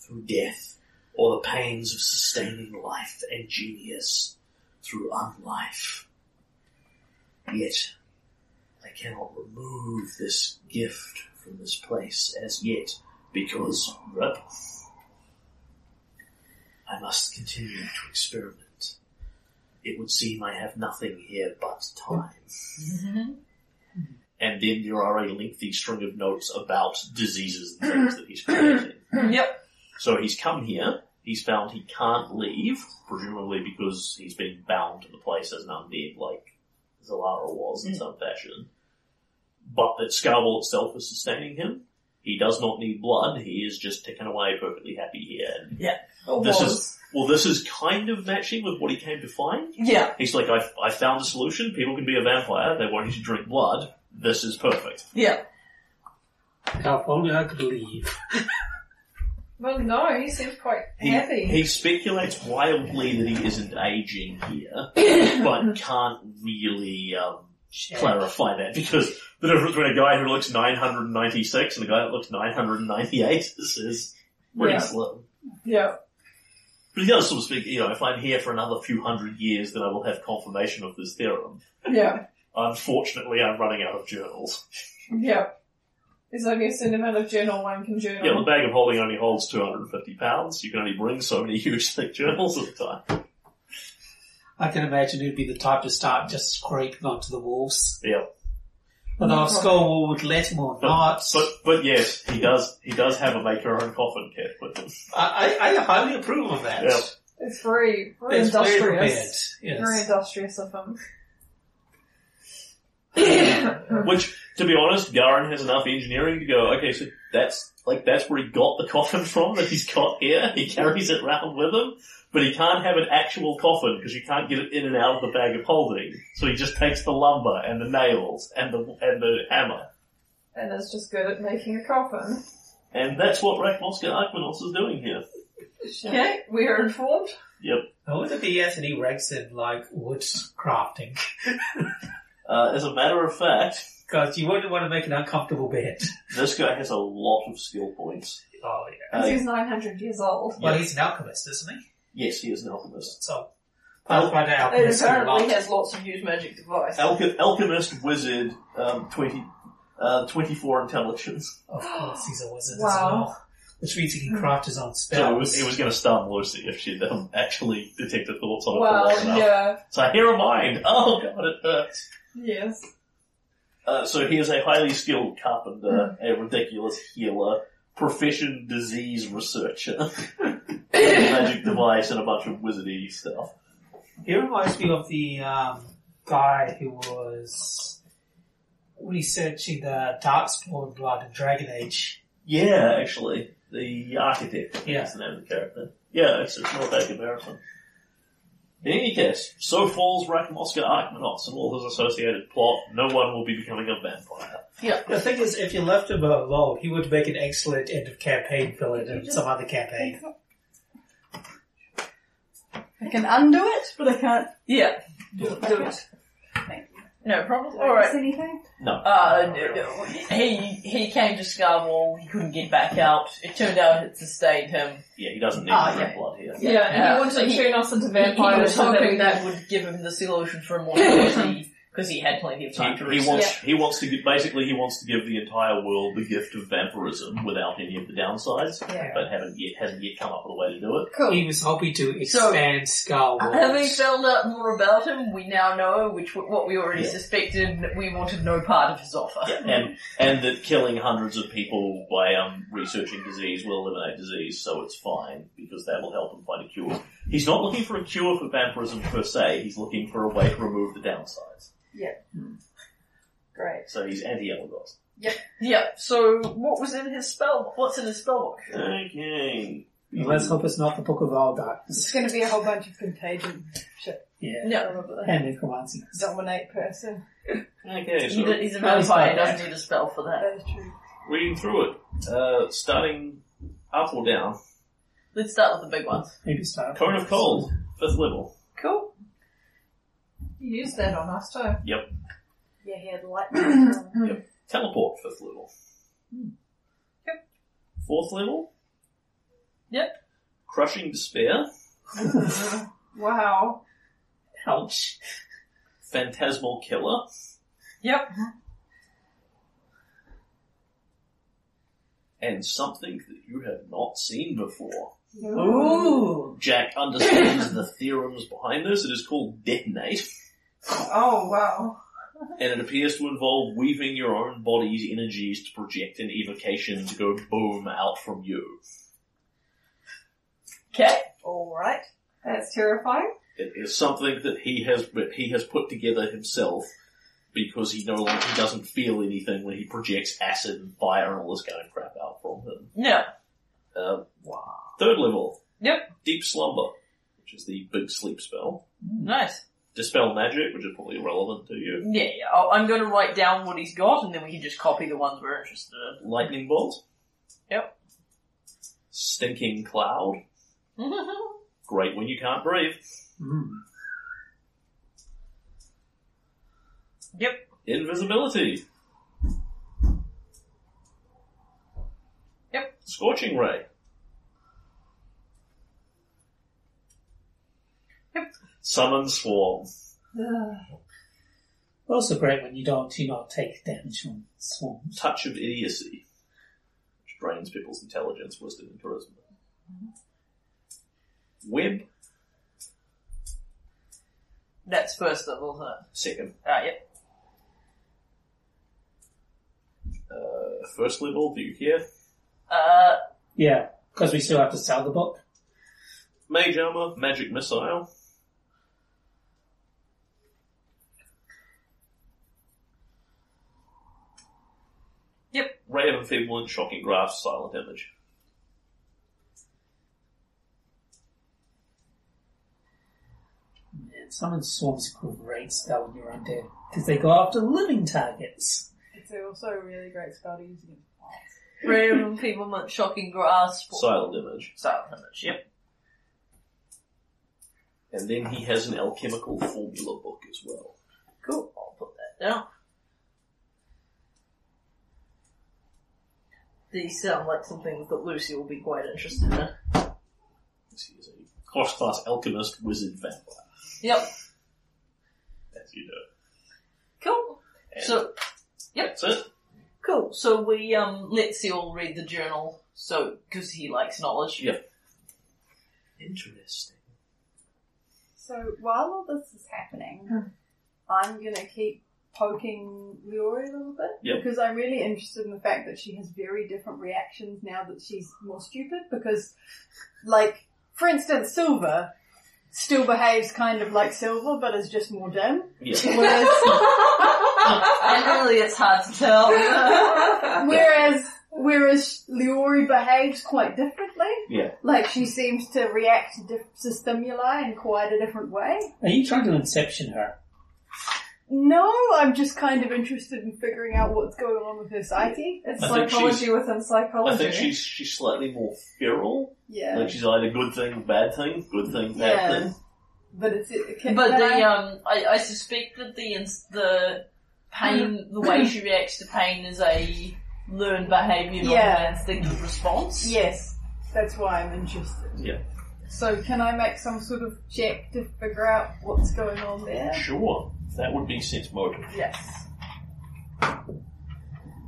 Speaker 1: through death or the pains of sustaining life and genius through unlife. Yet, I cannot remove this gift from this place as yet because rip, I must continue to experiment. It would seem I have nothing here but time. and then there are a lengthy string of notes about diseases and things that he's created.
Speaker 12: Yep.
Speaker 1: So he's come here, he's found he can't leave, presumably because he's been bound to the place as an undead like Zalara was in some fashion. But that Scarwall itself is sustaining him. He does not need blood. He is just ticking away perfectly happy here. And
Speaker 9: Or
Speaker 1: This
Speaker 9: was.
Speaker 1: is- well, this is kind of matching with what he came to find.
Speaker 12: Yeah.
Speaker 1: He's like, I, I found a solution. People can be a vampire. They want you to drink blood. This is perfect.
Speaker 12: Yeah.
Speaker 4: Now, if only I could leave.
Speaker 9: Well, no, he seems quite
Speaker 1: He,
Speaker 9: happy.
Speaker 1: he speculates wildly that he isn't aging here, but can't really um, clarify that because the difference between a guy who looks 996 and a guy that looks 998 is, is pretty
Speaker 9: Yeah.
Speaker 1: slim.
Speaker 9: [laughs] yeah.
Speaker 1: But he does sort of speak, you know, if I'm here for another few hundred years, then I will have confirmation of this theorem.
Speaker 9: Yeah.
Speaker 1: Unfortunately, I'm running out of journals.
Speaker 9: Yeah. There's only a certain amount of journal one can journal.
Speaker 1: Yeah, the bag of holding only holds 250 pounds. You can only bring so many [laughs] huge thick journals at a time.
Speaker 4: I can imagine he'd be the type to start just scraping onto the walls.
Speaker 1: Yeah.
Speaker 4: Whether our skull wall would let him or not.
Speaker 1: But but yes, he does he does have a make your own coffin kit with him.
Speaker 4: I, I, I highly approve of that.
Speaker 1: Yeah.
Speaker 9: It's very, very
Speaker 4: It's very
Speaker 9: industrious.
Speaker 4: prepared,
Speaker 9: Very
Speaker 4: Yes.
Speaker 9: industrious of
Speaker 4: [coughs]
Speaker 9: him.
Speaker 1: Which, to be honest, Garin has enough engineering to go, okay, so that's, like, that's where he got the coffin [laughs] from that he's got here. He carries it round with him, but he can't have an actual coffin because you can't get it in and out of the bag of holding. So he just takes the lumber and the nails and the, and the hammer.
Speaker 9: And is just good at making a coffin.
Speaker 1: And that's what Rakmoska Arkmanos is doing here.
Speaker 9: Okay, we are informed.
Speaker 4: I wonder if he has any regs in like wood crafting.
Speaker 1: Uh, as a matter of fact,
Speaker 4: Because you wouldn't want to make an uncomfortable bed.
Speaker 1: this guy has a lot of skill points.
Speaker 4: Oh yeah.
Speaker 9: Because
Speaker 1: Uh,
Speaker 9: he's 900 years old.
Speaker 4: Well, he's an alchemist, isn't he?
Speaker 1: yes, he is an alchemist.
Speaker 4: So,
Speaker 1: Oh.
Speaker 4: I'll find out.
Speaker 3: It apparently has lots of used magic device.
Speaker 1: Alch- alchemist wizard, um, 20, uh, 24 [laughs] intelligence.
Speaker 4: Of course, he's a wizard as
Speaker 9: Wow.
Speaker 4: well. Which means he can craft his own
Speaker 1: So
Speaker 4: spells.
Speaker 1: it was, it was going to stun Lucy if she'd um, actually detected thoughts on it.
Speaker 9: Well,
Speaker 1: long enough.
Speaker 9: yeah.
Speaker 1: So here are mine. [laughs] Oh god, it hurts.
Speaker 9: Yes.
Speaker 1: Uh, so he is a highly skilled carpenter, a ridiculous healer, profession disease researcher, [laughs] magic device, and a bunch of wizardy stuff.
Speaker 4: He reminds me of the um, guy who was researching the Darkspawn blood in Dragon Age.
Speaker 1: Yeah, actually, the architect. I think
Speaker 4: Yeah.
Speaker 1: is the name of the character. Yeah, it's, it's not a bad comparison. In any case, so falls Rakomoska Arkmanos and all his associated plot. No one will be becoming a vampire.
Speaker 4: The thing is, if you left him alone, he would make an excellent end of campaign villain in some other campaign.
Speaker 8: I can undo it, but I can't
Speaker 3: Yeah,
Speaker 8: do it.
Speaker 3: do it. No problem.
Speaker 8: All right.
Speaker 3: Alright.
Speaker 8: Anything?
Speaker 1: No.
Speaker 3: Uh, d- d- he he came to Scarwall. He couldn't get back out. It turned out it sustained him.
Speaker 1: Yeah, he doesn't need
Speaker 3: Ah,
Speaker 1: to drink
Speaker 3: yeah.
Speaker 1: blood here.
Speaker 9: Yeah, and
Speaker 3: Yeah.
Speaker 9: he wants
Speaker 3: So
Speaker 9: to
Speaker 3: he-
Speaker 9: turn us into
Speaker 3: He, he was
Speaker 9: vampires
Speaker 3: hoping
Speaker 9: hoping
Speaker 3: that would give him the solution for immortality because he had plenty of time to
Speaker 1: He, he
Speaker 3: research.
Speaker 1: wants. He wants to. gi- Basically, he wants to give the entire world the gift of vampirism without any of the downsides,
Speaker 3: Yeah.
Speaker 1: but haven't yet hasn't yet come up with a way to do it.
Speaker 4: He was hoping to
Speaker 3: So,
Speaker 4: expand Skull
Speaker 3: Having
Speaker 4: Wars.
Speaker 3: found out more about him, we now know which what we already
Speaker 1: Yeah.
Speaker 3: suspected. and that We wanted no part of his offer.
Speaker 1: And and that killing hundreds of people by um, researching disease will eliminate disease, so it's fine because that will help him find a cure. He's not looking for a cure for vampirism per se. He's looking for a way to remove the downsides. Hmm.
Speaker 8: Great.
Speaker 1: So he's anti-Elagos.
Speaker 3: Yeah. So what was in his spell? What's in his spellbook?
Speaker 1: Okay.
Speaker 4: Let's hope it's not the Book of All Darkness.
Speaker 8: It's going to be a whole bunch of contagion.
Speaker 4: Yeah.
Speaker 3: No.
Speaker 8: Probably.
Speaker 4: And necromancy.
Speaker 8: Dominate person.
Speaker 1: Okay.
Speaker 3: He's
Speaker 1: So
Speaker 3: a, he's a
Speaker 4: No, he's
Speaker 3: vampire.
Speaker 4: not.
Speaker 3: He doesn't need a spell for that.
Speaker 8: That is true.
Speaker 1: reading through it, uh, starting up or down.
Speaker 3: Let's start with the big ones.
Speaker 4: Maybe start.
Speaker 1: Cone of cold, fifth level.
Speaker 3: Cool.
Speaker 9: You used that on us too.
Speaker 8: Yeah, he had lightning.
Speaker 1: Teleport, fifth level. Fourth level.
Speaker 3: Yep.
Speaker 1: Crushing despair.
Speaker 9: Wow.
Speaker 4: Ouch.
Speaker 1: Phantasmal killer.
Speaker 3: Yep.
Speaker 1: and something that you have not seen before.
Speaker 3: Ooh.
Speaker 1: Jack understands the theorems behind this. It is called detonate,
Speaker 9: Oh, wow.
Speaker 1: and it appears to involve weaving your own body's energies to project an evocation to go boom out from you.
Speaker 3: Okay.
Speaker 8: All right.
Speaker 9: That's terrifying.
Speaker 1: It is something that he has that he has put together himself because he no longer he doesn't feel anything when he projects acid and fire and all this kind of crap out from him.
Speaker 3: No. Uh,
Speaker 1: Um, Third level.
Speaker 3: Yep.
Speaker 1: Deep slumber, which is the big sleep spell.
Speaker 3: Nice.
Speaker 1: dispel magic, which is probably irrelevant to you.
Speaker 3: Yeah, yeah. I'll- I'm going to write down what he's got, and then we can just copy the ones we're interested in.
Speaker 1: Lightning bolt.
Speaker 3: Yep.
Speaker 1: Stinking cloud.
Speaker 3: Mm-hmm.
Speaker 1: Great when you can't breathe.
Speaker 4: Mm.
Speaker 3: Yep.
Speaker 1: Invisibility.
Speaker 3: Yep.
Speaker 1: Scorching ray.
Speaker 3: Yep.
Speaker 1: Summon swarm.
Speaker 4: Also great when you don't, you not take damage from swarms.
Speaker 1: Touch of idiocy. Which drains people's intelligence, wisdom, and charisma.
Speaker 3: Mm-hmm.
Speaker 1: Web.
Speaker 3: That's first level, huh?
Speaker 1: Second.
Speaker 3: Ah, yep.
Speaker 1: Uh, first level, do you care?
Speaker 3: Uh,
Speaker 4: Yeah, because we still have to sell the book.
Speaker 1: Mage armor, magic missile.
Speaker 3: Yep.
Speaker 1: Ray of Enfeeblement, shocking grasp, silent image.
Speaker 4: Man, summon swarms are great spell when you're undead because they go after living targets.
Speaker 2: [coughs] It's also a really great spell to use against plants.
Speaker 3: Raven people want shocking grasp.
Speaker 1: Silent image.
Speaker 3: Silent image, yep.
Speaker 1: And then he has an alchemical formula book as well.
Speaker 3: Cool. I'll put that down. These sound like some things that Lucy will be quite interested in.
Speaker 1: He is a cross class alchemist wizard vampire,
Speaker 3: Yep.
Speaker 1: as you know.
Speaker 3: Cool.
Speaker 1: And
Speaker 3: So
Speaker 1: that's it.
Speaker 3: cool. So we um let Seal read the journal. So because he likes knowledge. [laughs]
Speaker 1: Yeah. Interesting.
Speaker 2: So while all this is happening, I'm gonna keep poking Leora a little bit
Speaker 1: Yeah.
Speaker 2: because I'm really interested in the fact that she has very different reactions now that she's more stupid. Because, like, for instance, Silver still behaves kind of like Silver, but is just more dim. [laughs]
Speaker 1: Yeah.
Speaker 2: Whereas,
Speaker 3: and really, it's hard to tell.
Speaker 2: whereas, whereas Leori behaves quite differently.
Speaker 1: Yeah.
Speaker 2: Like she seems to react to, diff- to stimuli in quite a different way.
Speaker 4: Are you trying to inception her?
Speaker 2: No, I'm just kind of interested in figuring out what's going on with her psyche.
Speaker 9: It's
Speaker 1: I think
Speaker 9: psychology
Speaker 1: she's-
Speaker 9: within
Speaker 1: I
Speaker 9: psychology.
Speaker 1: think she's she's slightly more feral.
Speaker 2: Yeah,
Speaker 1: Like she's either good thing, bad thing, good thing, bad
Speaker 2: Yeah.
Speaker 1: thing.
Speaker 2: but it's it can,
Speaker 3: But
Speaker 2: can
Speaker 3: the
Speaker 2: I-
Speaker 3: um, I, I suspect that the ins- the pain, the way she reacts to pain, is a learned behaviour, not
Speaker 2: Yeah.
Speaker 3: an instinctive response.
Speaker 2: yes, that's why I'm interested.
Speaker 1: Yeah.
Speaker 2: So can I make some sort of check to figure out what's going on there?
Speaker 1: Sure. That would be sense motive,
Speaker 2: Yes.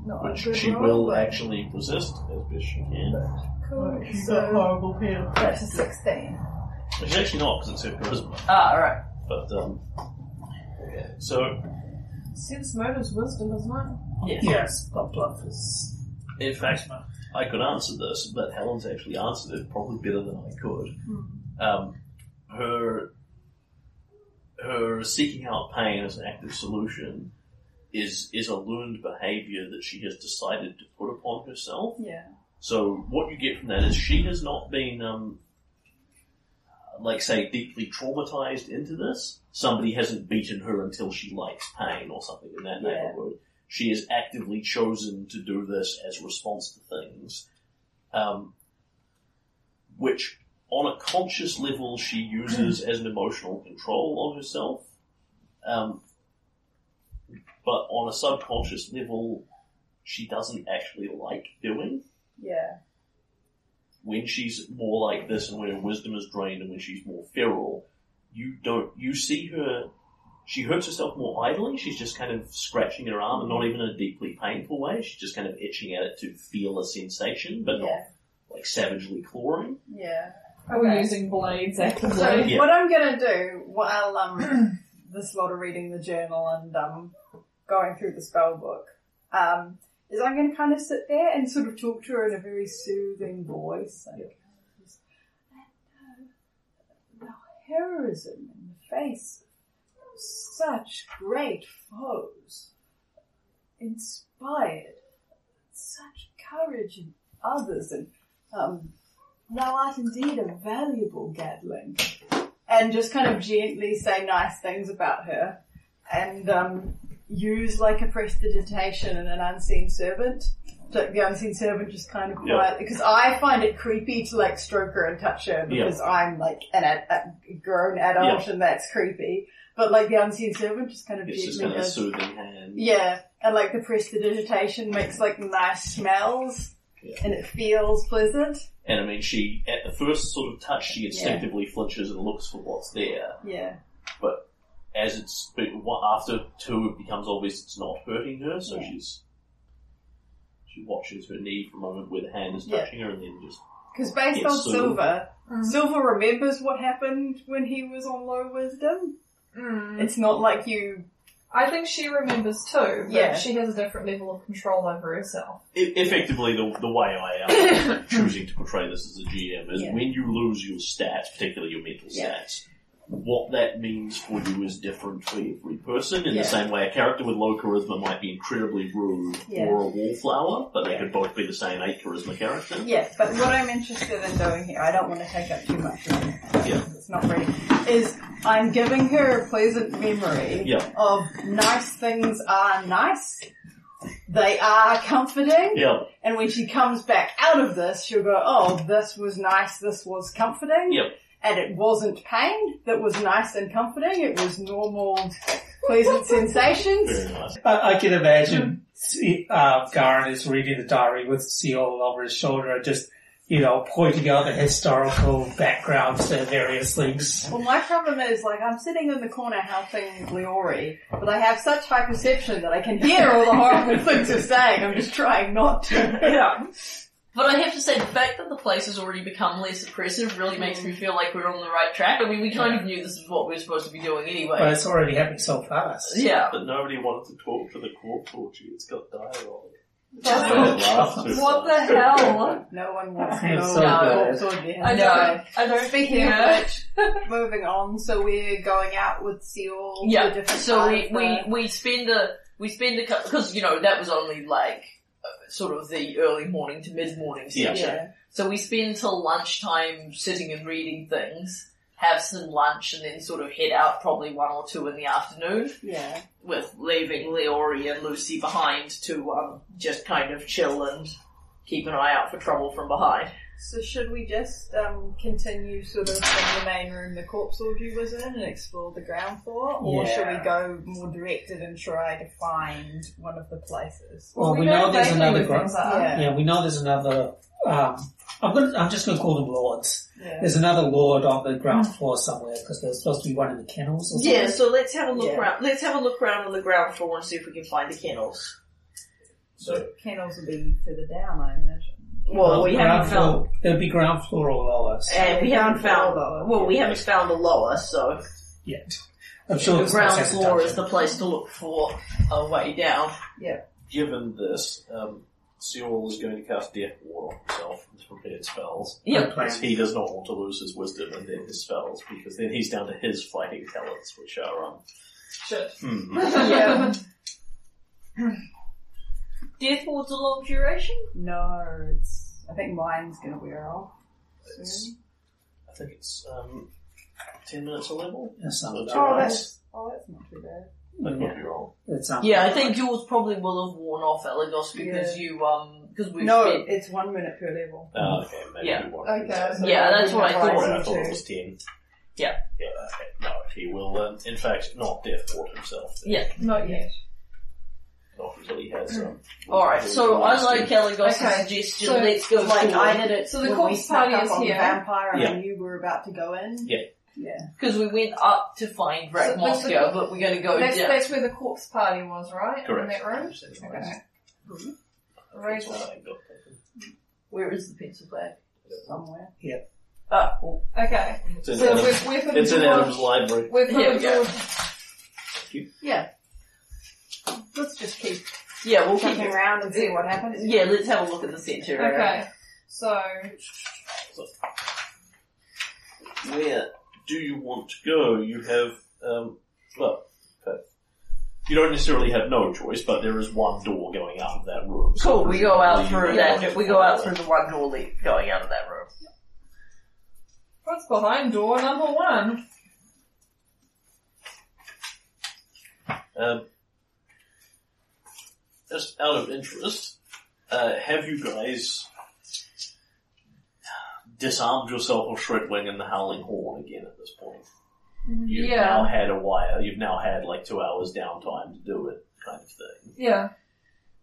Speaker 2: Not a
Speaker 1: which
Speaker 2: good
Speaker 1: she
Speaker 2: roll,
Speaker 1: will uh,
Speaker 2: but
Speaker 1: actually resist as best she can.
Speaker 2: cool.
Speaker 9: She's got
Speaker 2: So
Speaker 9: horrible people.
Speaker 2: that's a sixteen.
Speaker 1: She's actually not because it's her charisma.
Speaker 3: Ah, alright.
Speaker 1: But um, yeah. so
Speaker 9: Sense motives, wisdom, isn't it?
Speaker 3: Yes.
Speaker 4: Yes, but bluff is
Speaker 1: in fact, I could answer this, but Helen's actually answered it probably better than I could. Um, her her seeking out pain as an active solution is is a learned behaviour that she has decided to put upon herself.
Speaker 2: Yeah.
Speaker 1: So what you get from that is she has not been, um, like say, deeply traumatized into this. Somebody hasn't beaten her until she likes pain or something in that
Speaker 2: Yeah.
Speaker 1: neighborhood. She has actively chosen to do this as a response to things, um, which on a conscious level she uses as an emotional control on herself. Um, but on a subconscious level, she doesn't actually like doing
Speaker 2: Yeah.
Speaker 1: when she's more like this and when her wisdom is drained and when she's more feral, you don't, you see her, she hurts herself more idly, she's just kind of scratching her arm and not even in a deeply painful way, she's just kind of itching at it to feel a sensation, but not
Speaker 2: Yeah.
Speaker 1: like savagely clawing.
Speaker 2: Yeah.
Speaker 9: Are we using blades actively?
Speaker 2: So
Speaker 9: [laughs]
Speaker 1: Yeah.
Speaker 2: what I'm gonna do while um this lot of reading the journal and um going through the spell book, um, is I'm gonna kind of sit there and sort of talk to her in a very soothing voice. Like, uh, the heroism in the face of such great foes inspired such courage in others and um, Thou art indeed a valuable gadling, and just kind of gently say nice things about her and um, use like a prestidigitation and an unseen servant. So the unseen servant just kind of
Speaker 1: Yeah.
Speaker 2: quiet because I find it creepy to like stroke her and touch her because I'm like an ad- a grown adult and that's creepy. But like the unseen servant just kind of
Speaker 1: It's just
Speaker 2: gently
Speaker 1: kind of
Speaker 2: does
Speaker 1: soothing hand.
Speaker 2: yeah, and like the prestidigitation makes like nice smells,
Speaker 1: Yeah.
Speaker 2: and it feels pleasant.
Speaker 1: And I mean, she, at the first sort of touch, she instinctively flinches and looks for what's there.
Speaker 2: Yeah,
Speaker 1: As it's, but wa- after two, it becomes obvious it's not hurting her, so she's, she watches her knee for a moment where the hand is
Speaker 2: Yeah.
Speaker 1: touching her and then just,
Speaker 2: because based
Speaker 1: Yeah,
Speaker 2: on
Speaker 1: so-
Speaker 2: Silver, Silver remembers what happened when he was on low wisdom.
Speaker 9: Mm.
Speaker 2: It's not like you.
Speaker 9: I think she remembers too, but
Speaker 2: Yeah.
Speaker 9: she has a different level of control
Speaker 1: [laughs]
Speaker 9: over herself.
Speaker 1: e- effectively the, the way I
Speaker 2: [coughs]
Speaker 1: am choosing to portray this as a GM is
Speaker 2: Yeah.
Speaker 1: when you lose your stats, particularly your mental
Speaker 2: Yeah.
Speaker 1: stats, what that means for you is different for every person. In
Speaker 2: Yeah.
Speaker 1: the same way, a character with low charisma might be incredibly rude
Speaker 2: Yeah.
Speaker 1: or a wallflower, but they could both be the same eight charisma character.
Speaker 2: Yeah, but what I'm interested in doing here, I don't want to take up too much. of it.
Speaker 1: Yeah.
Speaker 2: It's not ready. Is I'm giving her a pleasant memory
Speaker 1: Yeah.
Speaker 2: of nice things are nice. They are comforting.
Speaker 1: Yeah,
Speaker 2: And when she comes back out of this, she'll go, oh, this was nice, this was comforting.
Speaker 1: Yep.
Speaker 2: And it wasn't pain that was nice and comforting, it was normal,
Speaker 3: [laughs]
Speaker 2: pleasant sensations.
Speaker 1: very nice.
Speaker 4: I, I can imagine see, uh, Garin is reading the diary with Seal over his shoulder, just, you know, pointing out the historical backgrounds to various things.
Speaker 2: Well, my problem is, like, I'm sitting in the corner helping Leori, but I have such high perception that I can hear all the
Speaker 3: [laughs]
Speaker 2: horrible things they're saying, I'm just trying not to.
Speaker 4: [laughs]
Speaker 3: Yeah. But I have to say, the fact that the place has already become less oppressive really makes me feel like we're on the right track. I mean, we kind of knew this is what we were supposed to be doing anyway.
Speaker 4: But it's already happening so fast.
Speaker 3: yeah.
Speaker 1: But nobody wanted to talk to the court torture. It's got
Speaker 3: [laughs]
Speaker 1: dialogue.
Speaker 3: What the hell?
Speaker 2: No one wants to
Speaker 4: It's
Speaker 2: know
Speaker 4: so
Speaker 2: about
Speaker 4: good.
Speaker 2: Corpse Orgy.
Speaker 3: I know. I know.
Speaker 2: Speaking of
Speaker 3: Yeah.
Speaker 2: which, moving on, so we're going out with Seal. to
Speaker 3: Yeah.
Speaker 2: different
Speaker 3: So
Speaker 2: part
Speaker 3: we,
Speaker 2: of the-
Speaker 3: we, we spend a, we spend a couple, cause you know, that was only like, uh, sort of the early morning to mid-morning
Speaker 1: Yeah.
Speaker 3: section. So we spend till lunchtime sitting and reading things, have some lunch and then sort of head out probably one or two in the afternoon
Speaker 2: Yeah.
Speaker 3: with leaving Leori and Lucy behind to, um, just kind of chill and keep an eye out for trouble from behind.
Speaker 2: So should we just um, continue sort of from the main room the corpse orgy was in and explore the ground floor, or
Speaker 4: Yeah.
Speaker 2: should we go more directed and try to find one of the places?
Speaker 4: Well, we know there's
Speaker 9: vaguely
Speaker 4: another
Speaker 9: where
Speaker 4: group.
Speaker 9: things are.
Speaker 2: Yeah.
Speaker 4: Yeah, we know there's another. Um, I'm going. to I'm just going to call them lords.
Speaker 2: Yeah.
Speaker 4: There's another lord on the ground floor somewhere because there's supposed to be one in the kennels. Or something.
Speaker 13: Hmm. Yeah, so let's have a look
Speaker 2: Yeah.
Speaker 13: around. Let's have a look around on the ground floor and see if we can find the kennels.
Speaker 2: So kennels will be further down, I imagine.
Speaker 13: Well, we
Speaker 4: ground
Speaker 13: haven't found,
Speaker 4: floor. There'd be ground floor or lower so-
Speaker 13: and we haven't found.
Speaker 2: Lower.
Speaker 13: Well, we haven't found a lower, so
Speaker 4: yet. I'm sure
Speaker 13: the
Speaker 4: this place
Speaker 13: ground
Speaker 4: has a
Speaker 13: floor is
Speaker 4: dungeon.
Speaker 13: the place to look for a way down.
Speaker 1: Given this, um, Cyril is going to cast Death Ward on himself and prepared spells.
Speaker 4: Good
Speaker 1: Because
Speaker 4: plan.
Speaker 1: he does not want to lose his wisdom and then his spells, because then he's down to his fighting talents, which are, um...
Speaker 9: Shit.
Speaker 3: [laughs]
Speaker 1: Hmm.
Speaker 2: yeah.
Speaker 13: Death ward's a long duration.
Speaker 2: No, it's. I think mine's gonna wear off.
Speaker 1: It's, I think it's, um, ten minutes a level?
Speaker 4: That's not
Speaker 1: Or two
Speaker 4: bad.
Speaker 2: Oh,
Speaker 1: hours?
Speaker 2: Oh, that's not too bad.
Speaker 1: That might be wrong.
Speaker 4: It's not
Speaker 3: Yeah, I think yours probably will have worn off, Elagos, because you, um, because we've
Speaker 2: No,
Speaker 3: spent...
Speaker 2: it's one minute per level.
Speaker 1: Ah, okay, maybe
Speaker 3: Yeah.
Speaker 1: we won't do
Speaker 9: Okay.
Speaker 1: that.
Speaker 9: so
Speaker 3: Yeah, that's what I
Speaker 9: we're
Speaker 1: Don't
Speaker 3: thought.
Speaker 1: worry, I
Speaker 9: rising
Speaker 1: thought it
Speaker 9: to-
Speaker 1: was ten.
Speaker 3: Yeah.
Speaker 1: Yeah, okay. No, he will, um, in fact, not Death Ward himself.
Speaker 9: Not yet.
Speaker 1: Not until he has, um...
Speaker 3: Alright, Mm. so unlike Elagos'
Speaker 9: Okay,
Speaker 3: suggestion,
Speaker 9: so,
Speaker 3: let's go
Speaker 2: Like I
Speaker 3: forward.
Speaker 2: did it.
Speaker 9: So the
Speaker 2: when
Speaker 9: corpse
Speaker 2: we snuck
Speaker 9: party
Speaker 2: up
Speaker 9: is
Speaker 2: on the
Speaker 9: here.
Speaker 2: Vampire, and
Speaker 1: Yeah.
Speaker 2: you were about to go in.
Speaker 1: Yeah.
Speaker 2: Yeah.
Speaker 3: Because we went up to find Rat
Speaker 9: So let's-
Speaker 3: Moscow, but we're gonna go
Speaker 9: That's,
Speaker 3: down.
Speaker 9: that's where the corpse party was, right? In
Speaker 1: Oh, Correct.
Speaker 9: that room? Okay.
Speaker 1: That's
Speaker 9: Razor.
Speaker 1: what I got.
Speaker 3: Where is the pencil bag?
Speaker 2: somewhere.
Speaker 3: Ah, well,
Speaker 9: Okay.
Speaker 1: It's in
Speaker 9: So
Speaker 1: Adam's-
Speaker 9: we've, we've
Speaker 1: it's in Adam's
Speaker 9: absorbed,
Speaker 1: library.
Speaker 9: we've
Speaker 3: Here we go.
Speaker 9: absorbed
Speaker 2: Let's just keep
Speaker 3: yeah, we'll keep
Speaker 2: looking around and see what happens.
Speaker 3: Yeah, let's have a look at the center area.
Speaker 9: Okay. So,
Speaker 1: where do you want to go? You have, um, well, okay. you don't necessarily have no choice, but there is one door going out of that room. So
Speaker 3: Cool, we go out
Speaker 1: presumably
Speaker 3: through
Speaker 1: you
Speaker 3: that,
Speaker 1: would
Speaker 3: we go out through the one door lead going out of that room.
Speaker 9: what's behind door number one?
Speaker 1: Um, just out of interest, uh, have you guys disarmed yourself of Shredwing and the Howling Horn again at this point? You've now
Speaker 9: yeah,
Speaker 1: had a wire. You've now had like two hours downtime to do it, kind of thing.
Speaker 9: yeah.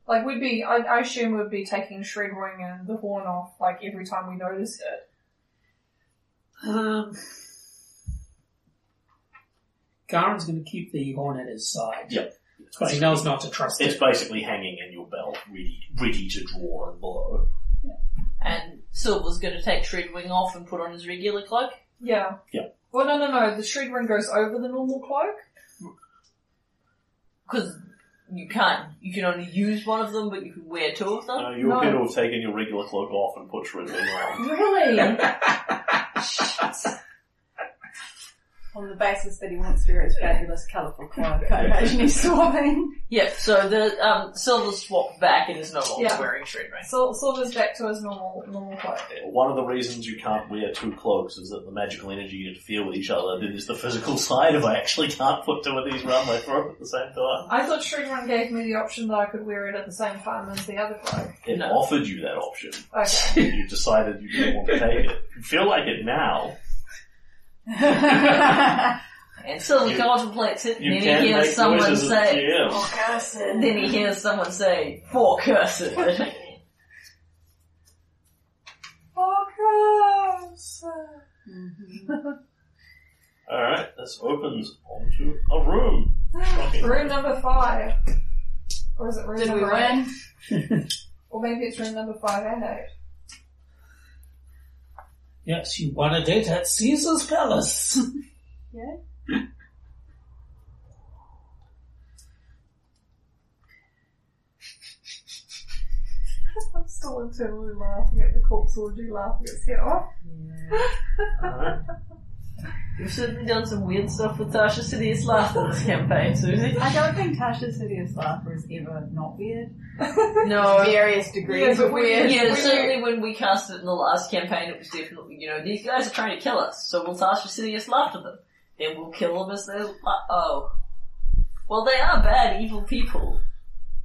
Speaker 9: Like we'd be, I, I assume we'd be taking Shredwing and the horn off like every time we noticed it.
Speaker 4: Um, Garen's going to keep the horn at his side.
Speaker 1: Yep.
Speaker 4: But he knows not to trust
Speaker 1: It's
Speaker 4: it.
Speaker 1: basically hanging in your belt, ready, ready to draw and blow.
Speaker 3: And Silver's going to take Shredwing off and put on his regular cloak.
Speaker 9: Yeah.
Speaker 1: Yeah.
Speaker 9: Well, no, no, no. The Shredwing goes over the normal cloak.
Speaker 3: Because you can't. You can only use one of them, but you can wear two of them.
Speaker 1: Uh, you appear to have taken your regular cloak off and put Shredwing on.
Speaker 9: Really?
Speaker 2: [laughs] On the basis that he wants to wear his fabulous, colourful [laughs] cloak, I imagine he's swapping. [laughs]
Speaker 3: Yep, so the um, Silver's swapped back and is no longer
Speaker 9: Yeah.
Speaker 3: wearing Shredwing.
Speaker 9: Sil- Silver's back to his normal normal cloak.
Speaker 1: One of the reasons you can't wear two cloaks is that the magical energy interfere with each other. Then there's the physical [laughs] side of I actually can't put two of these around my throat at the same time.
Speaker 9: I thought Shredwing gave me the option that I could wear it at the same time as the other cloak.
Speaker 1: It
Speaker 3: No.
Speaker 1: offered you that option.
Speaker 9: Okay.
Speaker 1: You decided you didn't want to take it. You feel like it now.
Speaker 3: And Silver
Speaker 1: You-
Speaker 3: contemplates it,
Speaker 1: You
Speaker 3: and then
Speaker 1: can
Speaker 3: he
Speaker 1: make
Speaker 3: hears someone
Speaker 1: noises at
Speaker 3: say, "Oh."
Speaker 1: the GM.
Speaker 3: and then he hears someone say, "For cursed."
Speaker 9: Oh,
Speaker 1: Alright, this opens onto a room. Fucking-
Speaker 9: Room number five. Or is it room
Speaker 2: Did we
Speaker 9: number eight?
Speaker 2: win?
Speaker 9: Or maybe it's room number five and eight.
Speaker 4: Yes, you want a date at Caesar's
Speaker 13: [laughs]
Speaker 4: Palace.
Speaker 9: I'm still internally laughing at the corpseology laughing its head off.
Speaker 1: Alright.
Speaker 3: You've certainly done some weird stuff with Tasha City's laughter this campaign, Susie.
Speaker 2: I don't think Tasha's hideous laughter is ever not weird.
Speaker 3: [laughs] No.
Speaker 2: Oh, Various degrees
Speaker 9: Yeah,
Speaker 2: of
Speaker 9: but we-
Speaker 2: weird.
Speaker 3: Yeah, certainly when we cast it in the last campaign, it was definitely, you know, these guys are trying to kill us, so we'll Tasha Sidious laughter them. Then we'll kill them as they, oh. Well, they are bad, evil people.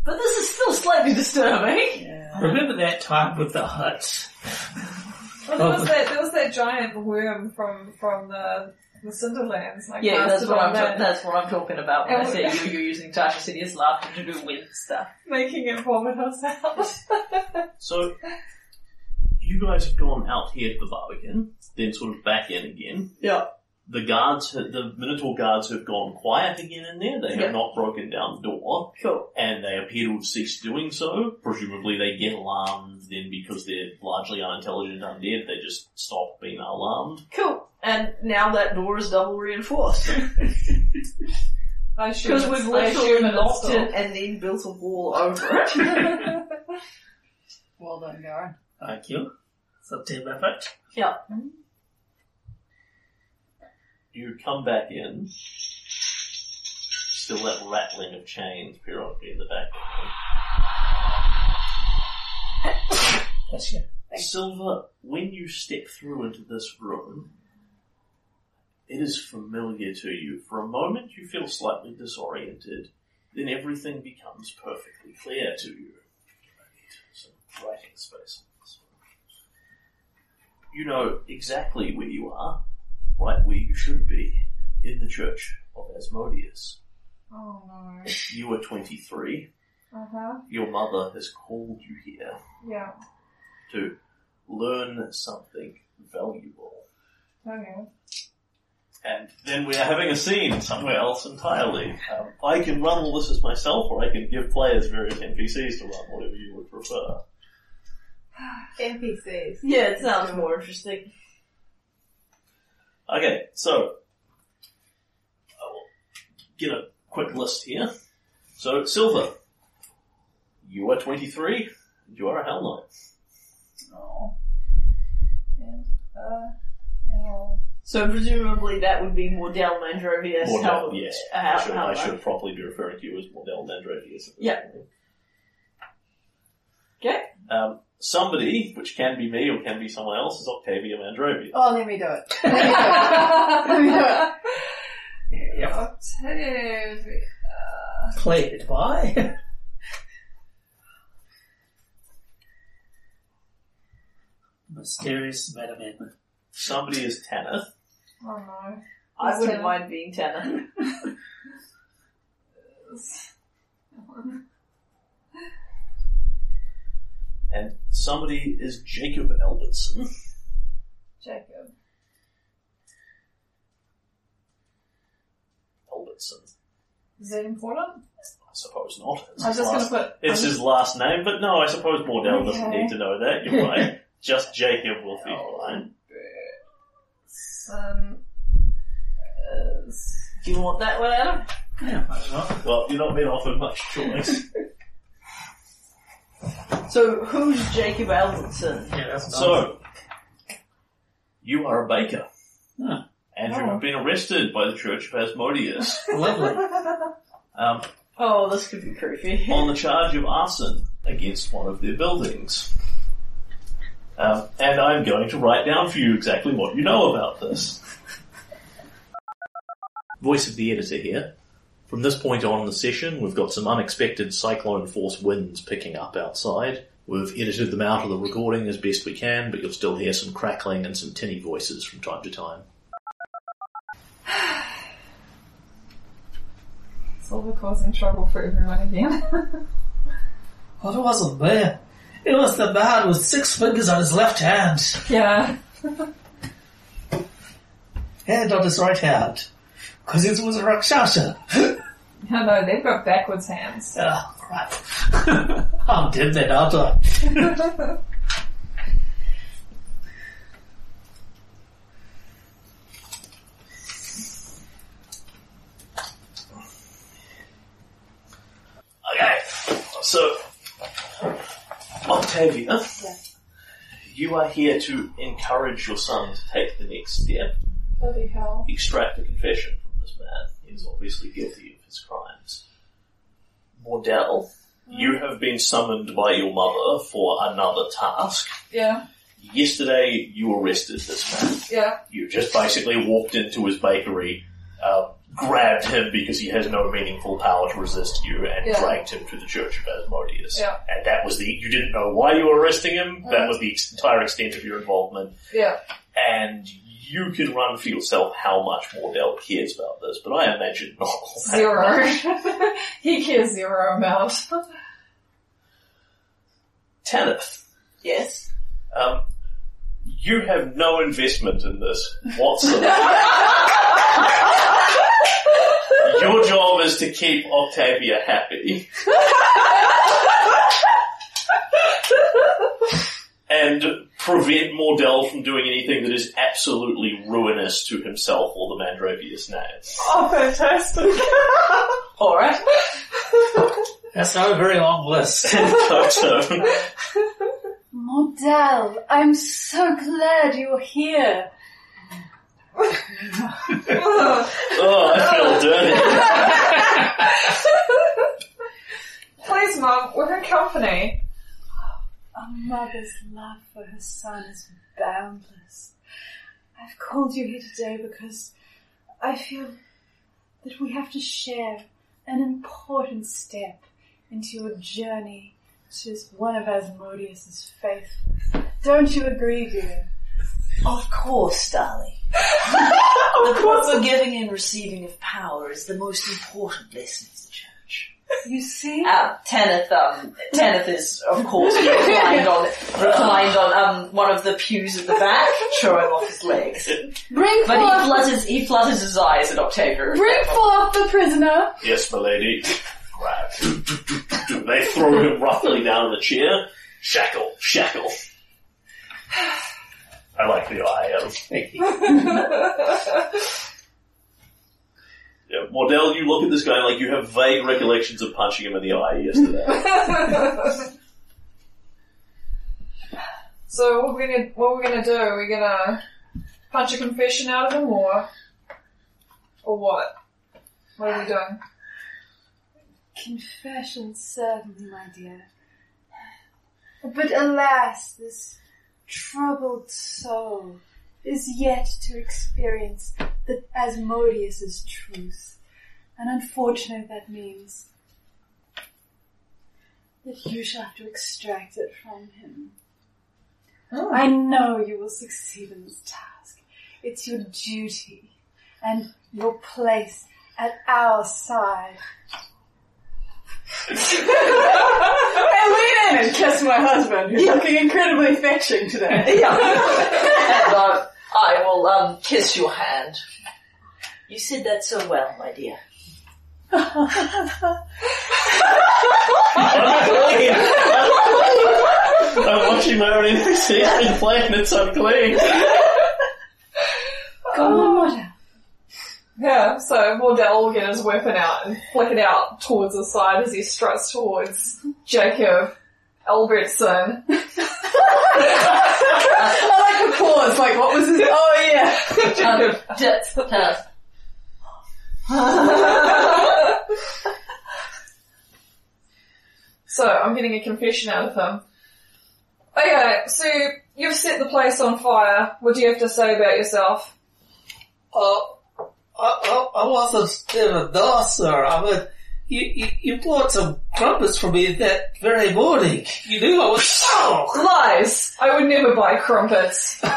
Speaker 3: But this is still
Speaker 2: [laughs]
Speaker 3: slightly disturbing.
Speaker 4: Remember that time with the hut?
Speaker 3: Oh.
Speaker 9: Well, there was that, there was that giant worm from, from the, the Cinderlands. and I
Speaker 3: Yeah, that's
Speaker 9: casted
Speaker 3: what
Speaker 9: on
Speaker 3: I'm,
Speaker 9: that,
Speaker 3: ta- that's what I'm talking about when I
Speaker 9: And
Speaker 3: say
Speaker 9: we-
Speaker 3: you, you're using Tasha Sidious laughter to do weird stuff.
Speaker 9: making it vomit us out. [laughs]
Speaker 1: So, you guys have gone out here to the barbican, then sort of back in again.
Speaker 14: Yeah.
Speaker 1: The guards, ha- the Minotaur guards have gone quiet again in there. They have
Speaker 3: Yeah.
Speaker 1: not broken down the door,
Speaker 3: Cool.
Speaker 1: and they appear to have ceased doing so. Presumably they get alarmed then because they're largely unintelligent undead, they just stop being alarmed.
Speaker 3: Cool. And now that door is double [laughs] reinforced.
Speaker 9: I assume
Speaker 3: Because we've
Speaker 9: it's- I assume
Speaker 3: literally
Speaker 9: it's
Speaker 3: locked
Speaker 9: still-
Speaker 3: it and then built a wall [laughs] over it.
Speaker 2: Well done, Garen.
Speaker 4: Thank you. It's a team effort.
Speaker 1: You come back in. Still that rattling of chains periodically in the background.
Speaker 4: Bless you.
Speaker 1: Silver, when you step through into this room, it is familiar to you. For a moment, you feel slightly disoriented. Then everything becomes perfectly clear to you. I need some writing space. on this one. You know exactly where you are, right where you should be, in the church of Asmodeus.
Speaker 9: Oh no.
Speaker 1: You are 23.
Speaker 9: Uh huh.
Speaker 1: Your mother has called you here
Speaker 9: Yeah.
Speaker 1: to learn something valuable.
Speaker 9: Okay.
Speaker 1: And then we are having a scene somewhere else entirely. Um, I can run all this as myself, or I can give players various NPCs to run, whatever you would prefer.
Speaker 2: NPCs.
Speaker 3: yeah, it sounds more interesting.
Speaker 1: Okay, so I will get a quick list here. So, Silver, you are 23, and you are a Hell Knight.
Speaker 9: Oh,
Speaker 3: So presumably that would be Mordell Mandrovius.
Speaker 1: Mordell,
Speaker 3: how-
Speaker 1: yes.
Speaker 3: uh,
Speaker 1: I should,
Speaker 3: how-
Speaker 1: I should properly be referring to you as Mordell Landrodius.
Speaker 3: Yeah. [laughs] Okay.
Speaker 1: Um, somebody, which can be me or can be someone else, is Octavia Mandrovius.
Speaker 2: Oh, let me do it. Let me do it.
Speaker 9: Octavia.
Speaker 4: Played by? Mysterious Madam Edmund.
Speaker 1: Somebody is Tanith.
Speaker 9: Oh no.
Speaker 3: I wouldn't
Speaker 9: Tanith.
Speaker 3: mind being Tanner.
Speaker 1: and somebody is Jacob Albertson.
Speaker 9: Jacob.
Speaker 1: Albertson,
Speaker 9: Is that important?
Speaker 1: I suppose not. It's,
Speaker 9: I was
Speaker 1: his
Speaker 9: just
Speaker 1: last,
Speaker 9: gonna put.
Speaker 1: it's his last name, but no, I suppose Mordell doesn't
Speaker 9: Okay.
Speaker 1: need to know that. You're
Speaker 9: [laughs]
Speaker 1: right. Just Jacob will be fine.
Speaker 9: Sun. Is...
Speaker 3: Do you want that one, Adam?
Speaker 4: Yeah, might as well.
Speaker 1: Well, you're not being offered much
Speaker 9: [laughs]
Speaker 1: choice.
Speaker 3: So who's Jacob Albertson?
Speaker 4: Yeah, that's nice.
Speaker 1: so, you are a baker.
Speaker 4: Huh.
Speaker 1: And
Speaker 9: Oh.
Speaker 1: you have been arrested by the Church of
Speaker 9: [laughs]
Speaker 1: Asmodeus
Speaker 4: Lovely.
Speaker 9: uh,
Speaker 1: um,
Speaker 3: Oh, this could be creepy.
Speaker 1: on the charge of arson against one of their buildings. Um, and I'm going to write down for you exactly what you know about this. Voice of the editor here. From this point on in the session, we've got some unexpected cyclone force winds picking up outside. We've edited them out of the recording as best we can, but you'll still hear some crackling and some tinny voices from time to time.
Speaker 9: It's all the causing trouble for everyone again. [laughs]
Speaker 4: What was it there? It was the man with six fingers on his left hand
Speaker 15: Yeah.
Speaker 4: and on his right hand. Because it was a Rakshasa. [laughs]
Speaker 9: [laughs] I know, they've got backwards hands.
Speaker 4: oh, crap. [laughs] I'm dead then, aren't I?
Speaker 1: Okay, so Octavia, you are here to encourage your son to take the next step,
Speaker 9: Bloody hell.
Speaker 1: extract a confession from this man. He is obviously guilty of his crimes. Mordell, you have been summoned by your mother for another task.
Speaker 9: Yeah,
Speaker 1: Yesterday, you arrested this man.
Speaker 9: yeah.
Speaker 1: You just basically walked into his bakery, uh, grabbed him because he has no meaningful power to resist you, and
Speaker 9: Yeah.
Speaker 1: dragged him to the Church of Asmodeus.
Speaker 9: Yeah. Uh-huh.
Speaker 1: And that was the, you didn't know why you were arresting him, that was the ex- entire extent of your involvement,
Speaker 9: Yeah.
Speaker 1: and you can run for yourself how much Mordell cares about this, but I imagine not. that
Speaker 9: Zero. [laughs]
Speaker 1: much.
Speaker 9: he cares zero amount.
Speaker 1: Tanith,
Speaker 3: Yes.
Speaker 1: um, you have no investment in this whatsoever. Your job is to keep Octavia happy. and prevent Mordell from doing anything that is absolutely ruinous to himself or the Mandravius name.
Speaker 9: Oh, fantastic.
Speaker 3: Alright.
Speaker 4: That's not a very long
Speaker 1: [laughs]
Speaker 4: list. [laughs]
Speaker 1: so,
Speaker 2: Model, I'm so glad you're here.
Speaker 1: oh, I feel dirty.
Speaker 9: Please, Mum, we're in company.
Speaker 2: A mother's love for her son is boundless. I've called you here today because I feel that we have to share an important step into your journey to one of Asmodeus's faithful. Don't you agree, dear?
Speaker 15: Of course,
Speaker 16: [laughs]
Speaker 15: darling. the proper giving and receiving of power is the most important lesson of the church.
Speaker 2: You see?
Speaker 3: Uh, Tanith, um, Tanith is, of
Speaker 16: [laughs]
Speaker 3: course, reclined on, reclined on, um, one of the pews at
Speaker 16: [laughs]
Speaker 3: the back, showing off his legs.
Speaker 2: Bring
Speaker 3: But he flutters, he flutters his eyes at Octavia. [laughs]
Speaker 2: bring forth the prisoner.
Speaker 1: Yes, my lady. Grab. They throw him roughly down in a chair. Shackle, shackle. I like the eye of
Speaker 4: Thank you.
Speaker 1: Yeah, Mordell, you look at this guy like you have vague recollections of punching him in the eye
Speaker 4: [laughs]
Speaker 1: yesterday.
Speaker 9: [laughs] so what we're gonna what we're gonna do? We're gonna punch a confession out of him, or or what? What are we doing?
Speaker 2: Confession, certainly, my dear. But alas, this troubled soul is yet to experience the Asmodeus's truth. And unfortunately that means that you shall have to extract it from him. I know you will succeed in this task. It's your duty and your place at our side.
Speaker 16: I lean in and kiss my husband, who's looking incredibly fetching today.
Speaker 3: and uh, I will um, kiss your hand. You said that so well, my dear.
Speaker 1: [laughs] unclean. I'm watching my own NPC and playing it's unclean.
Speaker 2: Come on, Mordell.
Speaker 9: Yeah, so Wardell will get his weapon out and flick it out towards the side as he struts towards Jacob Albertson. [laughs]
Speaker 16: I like the pause, like what was his, oh yeah. [laughs]
Speaker 3: Um, just, uh,
Speaker 9: So I'm getting a confession out of him. Okay, so you've set the place on fire. What do you have to say about yourself?
Speaker 4: Oh, I, uh, I, I wasn't there at all, sir. I mean, you, you, you bought some crumpets for me that very morning. You knew I was... Oh!
Speaker 9: Lies! I would never buy crumpets. [laughs]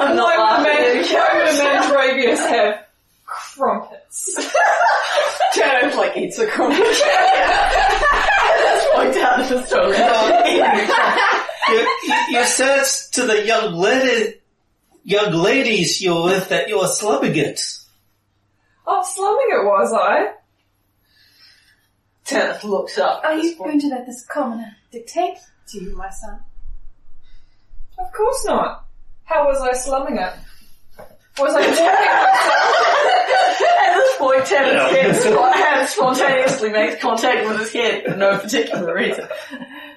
Speaker 3: I'm
Speaker 9: Why
Speaker 3: not
Speaker 9: would a
Speaker 3: laughing.
Speaker 9: man, why would a man of Ravius have crumpets?
Speaker 16: Jared like eats a
Speaker 17: [laughs]
Speaker 16: crumpet. That's point out of his toilet.
Speaker 4: [laughs] You, you, you said to the young lady, young ladies you're with that you were slumming it.
Speaker 9: Oh, slumming it was I.
Speaker 3: Tenth looks up.
Speaker 2: Are you going to let this commoner dictate to you, my son?
Speaker 9: Of course not. How was I slumming it? Was I
Speaker 3: [laughs]
Speaker 9: walking?
Speaker 17: [laughs] At this point, Tanner's head spo- hand spontaneously makes contact with his head for no particular reason.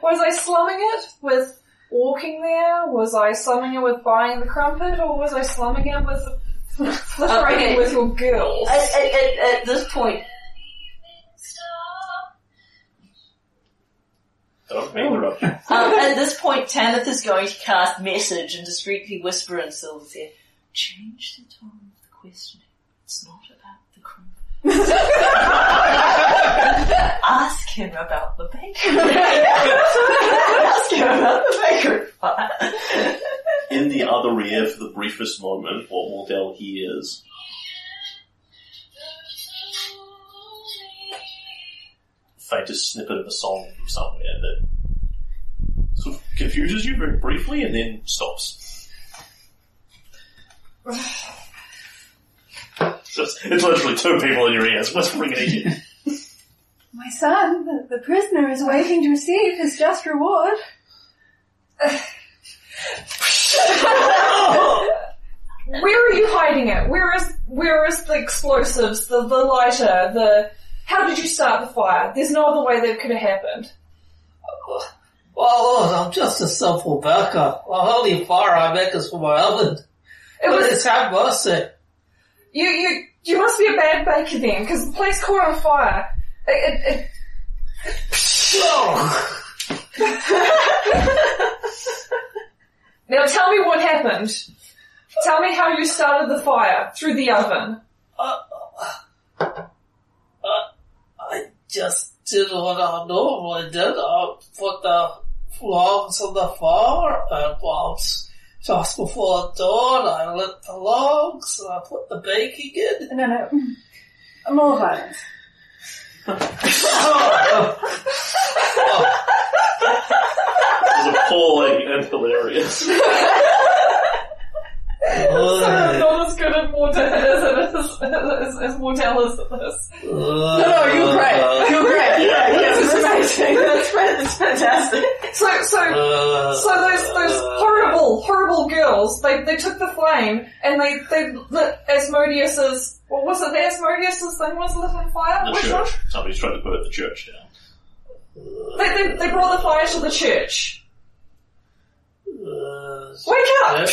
Speaker 9: was I slumming it with walking there? Was I slumming it with buying the crumpet, or was I slumming it with flittering
Speaker 3: Uh, okay.
Speaker 9: it [laughs] with your girls?
Speaker 3: At, at, at, at this point,
Speaker 1: Don't make it up.
Speaker 3: um, at this point, Tanith is going to cast message and discreetly whisper in Sylva's ear, change the tone of the questioning. It's not about the [laughs] crime. Ask him about the bakery. Ask him about the bakery.
Speaker 1: In the other ear for the briefest moment, what Wardell hears. Faintest snippet of a song from somewhere that sort of confuses you very briefly and then stops. So it's, it's literally two people in your ears whispering at each other.
Speaker 2: My son, the, the prisoner is waiting to receive his just reward.
Speaker 9: Where are you hiding it? Where is where is the explosives, the, the lighter, the how did you start the fire? There's no other way that could have happened.
Speaker 4: Oh, Lord, I'm just a simple baker. The only fire I make is for my oven.
Speaker 9: It
Speaker 4: But
Speaker 9: was
Speaker 4: it's had mercy.
Speaker 9: you you you must be a bad baker then, because the place caught on fire. It, it, it,
Speaker 4: Oh.
Speaker 9: [laughs] now tell me what happened. Tell me how you started the fire through the oven. [laughs]
Speaker 4: I just did what I normally did. I put the logs on the fire and once just before dawn I lit the logs and I put the baking in.
Speaker 2: No, no. More violence.
Speaker 1: It's appalling and
Speaker 9: [laughs]
Speaker 1: hilarious.
Speaker 9: I'm
Speaker 4: Oh,
Speaker 9: not as good at Mortel as, as, as, as Mortel is at this.
Speaker 16: No, you're great. You're great. Yeah,
Speaker 2: [laughs]
Speaker 16: yes, it's amazing. That's, fan- that's fantastic.
Speaker 9: So, so, so those, those horrible, horrible girls, they, they took the flame and they, they lit Asmodeus's, what was it, the Asmodeus's thing was lit on fire?
Speaker 1: The
Speaker 9: Which one?
Speaker 1: church. Somebody's trying to burn the church down.
Speaker 9: They, they, they brought the fire to the church. Wake up!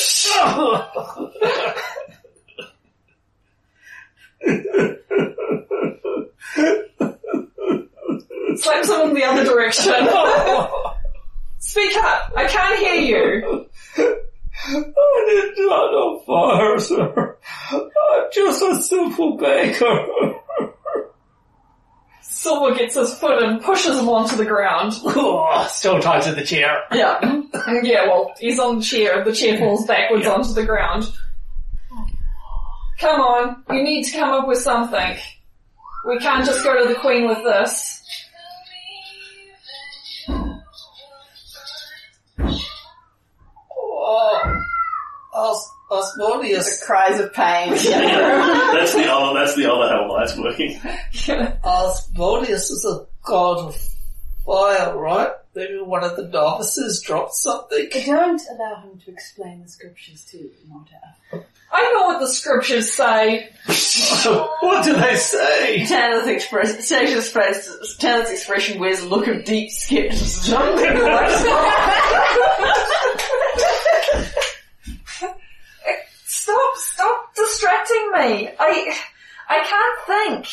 Speaker 9: Slam someone the
Speaker 1: [laughs]
Speaker 9: other direction. Speak up! I can't hear you!
Speaker 4: I didn't light a fire, sir. I I'm just a simple baker.
Speaker 9: Silver gets his foot and pushes him onto the ground.
Speaker 4: oh, still tied to the chair.
Speaker 9: Yeah. [laughs] yeah, well, he's on the chair. The chair falls backwards onto the ground. Come on, you need to come up with something. We can't just go to the queen with this.
Speaker 4: Oh, Os- Osmodius,
Speaker 18: Cries of pain.
Speaker 1: [laughs] that's the other. That's the other hell light's working.
Speaker 4: Osmodius is a god of fire, right? Maybe one of the novices dropped something. [laughs]
Speaker 2: Don't allow him to explain the scriptures to you, Marta.
Speaker 9: I know what the scriptures say.
Speaker 4: what do they say?
Speaker 3: Tanner's express, Tanner's express, Tanner's expression wears a look of deep skepticism.
Speaker 9: Stop, stop distracting me. I, I can't think.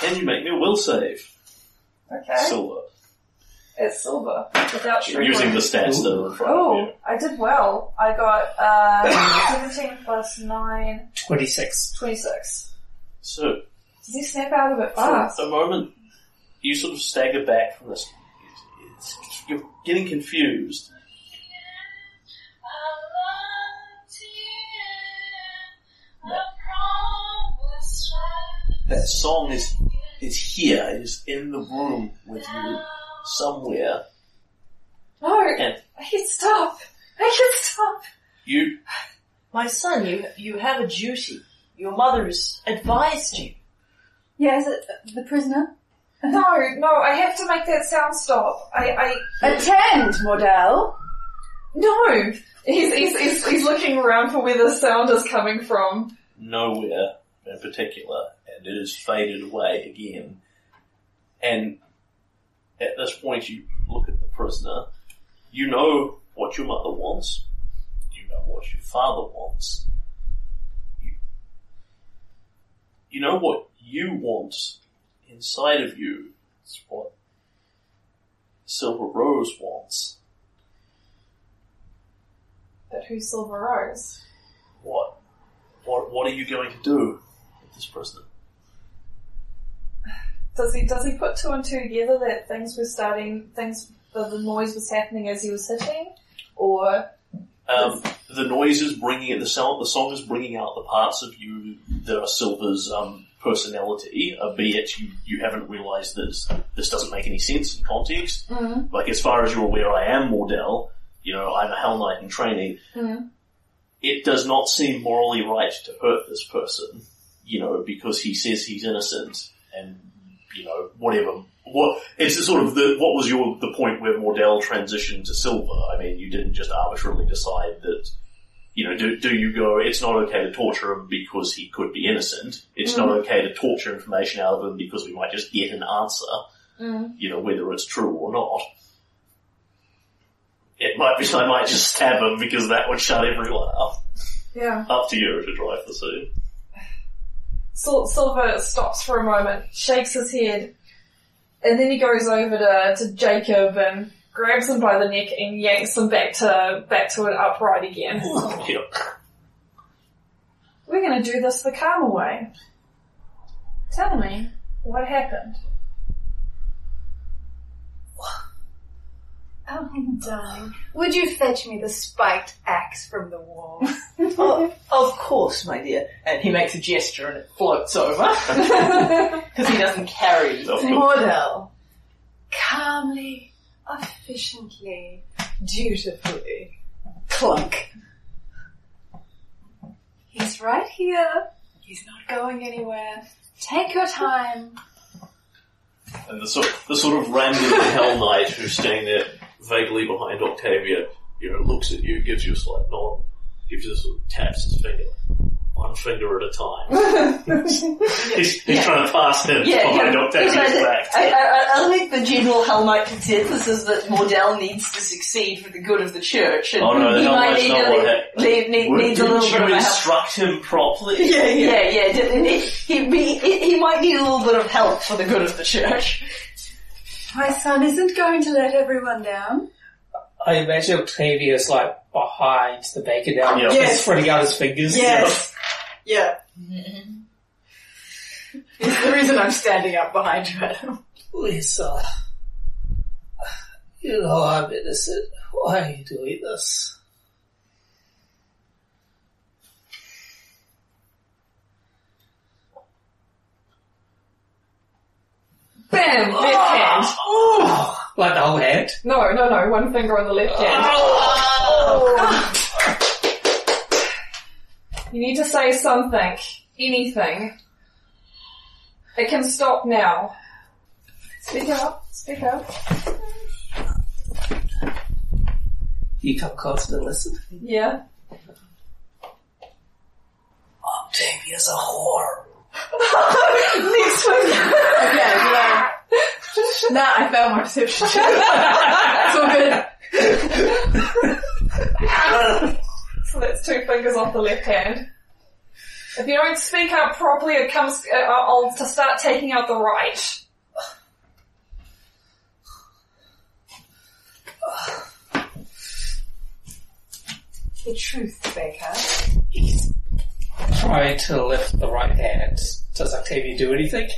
Speaker 1: Can you make me a will save,
Speaker 9: [sighs] Okay,
Speaker 1: Silver?
Speaker 9: it's silver without
Speaker 1: You're using the stats that are in front of
Speaker 9: Oh, I did well. I got
Speaker 1: [coughs]
Speaker 9: uh, 17 plus 9,
Speaker 4: 26.
Speaker 9: 26.
Speaker 1: you. So
Speaker 9: Does he snap out of it
Speaker 1: for
Speaker 9: fast?
Speaker 1: a moment, you sort of stagger back from this. It's- it's- You're getting confused. That song is is here. It is in the room with you somewhere.
Speaker 9: No,
Speaker 1: And
Speaker 9: I can stop. I can stop.
Speaker 1: you
Speaker 3: My son, you, you have a duty. Your mother has advised you.
Speaker 2: Yeah, is it uh, the prisoner?
Speaker 9: No, no, I have to make that sound stop. I, I,
Speaker 2: Attend, Mordell.
Speaker 9: no. He's, he's, he's, he's looking around for where the sound is coming from.
Speaker 1: nowhere in particular, and it has faded away again. And at this point, you look at the prisoner. You know what your mother wants. You know what your father wants. You, you know what you want inside of you. It's what Silver Rose wants.
Speaker 9: But who's Silver Rose?
Speaker 1: What? What, what are you going to do with this prisoner?
Speaker 9: Does he, does he put two and two together that things were starting, things, the, the noise was happening as he was hitting? Or,
Speaker 1: Um, the noise is bringing it. The song, the song is bringing out the parts of you that are Silver's um, personality. Albeit you, you haven't realised this. This doesn't make any sense in context. Like as far as you're aware, I am Mordell. You know, I'm a Hell Knight in training. It does not seem morally right to hurt this person. You know, because he says he's innocent, and you know whatever. What it's the sort of the what was your the point where Mordell transitioned to silver? I mean, you didn't just arbitrarily decide that. You know, do, do you go, it's not okay to torture him because he could be innocent. It's not okay to torture information out of him because we might just get an answer.
Speaker 9: mm,
Speaker 1: You know, whether it's true or not. It might be, I might just stab him because that would shut everyone up.
Speaker 9: yeah.
Speaker 1: Up to you to drive the scene.
Speaker 9: Sil- Silver stops for a moment, shakes his head, and then he goes over to, to Jacob and grabs him by the neck and yanks him back to back to an upright again.
Speaker 1: You know,
Speaker 9: We're gonna do this the calmer way. Tell me what happened.
Speaker 2: Oh, I'm dying. Would you fetch me the spiked axe from the wall?
Speaker 3: Oh, of course, my dear. And he makes a gesture and it floats
Speaker 2: [laughs]
Speaker 3: over. [laughs] Because he doesn't carry.
Speaker 1: so-
Speaker 2: Mordell. Calmly, efficiently, dutifully. Clunk. He's right here. He's not going anywhere. Take your time.
Speaker 1: And the sort, the sort of random Hell Knight who's standing there vaguely behind Octavia, you know, looks at you, gives you a slight nod, gives you a sort of taps his finger, one finger at a time.
Speaker 3: [laughs]
Speaker 1: he's he's trying to pass him
Speaker 3: Yeah,
Speaker 1: behind
Speaker 3: yeah.
Speaker 1: Octavia's back.
Speaker 3: I, I, I think the general Hell Knight consensus is that Mordell needs to succeed for the good of the church. And
Speaker 1: Oh, no, the
Speaker 3: he
Speaker 1: Hell
Speaker 3: might
Speaker 1: Knight's
Speaker 3: need
Speaker 1: not
Speaker 3: a,
Speaker 1: what happened.
Speaker 3: need, need, needs a little
Speaker 1: Didn't
Speaker 3: bit of
Speaker 1: you
Speaker 3: a help.
Speaker 1: instruct him properly?
Speaker 3: Yeah, yeah, yeah. d- He, he, he- he, he might need a little bit of help for the good of the church.
Speaker 2: My son isn't going to let everyone down.
Speaker 4: I imagine Octavius like behind the baker now,
Speaker 1: Yeah.
Speaker 3: [laughs]
Speaker 4: just spreading out his fingers.
Speaker 18: Yes. Yeah.
Speaker 2: [laughs] It's the reason I'm standing up behind you, Adam.
Speaker 4: Lisa, you know I'm innocent. Why are you doing this?
Speaker 9: Bam! Left hand.
Speaker 4: Oh, what the head?
Speaker 9: No, no, no. One finger on the left hand.
Speaker 3: Oh,
Speaker 2: [laughs]
Speaker 9: You need to say something. Anything. It can stop now. Speak up. Speak up.
Speaker 4: You come close to listen.
Speaker 9: Yeah.
Speaker 4: Octavia's a
Speaker 9: [laughs]
Speaker 4: whore.
Speaker 2: Next one. okay, no. Nah, I failed my [laughs] perception check. That's all good.
Speaker 9: So that's two fingers off the left hand. If you don't speak up properly, it comes. Uh, I'll I'll to start taking out the right.
Speaker 2: The truth, Baker.
Speaker 4: Try to lift the right hand. Does Octavia do anything?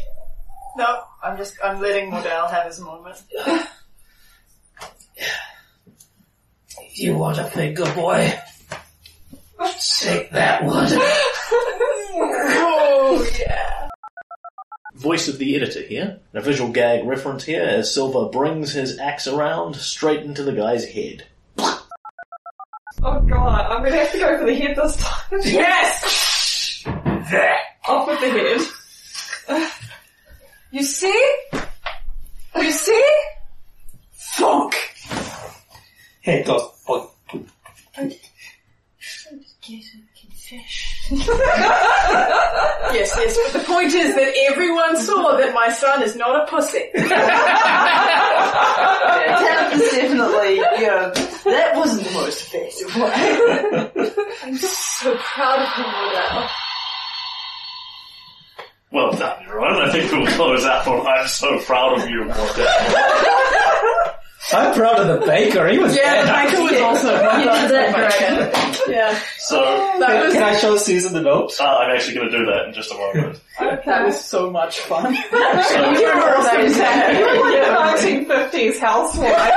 Speaker 2: No, I'm just, I'm letting Modell have his moment.
Speaker 4: [sighs] You want a finger, boy? Take that one.
Speaker 1: Voice of the editor here. An official gag reference here as Silver brings his axe around straight into the guy's head.
Speaker 9: Oh god, I'm gonna have to go for the head this time.
Speaker 2: Yes!
Speaker 9: Off with the head. You see? You see?
Speaker 4: Funk! Head goes, boink.
Speaker 2: Yes, yes, but the point is that everyone saw that my son is not a pussy.
Speaker 19: That was definitely, you know, that wasn't the most effective way.
Speaker 2: so proud of him, Modell.
Speaker 1: Well done, everyone. I think we'll close out on I'm so proud of you, Morgan.
Speaker 4: I'm proud of the baker. He
Speaker 3: [laughs]
Speaker 4: was
Speaker 2: Yeah, the
Speaker 4: better.
Speaker 2: banker was also
Speaker 19: You did
Speaker 9: [laughs]
Speaker 19: that,
Speaker 2: Yeah,
Speaker 1: So,
Speaker 2: that was,
Speaker 4: Can I show Susan the note?
Speaker 1: uh, I'm actually going to do that in just a moment.
Speaker 2: that was so much fun.
Speaker 1: So,
Speaker 2: You were also sad. Yeah.
Speaker 9: 1950s [laughs] housewife.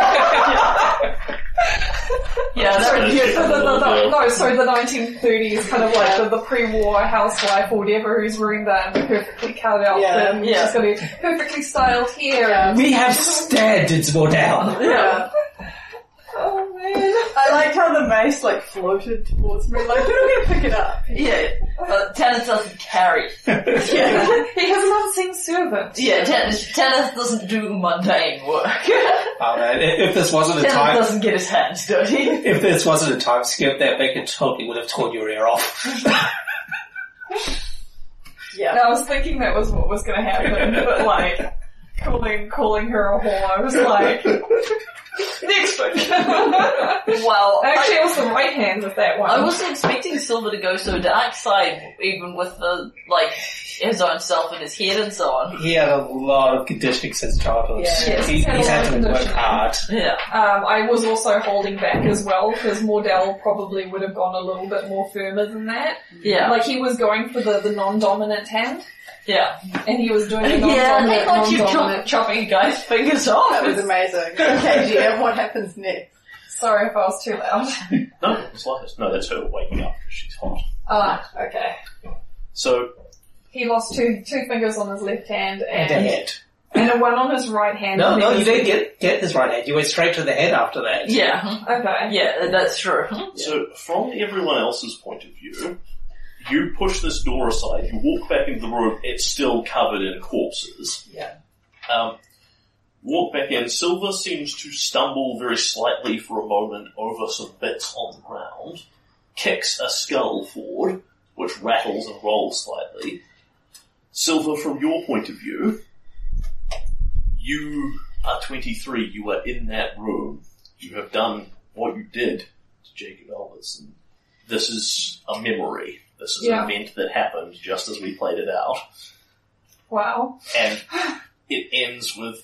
Speaker 2: Yeah, that
Speaker 1: Sorry,
Speaker 9: Yeah, so the, the, the,
Speaker 1: Yeah.
Speaker 9: no, so the 1930s, kind of like the, the pre-war housewife or whatever, who's wearing that perfectly cut outfit.
Speaker 2: Yeah,
Speaker 9: and
Speaker 2: yeah.
Speaker 9: She's got her perfectly styled hair. And,
Speaker 4: We have standards,
Speaker 2: [laughs]
Speaker 4: Mordell.
Speaker 2: yeah.
Speaker 9: oh man.
Speaker 2: I like how the mace like floated towards me, like, who do we pick it up?
Speaker 3: Yeah, but tennis doesn't carry.
Speaker 4: [laughs]
Speaker 2: Yeah.
Speaker 9: [laughs] He has an unseen servant.
Speaker 3: Yeah, tennis, tennis doesn't do mundane [laughs] work.
Speaker 4: Oh man, if if this wasn't a
Speaker 3: tennis
Speaker 4: time,
Speaker 3: doesn't get his hands dirty.
Speaker 4: if this wasn't a time skip, that baker totally would have torn your ear off.
Speaker 2: yeah.
Speaker 9: And I was thinking that was what was going to happen, but like calling calling her a whore, I was like next week.
Speaker 3: Well,
Speaker 9: Actually, it was the right hand of that one.
Speaker 3: I wasn't expecting Silver to go so dark side, even with the, like, his own self and his head and so on.
Speaker 4: He had a lot of conditioning since childhood.
Speaker 9: Yes,
Speaker 4: he,
Speaker 9: he's had a
Speaker 4: he's
Speaker 9: lot
Speaker 4: had
Speaker 9: of
Speaker 4: to work
Speaker 9: conditioning.
Speaker 4: hard.
Speaker 3: Yeah.
Speaker 9: Um, I was also holding back as well because Mordell probably would have gone a little bit more firmer than that.
Speaker 3: Yeah.
Speaker 9: Like he was going for the, the non-dominant hand,
Speaker 3: Yeah.
Speaker 9: and he was doing
Speaker 3: [laughs]
Speaker 9: the
Speaker 3: Yeah,
Speaker 9: non-dominant,
Speaker 3: they got you chop, [laughs]
Speaker 9: non-dominant.
Speaker 3: chopping guys' fingers off.
Speaker 2: That was amazing. [laughs] Okay, GM, what happens next?
Speaker 9: Sorry if I was too loud.
Speaker 1: no, it's like this. No, that's her waking up because she's hot.
Speaker 9: Ah, okay.
Speaker 1: So,
Speaker 9: He lost two two fingers on his left hand
Speaker 4: And a
Speaker 9: and
Speaker 4: head.
Speaker 9: and a one on his right hand.
Speaker 4: No,
Speaker 9: and
Speaker 4: no,
Speaker 9: then
Speaker 4: you
Speaker 9: his-
Speaker 4: didn't get get this right hand. You went straight to the head after that.
Speaker 3: yeah.
Speaker 9: Okay.
Speaker 3: Yeah, that's true.
Speaker 1: so from everyone else's point of view, you push this door aside, you walk back into the room, it's still covered in corpses.
Speaker 2: Yeah.
Speaker 1: Um, walk back in, Silver seems to stumble very slightly for a moment over some bits on the ground, kicks a skull forward, which rattles and rolls slightly. Silver, from your point of view, you are 23, you are in that room, you have done what you did to Jacob Elvis, and this is a memory. This is
Speaker 9: Yeah.
Speaker 1: an event that happened just as we played it out
Speaker 9: Wow.
Speaker 1: and it ends with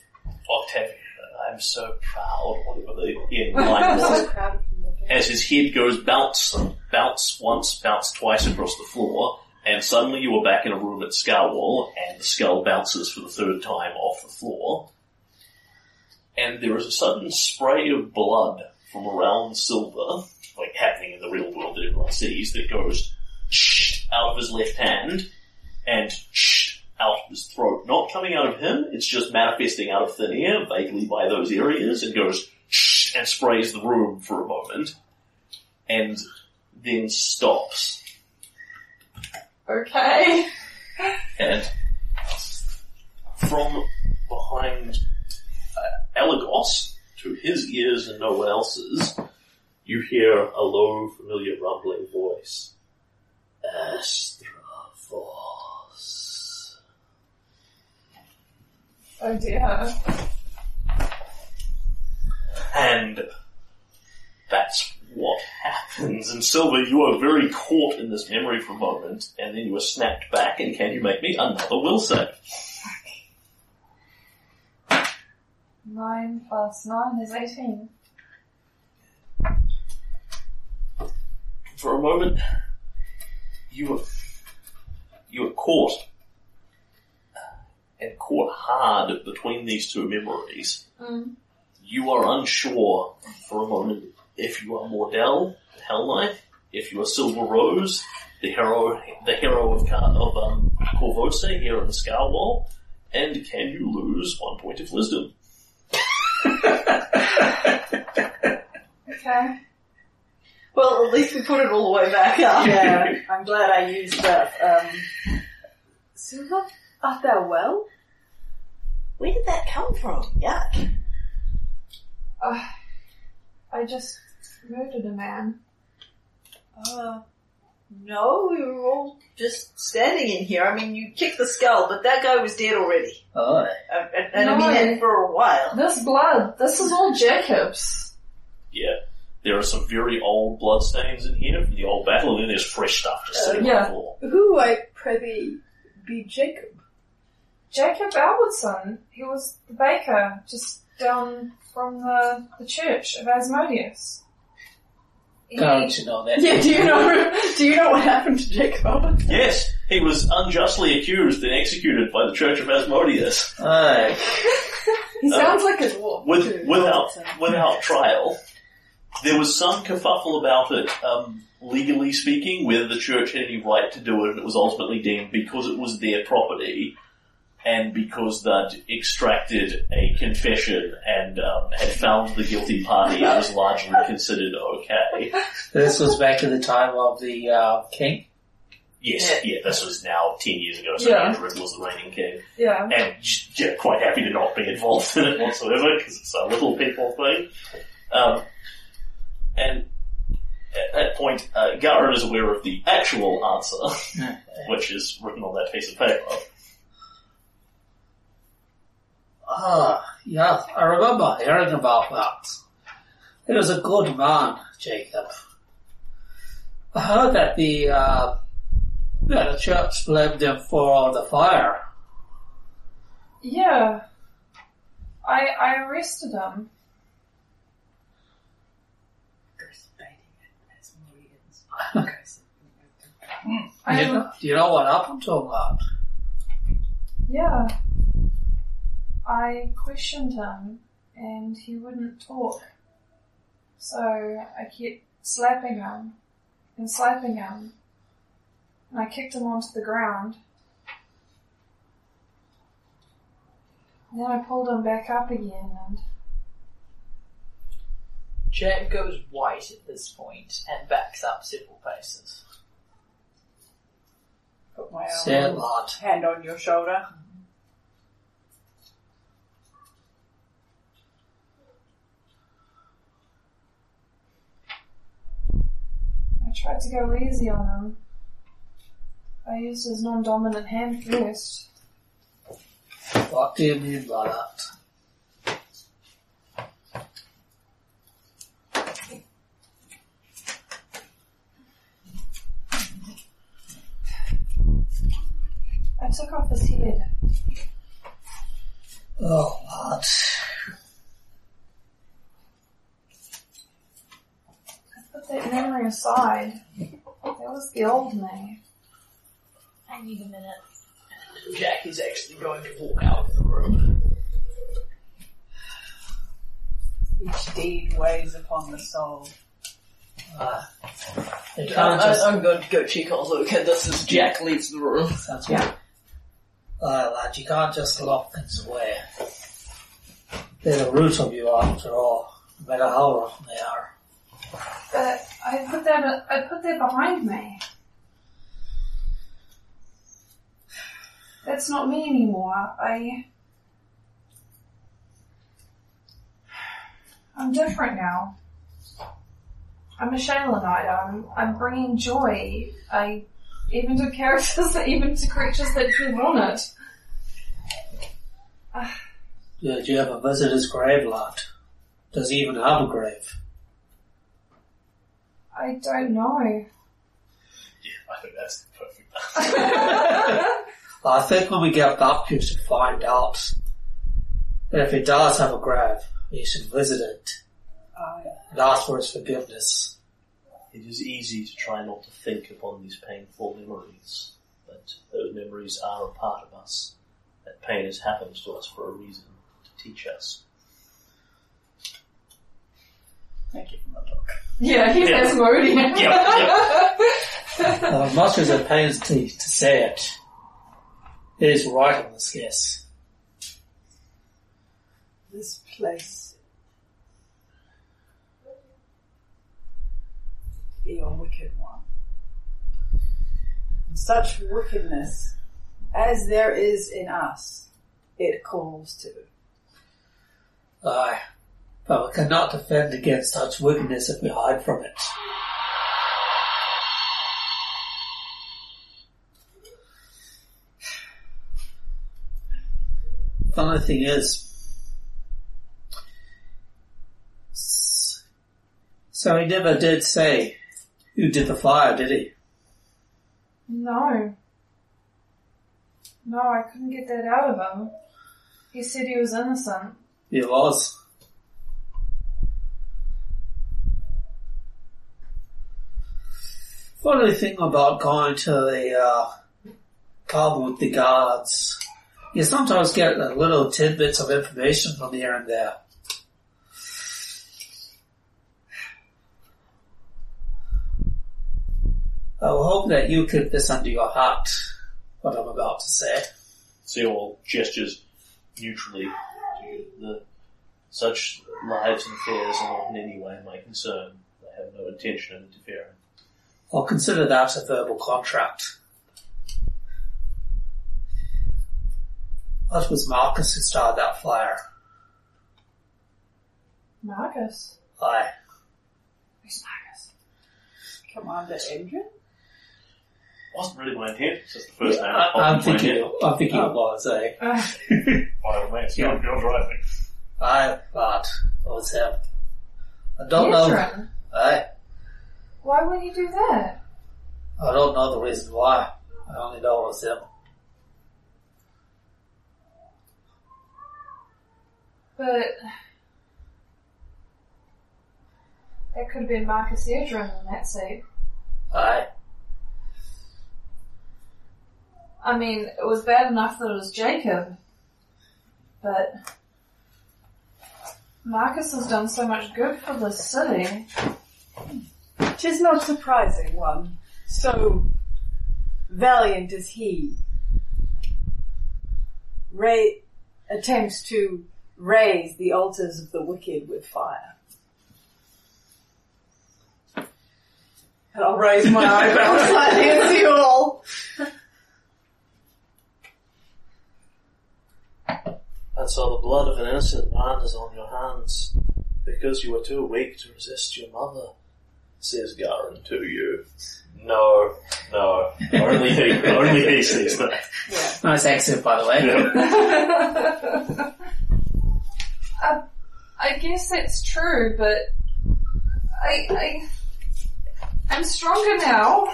Speaker 1: Octavia. I'm so proud, whatever the end line was. As his head goes bounce, bounce once, bounce twice across the floor, and suddenly you are back in a room at Scarwall, and the skull bounces for the third time off the floor, and there is a sudden spray of blood from around Silver, like happening in the real world that everyone sees, that goes out of his left hand and out of his throat. Not coming out of him, it's just manifesting out of thin air, vaguely by those areas, and goes and sprays the room for a moment, and then stops.
Speaker 9: Okay. [laughs]
Speaker 1: and from behind uh, Elagos to his ears and no one else's, you hear a low, familiar, rumbling voice. Astravos.
Speaker 9: Oh dear.
Speaker 1: And that's what happens. And Silver, you are very caught in this memory for a moment, and then you are snapped back, and can you make me another will save?
Speaker 9: Nine plus nine is eighteen.
Speaker 1: for a moment, you were you were caught and caught hard between these two memories.
Speaker 9: Mm.
Speaker 1: You are unsure for a moment if you are Mordell, the Hell Knight, if you are Silver Rose, the hero, the hero of Car- of um, Corvosa here in the Scar Wall, and can you lose one point of wisdom?
Speaker 9: Okay.
Speaker 10: Well, at least we put it all the way back up.
Speaker 2: yeah, I'm glad I used that. Um, Silver, art thou well?
Speaker 10: Where did that come from? Yuck.
Speaker 9: Uh, I just murdered a man.
Speaker 10: Uh, no, we were all just standing in here. I mean, you kicked the skull, but that guy was dead already.
Speaker 3: Oh,
Speaker 10: Uh, and and I
Speaker 9: No.
Speaker 10: mean that for a while.
Speaker 9: This blood. This is all Jacob's.
Speaker 1: Yeah. There are some very old bloodstains in here from the old battle, and then there's fresh stuff just sitting on
Speaker 9: yeah.
Speaker 1: the floor.
Speaker 2: Who, I prithee, be Jacob? [laughs]
Speaker 9: Jacob Albertson. He was the baker just down from the, the church of Asmodeus. He-
Speaker 4: Don't you know that?
Speaker 2: Yeah, do you know? Do you know what happened to Jacob? Albertson?
Speaker 1: Yes, he was unjustly accused and executed by the Church of Asmodeus Uh,
Speaker 3: aye.
Speaker 2: He sounds like a dwarf.
Speaker 1: with,
Speaker 2: too.
Speaker 1: without without trial. There was some kerfuffle about it, um, legally speaking, whether the church had any right to do it, and it was ultimately deemed because it was their property and because they'd extracted a confession and um, had found the guilty party, it was largely considered okay.
Speaker 4: This was back in the time of the uh, king.
Speaker 1: Yes, yeah, this was now ten years ago, so
Speaker 9: Yeah.
Speaker 1: Andrew was the reigning king.
Speaker 9: yeah.
Speaker 1: and yeah, quite happy to not be involved in it whatsoever because it's a little people thing. Um, and at that point, uh, Garrett is aware of the actual answer, [laughs] which is written on that piece of paper.
Speaker 4: Ah, yeah, I remember hearing about that. He was a good man, Jacob. I heard that the, uh, that the church blamed him for the fire.
Speaker 9: Yeah. I I arrested him. I
Speaker 4: You know, do you know what happened to him, uh? lad?
Speaker 9: Yeah. I questioned him and he wouldn't talk. So I kept slapping him and slapping him. And I kicked him onto the ground. And then I pulled him back up again and
Speaker 20: Jack goes white at this point and backs up several paces.
Speaker 2: Put my
Speaker 4: Sad lad.
Speaker 2: hand on your shoulder.
Speaker 9: I tried to go easy on him. I used his non-dominant hand first.
Speaker 4: What do you mean by that?
Speaker 9: I took off his head.
Speaker 4: Oh, lad.
Speaker 9: Put that memory aside. That was the old me.
Speaker 12: I need a minute.
Speaker 20: Jack is actually going to walk out of the room.
Speaker 3: Each deed weighs upon the soul.
Speaker 20: Uh, it
Speaker 3: I,
Speaker 20: can't just-
Speaker 3: am going to go check on Luke. This is Jack leaves the room.
Speaker 4: Sounds good. Uh, lad, you can't just lock things away. They're the root of you after all, no matter how rotten they are.
Speaker 9: But I put them, I put them behind me. That's not me anymore. I, I'm different now. I'm a Shalenite. I'm, I'm bringing joy. I, even to characters, even to creatures that you wanted.
Speaker 4: Do do you have a visitor's grave, lad? Does he even have a grave?
Speaker 9: I don't know.
Speaker 1: I think that's the perfect
Speaker 4: I think when we get back, you should find out. And if he does have a grave, you should visit it. And ask for his forgiveness.
Speaker 1: It is easy to try not to think upon these painful memories, but those memories are a part of us. That pain has happened to us for a reason, to teach us.
Speaker 3: Thank you for my book.
Speaker 9: Yeah, he's
Speaker 1: Yeah.
Speaker 9: Asmodean.
Speaker 4: Now, as much as it pains to, to say it, it is right on the scales.
Speaker 2: This place.
Speaker 3: Be a wicked one. Such wickedness as there is in us, it calls to.
Speaker 4: Aye. But we cannot defend against such wickedness if we hide from it. Funny thing is, s- so he never did say who did the fire, did he?
Speaker 9: No. No, I couldn't get that out of him. He said he was innocent.
Speaker 4: He was. Funny thing about going to the uh, pub with the guards, you sometimes get the little tidbits of information from here and there. I will hope that you keep this under your heart, what I'm about to say.
Speaker 1: See all gestures neutrally to the such lives and affairs are not in any way my concern. I have no intention of interfering.
Speaker 4: I'll consider that a verbal contract. That was Marcus who started that fire.
Speaker 9: Marcus.
Speaker 4: Aye.
Speaker 9: Who's Marcus?
Speaker 3: Commander Andrew?
Speaker 1: Wasn't really my intent, it's just the first name. that popped
Speaker 4: I'm
Speaker 1: into my
Speaker 4: thinking,
Speaker 1: head.
Speaker 4: I'm thinking it was, eh?
Speaker 9: Uh,
Speaker 1: By the way, it's your, your driving.
Speaker 4: Aye, but it was him. I don't know, Eh?
Speaker 9: Yitrin.
Speaker 4: aye,
Speaker 9: Why would you do that?
Speaker 4: I don't know the reason why. I only know it was him.
Speaker 9: But that could have been Marcus Edrin in that suit.
Speaker 4: Aye.
Speaker 9: I mean, it was bad enough that it was Jacob, but Marcus has done so much good for the city.
Speaker 2: Tis not surprising one so valiant as he Ray attempts to raise the altars of the wicked with fire. And I'll raise my eyebrows [laughs] slightly and see you all.
Speaker 21: And so the blood of an innocent man is on your hands, because you were too weak to resist your mother, says Garin to you. No, no. Only he, only he says that.
Speaker 4: Nice accent, by the way.
Speaker 9: [laughs]
Speaker 1: Yeah.
Speaker 9: I, Um, I guess that's true, but I, I, I'm stronger now.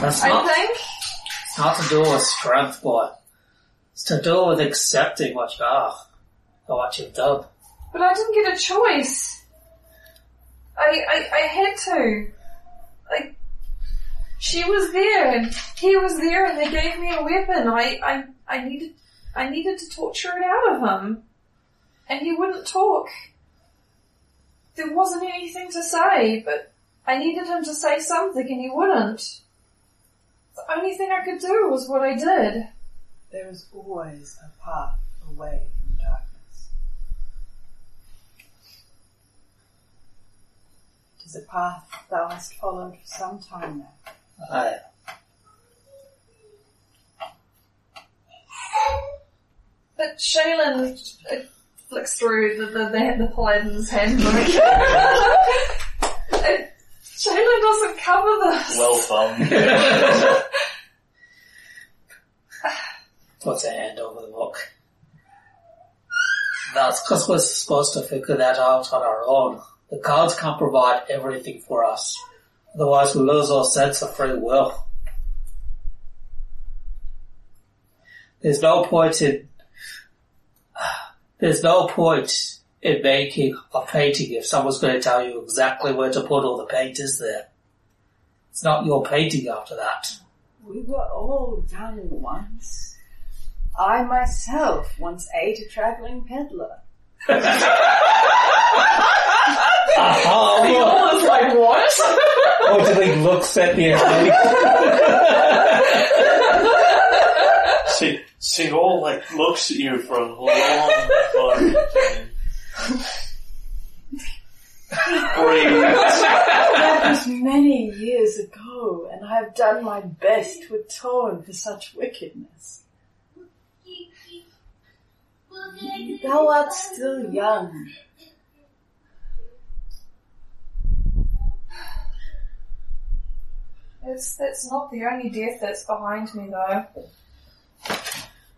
Speaker 4: That's
Speaker 9: I
Speaker 4: not,
Speaker 9: think.
Speaker 4: it's not to do with strength, boy. It's to do with accepting what you are, or what you've done.
Speaker 9: But I didn't get a choice. I, I, I had to. I, she was there and he was there and they gave me a weapon. I, I, I needed, I needed to torture it out of him. And he wouldn't talk. There wasn't anything to say, but I needed him to say something and he wouldn't. The only thing I could do was what I did.
Speaker 20: There is always a path away from darkness. It is a path thou hast followed for some time now.
Speaker 4: I,
Speaker 9: But Shaylin uh, flicks through the, the, the, the paladin's
Speaker 1: [laughs]
Speaker 9: handbook. And [laughs] Shaylin doesn't cover this.
Speaker 1: Well thumbed.
Speaker 4: puts her hand over the book. That's because we're supposed to figure that out on our own. The gods can't provide everything for us. Otherwise we lose our sense of free will. There's no point in, [sighs] there's no point in making a painting if someone's going to tell you exactly where to put all the paint is there. It's not your painting after that.
Speaker 5: We were all young once. I myself once ate a travelling peddler.
Speaker 4: Aha!
Speaker 20: I was like, what?
Speaker 4: Audrey looks at the enemy.
Speaker 1: See, see, all like looks at you for a long time. Breathes.
Speaker 5: That was many years ago, and I have done my best to atone for such wickedness. Thou art still young.
Speaker 9: It's, that's not the only death that's behind me though.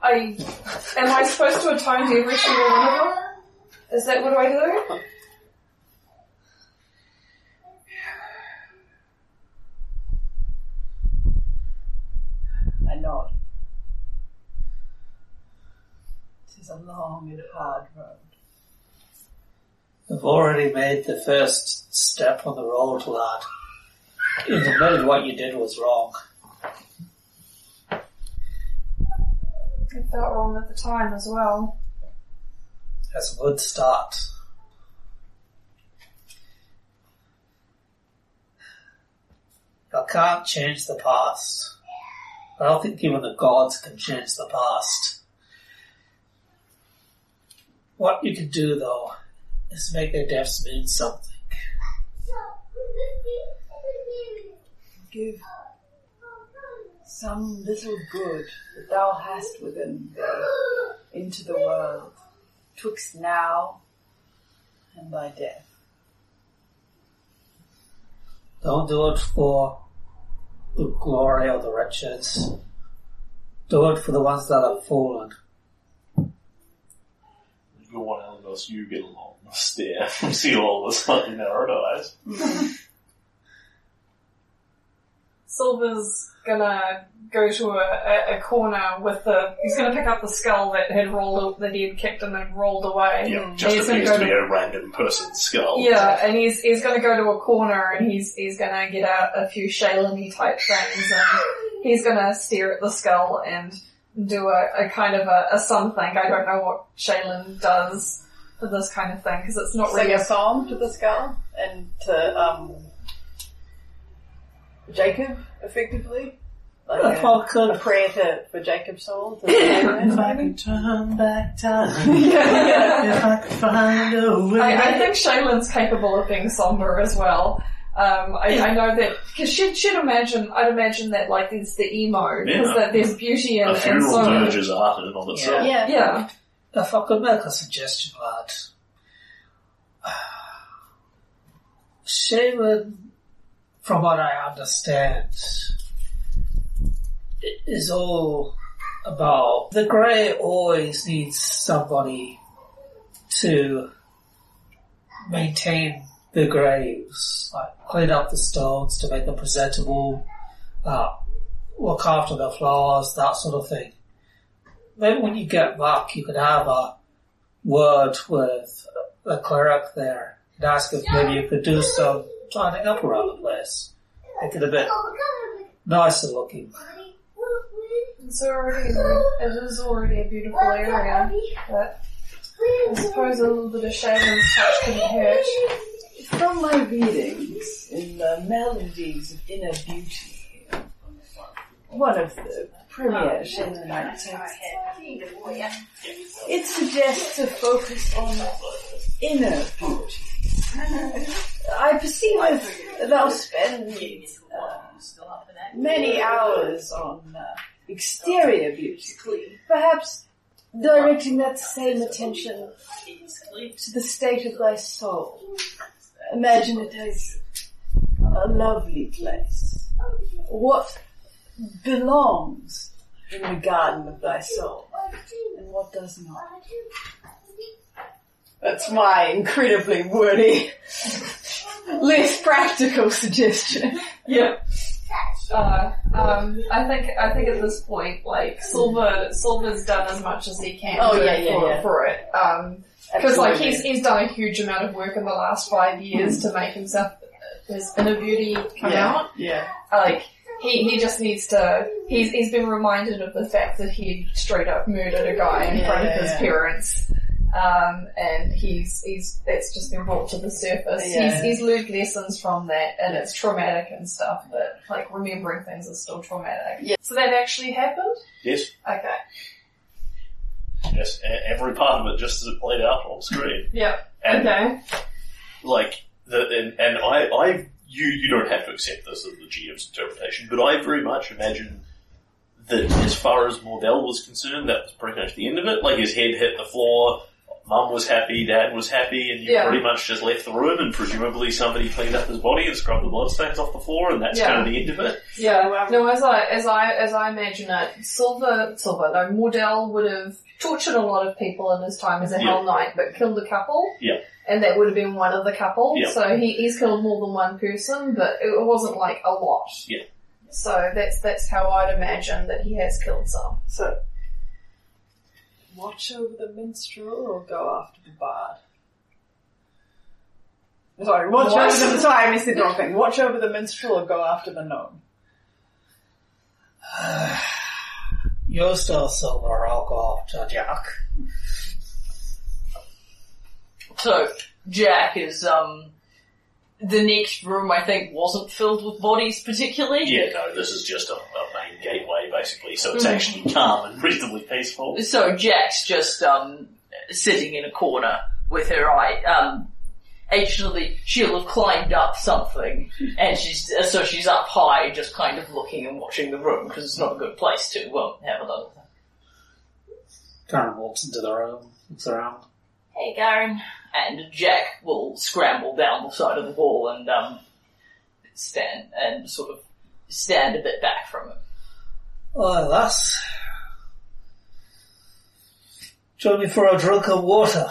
Speaker 9: I, am I supposed to atone to every single one of them? Is that what I do?
Speaker 20: I nod. It is a long and hard road.
Speaker 4: You've already made the first step on the road, lad. You admitted what you did was wrong.
Speaker 9: It felt wrong at the time as well.
Speaker 4: That's a good start. I can't change the past. I don't think even the gods can change the past. What you can do though is make their deaths mean something.
Speaker 5: Give some little good that thou hast within thee into the world, twixt now and thy death.
Speaker 4: Don't do it for the glory of the riches. Do it for the ones that have fallen.
Speaker 1: You want Elgos, you get along the stare [laughs] from see all this fucking Naruto eyes.
Speaker 9: Silver's gonna go to a, a, a corner with the, he's gonna pick up the skull that had rolled, that he had kicked and then rolled away.
Speaker 1: Yeah, just
Speaker 9: He's gonna
Speaker 1: appears
Speaker 9: go
Speaker 1: to be a random person's skull.
Speaker 9: Yeah, and he's he's going to go to a corner and he's he's going to get out a few Shaylin-y type things and he's going to stare at the skull and do a, a kind of a, a something. I don't know what Shaylin does for this kind of thing because it's not
Speaker 3: Sing
Speaker 9: really. [laughs]
Speaker 3: a psalm to the skull and to um, Jacob, effectively. Like a,
Speaker 4: Oh, good.
Speaker 3: a prayer to, for Jacob's soul. To yeah,
Speaker 4: turn back time, if I could find a way.
Speaker 9: I, I think Shaylin's capable of being somber as well. Um, I, I know that because she'd, she'd imagine I'd imagine that like there's the emo because
Speaker 1: Yeah.
Speaker 9: there's beauty and,
Speaker 1: A
Speaker 9: and
Speaker 1: funeral
Speaker 9: so
Speaker 1: dirge is art in and of itself.
Speaker 9: yeah
Speaker 4: If I could make a suggestion, lad. Shaylin, from what I understand, i- is all about the Grey always needs somebody to maintain the graves, like clean up the stones to make them presentable, uh, look after the flowers, that sort of thing maybe when you get back, you could have a word with the cleric there and ask if maybe you could do some tidying up around the place. Make it a bit nicer looking.
Speaker 9: It's already, it is already a beautiful area, but I suppose a little bit of shaman's touch can hurt.
Speaker 2: From my readings in the Melodies of Inner Beauty, one of the premier Shamanites, it suggests to focus on inner beauty. I perceive I've- that I'll spend uh, many hours on uh, exterior beauty, perhaps directing that same attention to the state of thy soul. Imagine it as a lovely place. What belongs in the garden of thy soul and what does not. That's my incredibly wordy, less practical
Speaker 9: [laughs]
Speaker 2: suggestion.
Speaker 9: Uh, um, I think I think at this point, like Silver, Silver's done as much as he can.
Speaker 2: Oh,
Speaker 9: do
Speaker 2: yeah, yeah,
Speaker 9: for,
Speaker 2: yeah.
Speaker 9: for it. Um, Because like
Speaker 2: Absolutely.
Speaker 9: he's he's done a huge amount of work in the last five years to make himself his inner beauty come
Speaker 2: Yeah.
Speaker 9: out. Uh,
Speaker 2: Yeah.
Speaker 9: Like he he just needs to. He's he's been reminded of the fact that he straight up murdered a guy in
Speaker 2: Yeah,
Speaker 9: front
Speaker 2: yeah,
Speaker 9: of his
Speaker 2: yeah.
Speaker 9: parents. Um, and he's he's that's just been brought to the surface.
Speaker 2: Yeah.
Speaker 9: He's he's learned lessons from that, and it's traumatic and stuff. But like remembering things is still traumatic.
Speaker 2: Yeah.
Speaker 9: So that actually happened.
Speaker 22: Yes,
Speaker 9: Okay.
Speaker 22: yes, e- every part of it just as it played out on screen.
Speaker 9: Yeah.
Speaker 22: And
Speaker 9: Okay.
Speaker 22: like the and, and I I you you don't have to accept this as the GM's interpretation, but I very much imagine that as far as Mordell was concerned, that was pretty much the end of it. Like his head hit the floor, mum was happy, dad was happy, and you
Speaker 9: Yeah.
Speaker 22: pretty much just left the room and presumably somebody cleaned up his body and scrubbed the bloodstains off the floor and that's
Speaker 9: Yeah.
Speaker 22: kind of the end of it.
Speaker 9: Yeah.
Speaker 22: um,
Speaker 9: No, as I as I as I imagine it, Silver Silver no Mordell would have tortured a lot of people in his time as a Hell Knight, but killed a couple.
Speaker 22: Yeah.
Speaker 9: And that would have been one of the couple.
Speaker 22: Yeah.
Speaker 9: So he, he's killed more than one person, but it wasn't like a lot.
Speaker 22: Yeah.
Speaker 9: So that's that's how I'd imagine that he has killed some.
Speaker 2: So, watch over the minstrel or go after the bard? Sorry, watch
Speaker 9: What?
Speaker 2: over the. Sorry, I missed the wrong thing. Watch over the minstrel or go after the gnome.
Speaker 4: You're still silver, I'll go after Jack.
Speaker 3: So Jack is um the next room I think wasn't filled with bodies particularly.
Speaker 22: Yeah, no, this is just a, a main gateway basically, so
Speaker 9: Mm-hmm.
Speaker 22: it's actually calm and reasonably peaceful.
Speaker 3: So Jack's just um sitting in a corner with her eye um actually she'll have climbed up something and she's so she's up high just kind of looking and watching the room because it's not a good place to um have a little
Speaker 4: Karen walks into the room, looks around.
Speaker 3: Hey, Garen. And Jack will scramble down the side of the wall and um, stand and sort of stand a bit back from him.
Speaker 4: Oh, lass. Join me for a drink of water.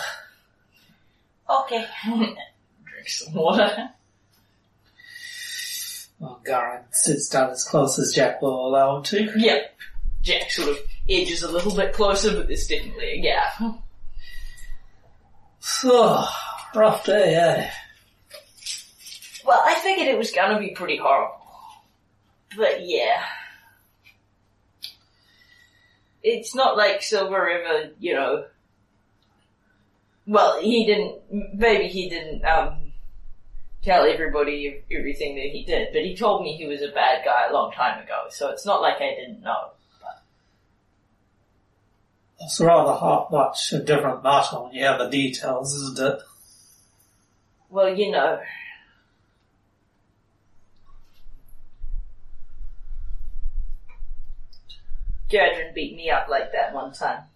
Speaker 23: Okay.
Speaker 3: Drink some water. [laughs]
Speaker 4: Well, Garin sits down as close as Jack will allow him to.
Speaker 3: Yep. Jack sort of edges a little bit closer, but there's definitely a gap.
Speaker 4: So, rough day, eh?
Speaker 3: Well, I figured it was gonna be pretty horrible, but yeah. It's not like Silver ever, you know. Well, he didn't. Maybe he didn't um, tell everybody everything that he did, but he told me he was a bad guy a long time ago. So it's not like I didn't know.
Speaker 4: It's rather hard, much a different matter when you have the details, isn't it?
Speaker 3: Well, you know. Gerdrin beat me up like that one time.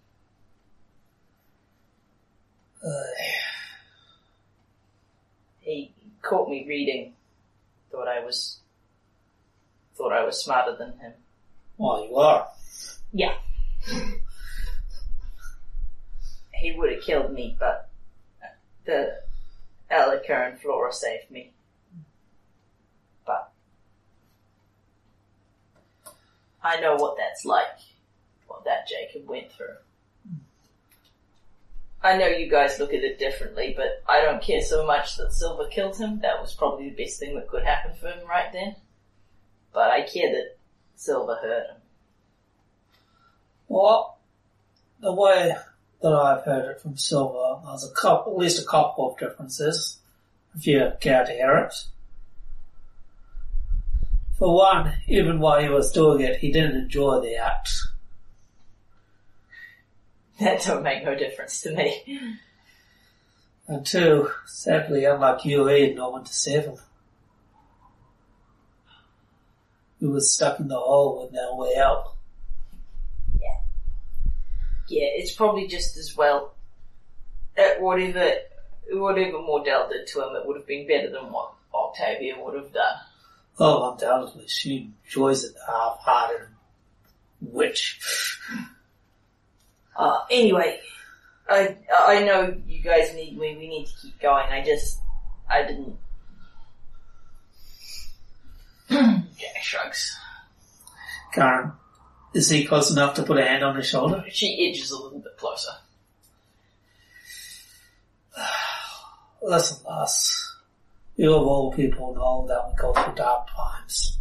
Speaker 3: He caught me reading. Thought I was. Thought I was smarter than him.
Speaker 4: Well, you are.
Speaker 3: He would have killed me, but the Elica and Flora saved me. But I know what that's like, what that Jacob went through. I know you guys look at it differently, but I don't care so much that Silver killed him. That was probably the best thing that could happen for him right then. But I care that Silver heard him. [laughs]
Speaker 4: Well, the way that I've heard it from Silver, there's a couple, at least a couple of differences, if you care to hear it. For one, even while he was doing it, he didn't enjoy the act.
Speaker 3: That don't make no difference to me.
Speaker 4: And two, sadly, unlike you, he had no one to save him. He was stuck in the hole with no way out.
Speaker 3: Yeah, it's probably just as well. At whatever, whatever Mordell did to him, it would have been better than what Octavia would have done.
Speaker 4: Oh, undoubtedly, she enjoys it half-hearted witch.
Speaker 3: Uh, anyway, I I know you guys need me. We need to keep going. I just I didn't. [clears throat] Jack shrugs.
Speaker 4: Karen, is he close enough to put a hand on his shoulder?
Speaker 3: She edges a little bit closer.
Speaker 4: Listen, lass. You of all people know that we go through dark times.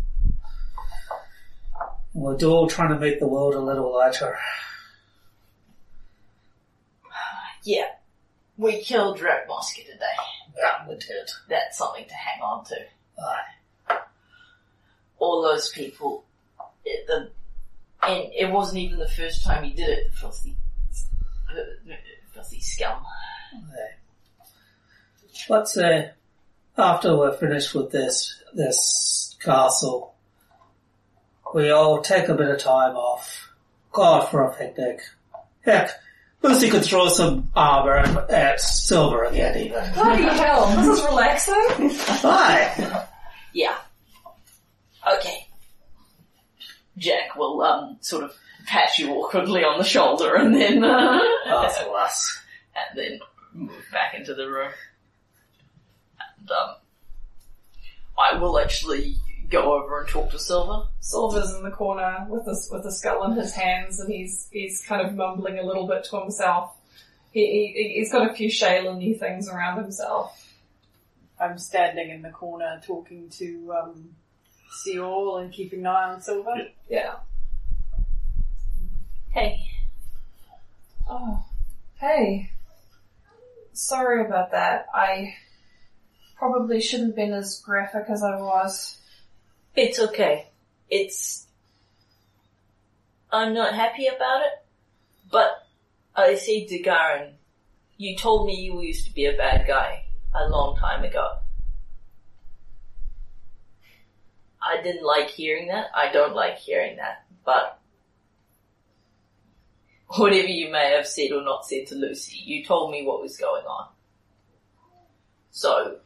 Speaker 4: And We're all trying to make the world a little lighter.
Speaker 3: Yeah, we killed Rat Mosca today.
Speaker 4: Yeah, we did.
Speaker 3: That's something to hang on to.
Speaker 4: Aye.
Speaker 3: all those people. It, the, and it wasn't even the first time he did it, filthy, filthy scum.
Speaker 4: Aye. Let's say, after we're finished with this, this castle, we all take a bit of time off. Go out for a picnic. Heck, Lucy could throw some arbor at, at Silver again even.
Speaker 9: [laughs] Bloody hell, this is relaxing.
Speaker 4: Aye.
Speaker 3: Yeah. Okay. Jack will um sort of pat you awkwardly on the shoulder and then [laughs] uh,
Speaker 4: That's us.
Speaker 3: and then move back into the room. And um, I will actually go over and talk to Silver.
Speaker 9: Silver's in the corner with this with a skull in his hands, and he's he's kind of mumbling a little bit to himself. He, he he's got a few shaleny things around himself.
Speaker 2: I'm standing in the corner talking to um, Seol and keeping an eye on Silver.
Speaker 9: Yeah.
Speaker 24: Hey,
Speaker 9: Oh, hey. Sorry about that. I probably shouldn't have been as graphic as I was.
Speaker 24: it's okay. It's. I'm not happy about it, but I see Dagarin. You told me you used to be a bad guy a long time ago.
Speaker 3: I didn't like hearing that. I don't like hearing that. But whatever you may have said or not said to Lucy, you told me what was going on. So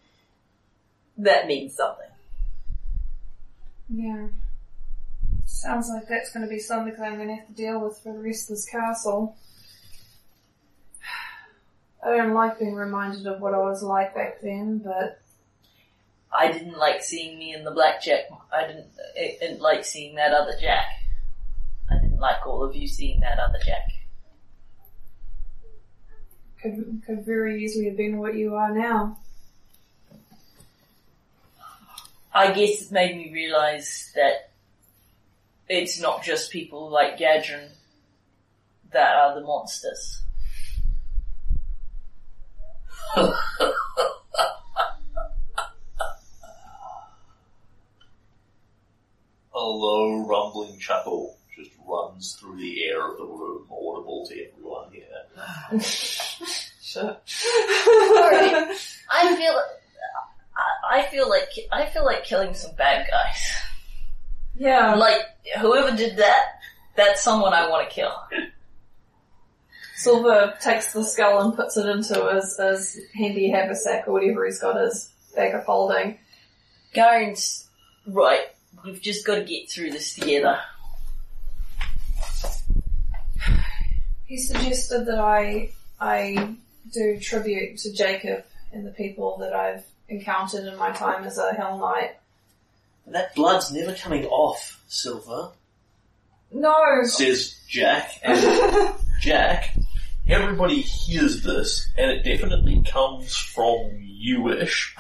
Speaker 3: that means something.
Speaker 9: Yeah. Sounds like that's going to be something that I'm going to have to deal with for the rest of this castle. I don't like being reminded of what I was like back then, but
Speaker 3: I didn't like seeing me in the blackjack. I didn't, I didn't like seeing that other Jack. I didn't like all of you seeing that other Jack.
Speaker 9: could could very easily have been what you are [laughs] now.
Speaker 3: I guess it made me realize that it's not just people like Gadrin that are the monsters.
Speaker 1: A low rumbling chuckle just runs through the air of the room, audible to everyone here.
Speaker 3: Sorry. I feel, I I feel like, I feel like killing some bad guys.
Speaker 9: [laughs] Yeah,
Speaker 3: Like, whoever did that, that's someone I want to kill.
Speaker 9: Silver takes the skull and puts it into his, his handy haversack or whatever he's got his bag of folding.
Speaker 3: Garen's right. We've just got to get through this together.
Speaker 9: He suggested that I I do tribute to Jacob and the people that I've encountered in my time as a Hell Knight.
Speaker 25: That blood's never coming off, Silver,
Speaker 9: No,
Speaker 1: Says Jack, and Jack, everybody hears this, and it definitely comes from you-ish,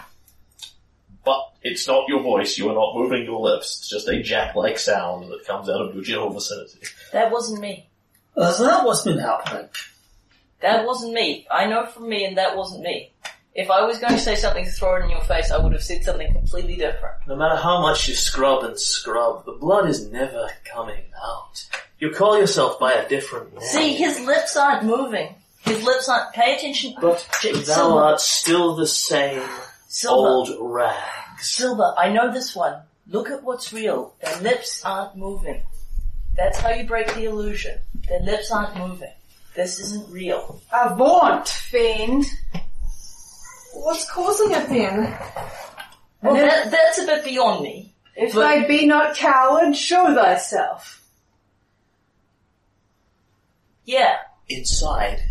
Speaker 1: but it's not your voice, you are not moving your lips, it's just a jack-like sound that comes out of your general vicinity.
Speaker 3: That wasn't me.
Speaker 26: Uh, so that what's been happening.
Speaker 3: That wasn't me. I know from me and that wasn't me. If I was going to say something to throw it in your face, I would have said something completely different.
Speaker 4: No matter how much you scrub and scrub, the blood is never coming out. You call yourself by a different name.
Speaker 3: See, his lips aren't moving. His lips aren't. Pay attention.
Speaker 4: But
Speaker 3: J-
Speaker 4: thou
Speaker 3: Silver.
Speaker 4: art still the same
Speaker 3: Silver.
Speaker 4: old rag.
Speaker 3: Silver, I know this one. Look at what's real. Their lips aren't moving. That's how you break the illusion. Their lips aren't moving. This isn't real.
Speaker 2: Avaunt, fiend.
Speaker 9: [laughs] What's causing it then?
Speaker 3: Well, that, that's a bit beyond me.
Speaker 2: If they be not coward, show thyself.
Speaker 3: Yeah.
Speaker 1: Inside,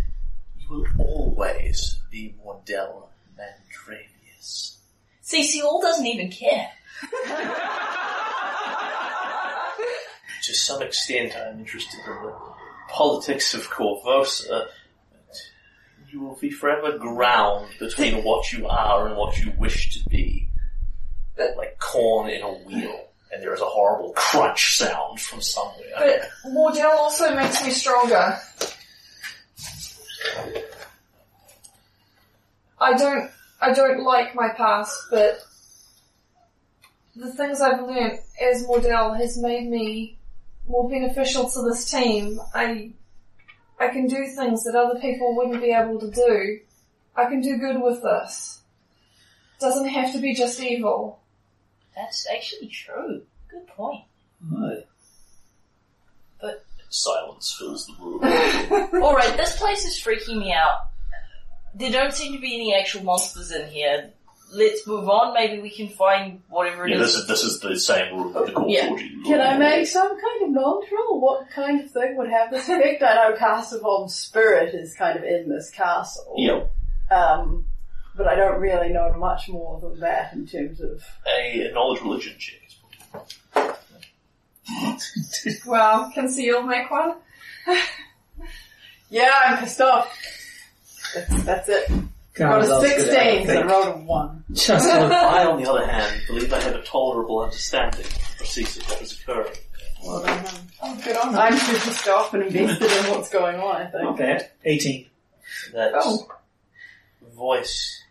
Speaker 1: you will always be Mordell Mandravius.
Speaker 3: See, Seol doesn't even care.
Speaker 1: to some extent I'm interested in the politics of Corvosa. You will be forever ground between what you are and what you wish to be. Like corn in a wheel. And there is a horrible crunch sound from somewhere.
Speaker 9: But Wardell also makes me stronger. I don't I don't like my past, but the things I've learnt as Wardell has made me more beneficial to this team. I I can do things that other people wouldn't be able to do. I can do good with this. Doesn't have to be just evil.
Speaker 3: That's actually true. Good point.
Speaker 26: Right.
Speaker 1: Silence fills the room.
Speaker 3: Alright, this place is freaking me out. There don't seem to be any actual monsters in here. Let's move on. Maybe we can find whatever it
Speaker 1: yeah,
Speaker 3: is.
Speaker 1: this is this is the same room that the Corvosa
Speaker 3: Yeah.
Speaker 2: Can I make some kind of knowledge roll? What kind of thing would have this effect? I know Castlebaum spirit is kind of in this castle.
Speaker 1: Yeah,
Speaker 2: Um, but I don't really know much more than that in terms of
Speaker 1: a knowledge religion check.
Speaker 9: Well, can Seal make one?
Speaker 2: Yeah, I'm pissed off. That's, that's it.
Speaker 26: God,
Speaker 2: got
Speaker 26: that's
Speaker 2: a
Speaker 26: good, I
Speaker 2: 16, so I
Speaker 26: think.
Speaker 2: rolled a 1.
Speaker 26: Just a-
Speaker 4: I, on the other hand, believe I have a tolerable understanding of the process of what is occurring.
Speaker 2: Oh, good on I'm too pissed off and invested in what's going on, I think.
Speaker 26: not bad. 18.
Speaker 1: That
Speaker 2: Oh.
Speaker 1: voice,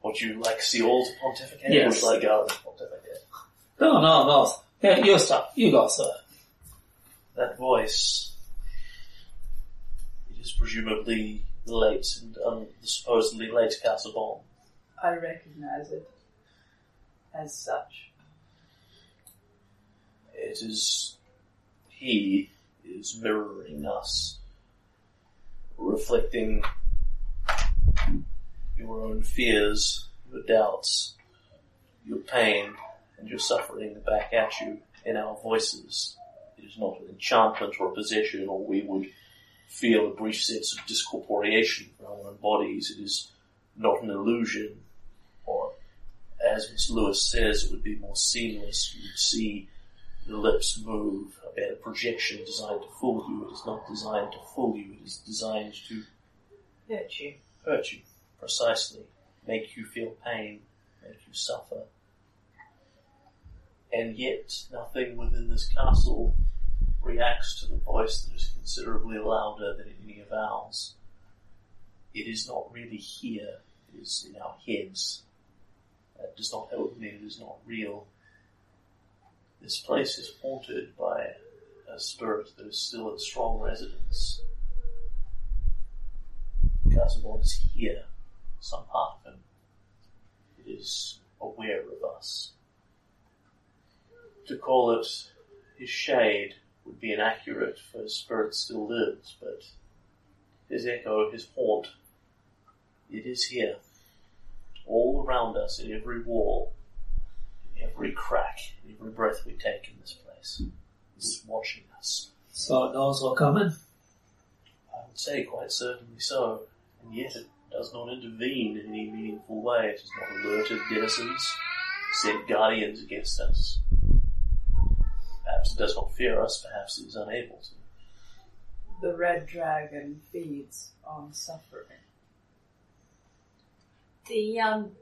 Speaker 1: what you like see all to pontificate, or
Speaker 26: Yes.
Speaker 1: would you like Garland to pontificate?
Speaker 26: No, no, no. Yeah, your stuff. You go, sir.
Speaker 1: that voice. It is presumably the late and um, the supposedly late Casabon.
Speaker 2: I recognize it as such.
Speaker 1: It is he is mirroring us, reflecting your own fears, your doubts, your pain, and your suffering back at you in our voices. It is not an enchantment or a possession, or we would feel a brief sense of discorporeation from our own bodies. It is not an illusion, or as Miss Lewis says, it would be more seamless. You would see the lips move, a bad projection designed to fool you. It is not designed to fool you, it is designed to
Speaker 3: Hurt you.
Speaker 1: hurt you, precisely. Make you feel pain, make you suffer. And yet, nothing within this castle reacts to the voice that is considerably louder than any of ours. It is not really here, it is in our heads. That does not help me, it is not real. This place is haunted by a spirit that is still in strong residence. Casaubon is here, some part of him. It is aware of us. To call it his shade would be inaccurate, for his spirit still lives, but his echo, his haunt, it is here. All around us, in every wall, in every crack, in every breath we take in this place. It is watching us.
Speaker 26: So it knows we're coming.
Speaker 1: I would say quite certainly so, and yet it does not intervene in any meaningful way. It has not alerted denizens, sent guardians against us. Perhaps it does not fear us, perhaps it is unable to.
Speaker 2: The red dragon feeds on suffering.
Speaker 3: The um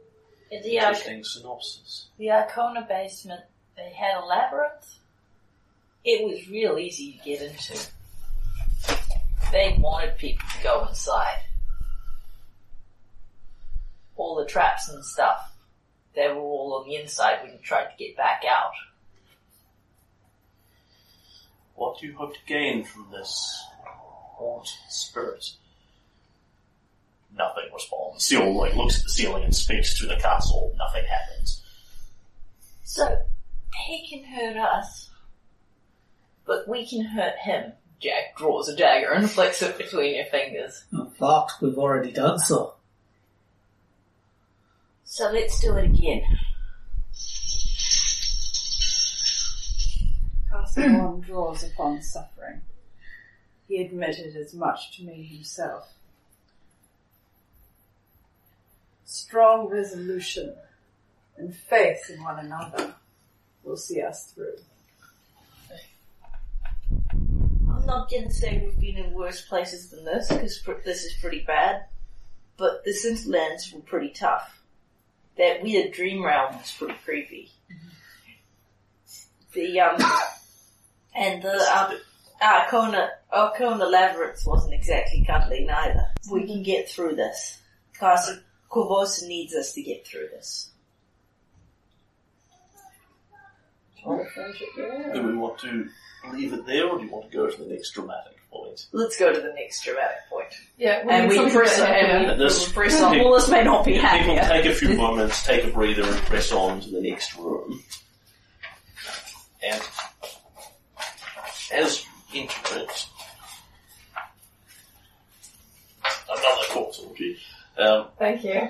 Speaker 12: In the, Arc-
Speaker 1: Interesting synopsis.
Speaker 12: the Arcona basement, they had a labyrinth. It was real easy to get into. They wanted people to go inside. All the traps and stuff, they were all on the inside when you tried to get back out.
Speaker 1: What do you hope to gain from this haunt spirit? Nothing responds. Seal like looks at the ceiling and speaks to the castle. Nothing happens.
Speaker 12: So, he can hurt us, but we can hurt him. Jack draws a dagger and flicks it between your fingers.
Speaker 4: Fuck, we've already done so.
Speaker 12: So let's do it again.
Speaker 2: Castle One draws upon suffering. He admitted as much to me himself. Strong resolution and faith in one another will see us through.
Speaker 10: I'm not gonna say we've been in worse places than this, because pr- this is pretty bad. But the synth lands were pretty tough. That weird dream realm was pretty creepy. The, um, and the, um, Arcona, Arcona Labyrinth wasn't exactly cuddly neither. We can get through this. Castle Corvosa needs us to get through this.
Speaker 1: Do we want to leave it there, or do you want to go to the next dramatic point?
Speaker 12: Let's go to the next dramatic point.
Speaker 9: Yeah,
Speaker 12: And
Speaker 9: need
Speaker 12: we
Speaker 9: something
Speaker 12: press
Speaker 9: that
Speaker 12: it, and
Speaker 9: happened.
Speaker 1: At this,
Speaker 12: Press on. Well, this may not be
Speaker 1: people
Speaker 12: happening.
Speaker 1: take a few moments, take a breather, and press on to the next room. And as you enter it, another corpse orgy. Um,
Speaker 9: Thank you.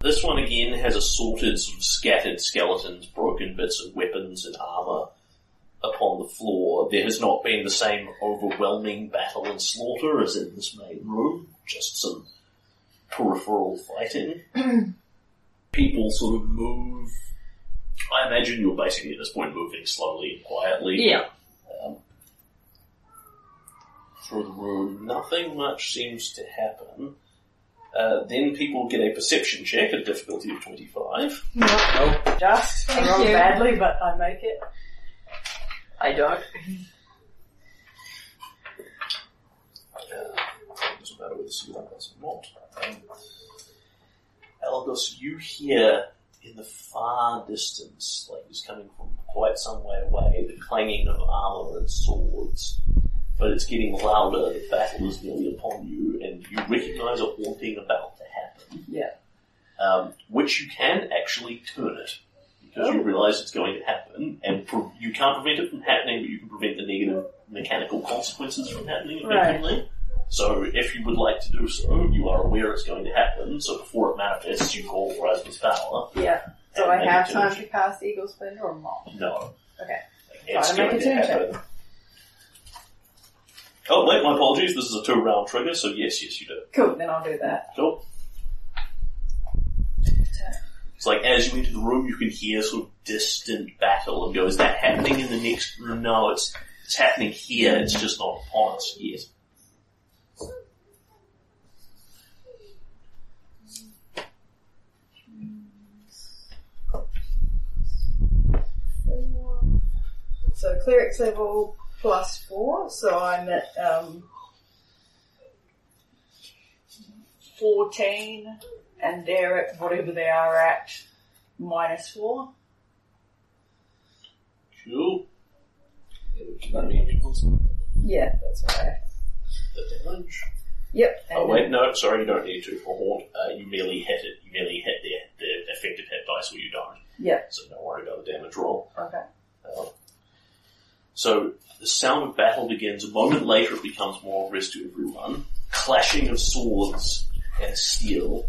Speaker 1: This one again has assorted, sort of scattered skeletons, broken bits of weapons and armour upon the floor. There has not been the same overwhelming battle and slaughter as in this main room, just some peripheral fighting. People sort of move. I imagine you're basically at this point moving slowly and quietly
Speaker 12: Yeah.
Speaker 1: through the room. Nothing much seems to happen. Uh, then people get a perception check at difficulty of 25.
Speaker 2: Just I
Speaker 9: Thank
Speaker 2: roll
Speaker 9: you.
Speaker 2: badly, but I make it.
Speaker 12: I don't.
Speaker 1: It doesn't matter whether Sulan does or not. Um, Algos, you hear in the far distance, like it's coming from quite some way away, the clanging of armour and swords. But it's getting louder, the battle is nearly upon you, and you recognise a haunting about to happen.
Speaker 2: Yeah.
Speaker 1: Um, which you can actually turn it, because you realise it's going to happen, and pre- you can't prevent it from happening, but you can prevent the negative mechanical consequences from happening effectively. So if you would like to do so, you are aware it's going to happen, so before it manifests, you call for Asmund's power.
Speaker 2: Yeah. So
Speaker 1: And
Speaker 2: I
Speaker 1: make a
Speaker 2: have
Speaker 1: turn
Speaker 2: time to cast Eagle Splendor or not?
Speaker 1: check. No.
Speaker 2: Okay.
Speaker 1: It's
Speaker 2: Try to
Speaker 1: going
Speaker 2: make
Speaker 1: to
Speaker 2: a turn check.
Speaker 1: happen. Oh, wait, my apologies, this is a two round trigger, so yes, yes, you do.
Speaker 2: Cool, then I'll do that.
Speaker 1: Cool. It's like as you enter the room, you can hear sort of distant battle and go, is that happening in the next room? No, it's, it's happening here, it's just not upon us yet.
Speaker 2: So cleric's level plus four, so I'm at um, fourteen, and they're at whatever they are at minus four.
Speaker 1: Cool. Let me equals
Speaker 2: Yeah, that's right.
Speaker 1: the damage.
Speaker 2: Yep.
Speaker 1: Oh
Speaker 2: and
Speaker 1: wait, no, sorry, you don't need to for haunt. Uh, you merely hit it. You merely hit the, the effective hit dice, or you don't.
Speaker 2: Yeah.
Speaker 1: So don't worry about the damage roll.
Speaker 2: then- Okay.
Speaker 1: Um, so the sound of battle begins. A moment later, it becomes more obvious to everyone. Clashing of swords and steel,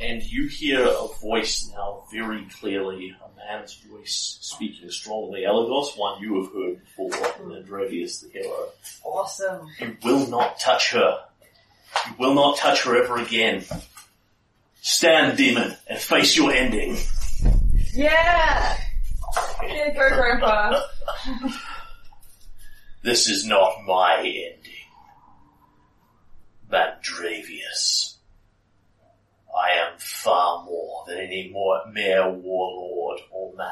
Speaker 1: and you hear a voice now very clearly. A man's voice speaking strongly. Elagos, one you have heard before, and Andreas the hero.
Speaker 2: Awesome.
Speaker 1: You will not touch her. You will not touch her ever again. Stand, demon, and face your ending.
Speaker 9: Yeah! Yeah, go grandpa.
Speaker 1: This is not my ending. Mandravius. I am far more than any more mere warlord or man.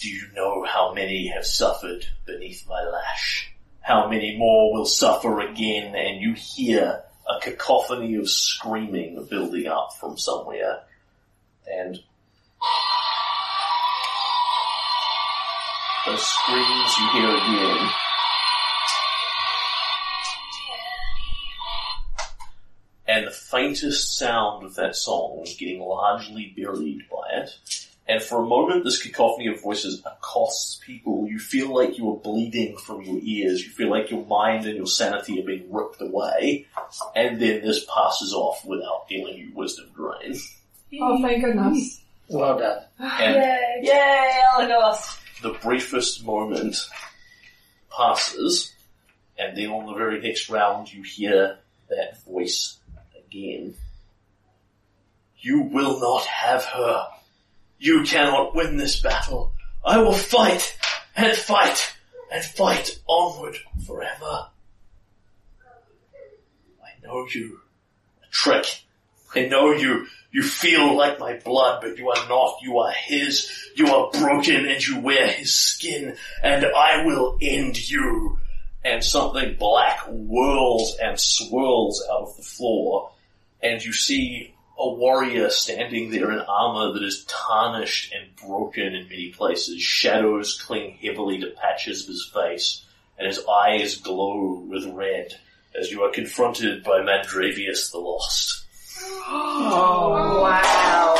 Speaker 1: Do you know how many have suffered beneath my lash? How many more will suffer again? And you hear a cacophony of screaming building up from somewhere. And those screams you hear again. And the faintest sound of that song is getting largely buried by it. And for a moment, this cacophony of voices accosts people. You feel like you are bleeding from your ears. You feel like your mind and your sanity are being ripped away. And then this passes off without dealing you wisdom drain.
Speaker 9: Oh, thank goodness.
Speaker 4: Well done.
Speaker 1: And
Speaker 20: Yay, Elagos!
Speaker 1: the briefest moment passes, and then on the very next round you hear that voice again. You will not have her. You cannot win this battle. I will fight and fight and fight onward forever. I know you. A trick. I know you. You feel like my blood, but you are not. You are his. You are broken and you wear his skin, and I will end you. And something black whirls and swirls out of the floor, and you see a warrior standing there in armor that is tarnished and broken in many places. Shadows cling heavily to patches of his face, and his eyes glow with red as
Speaker 2: Oh,
Speaker 1: you are confronted by Mandravius the Lost.
Speaker 9: Oh, wow.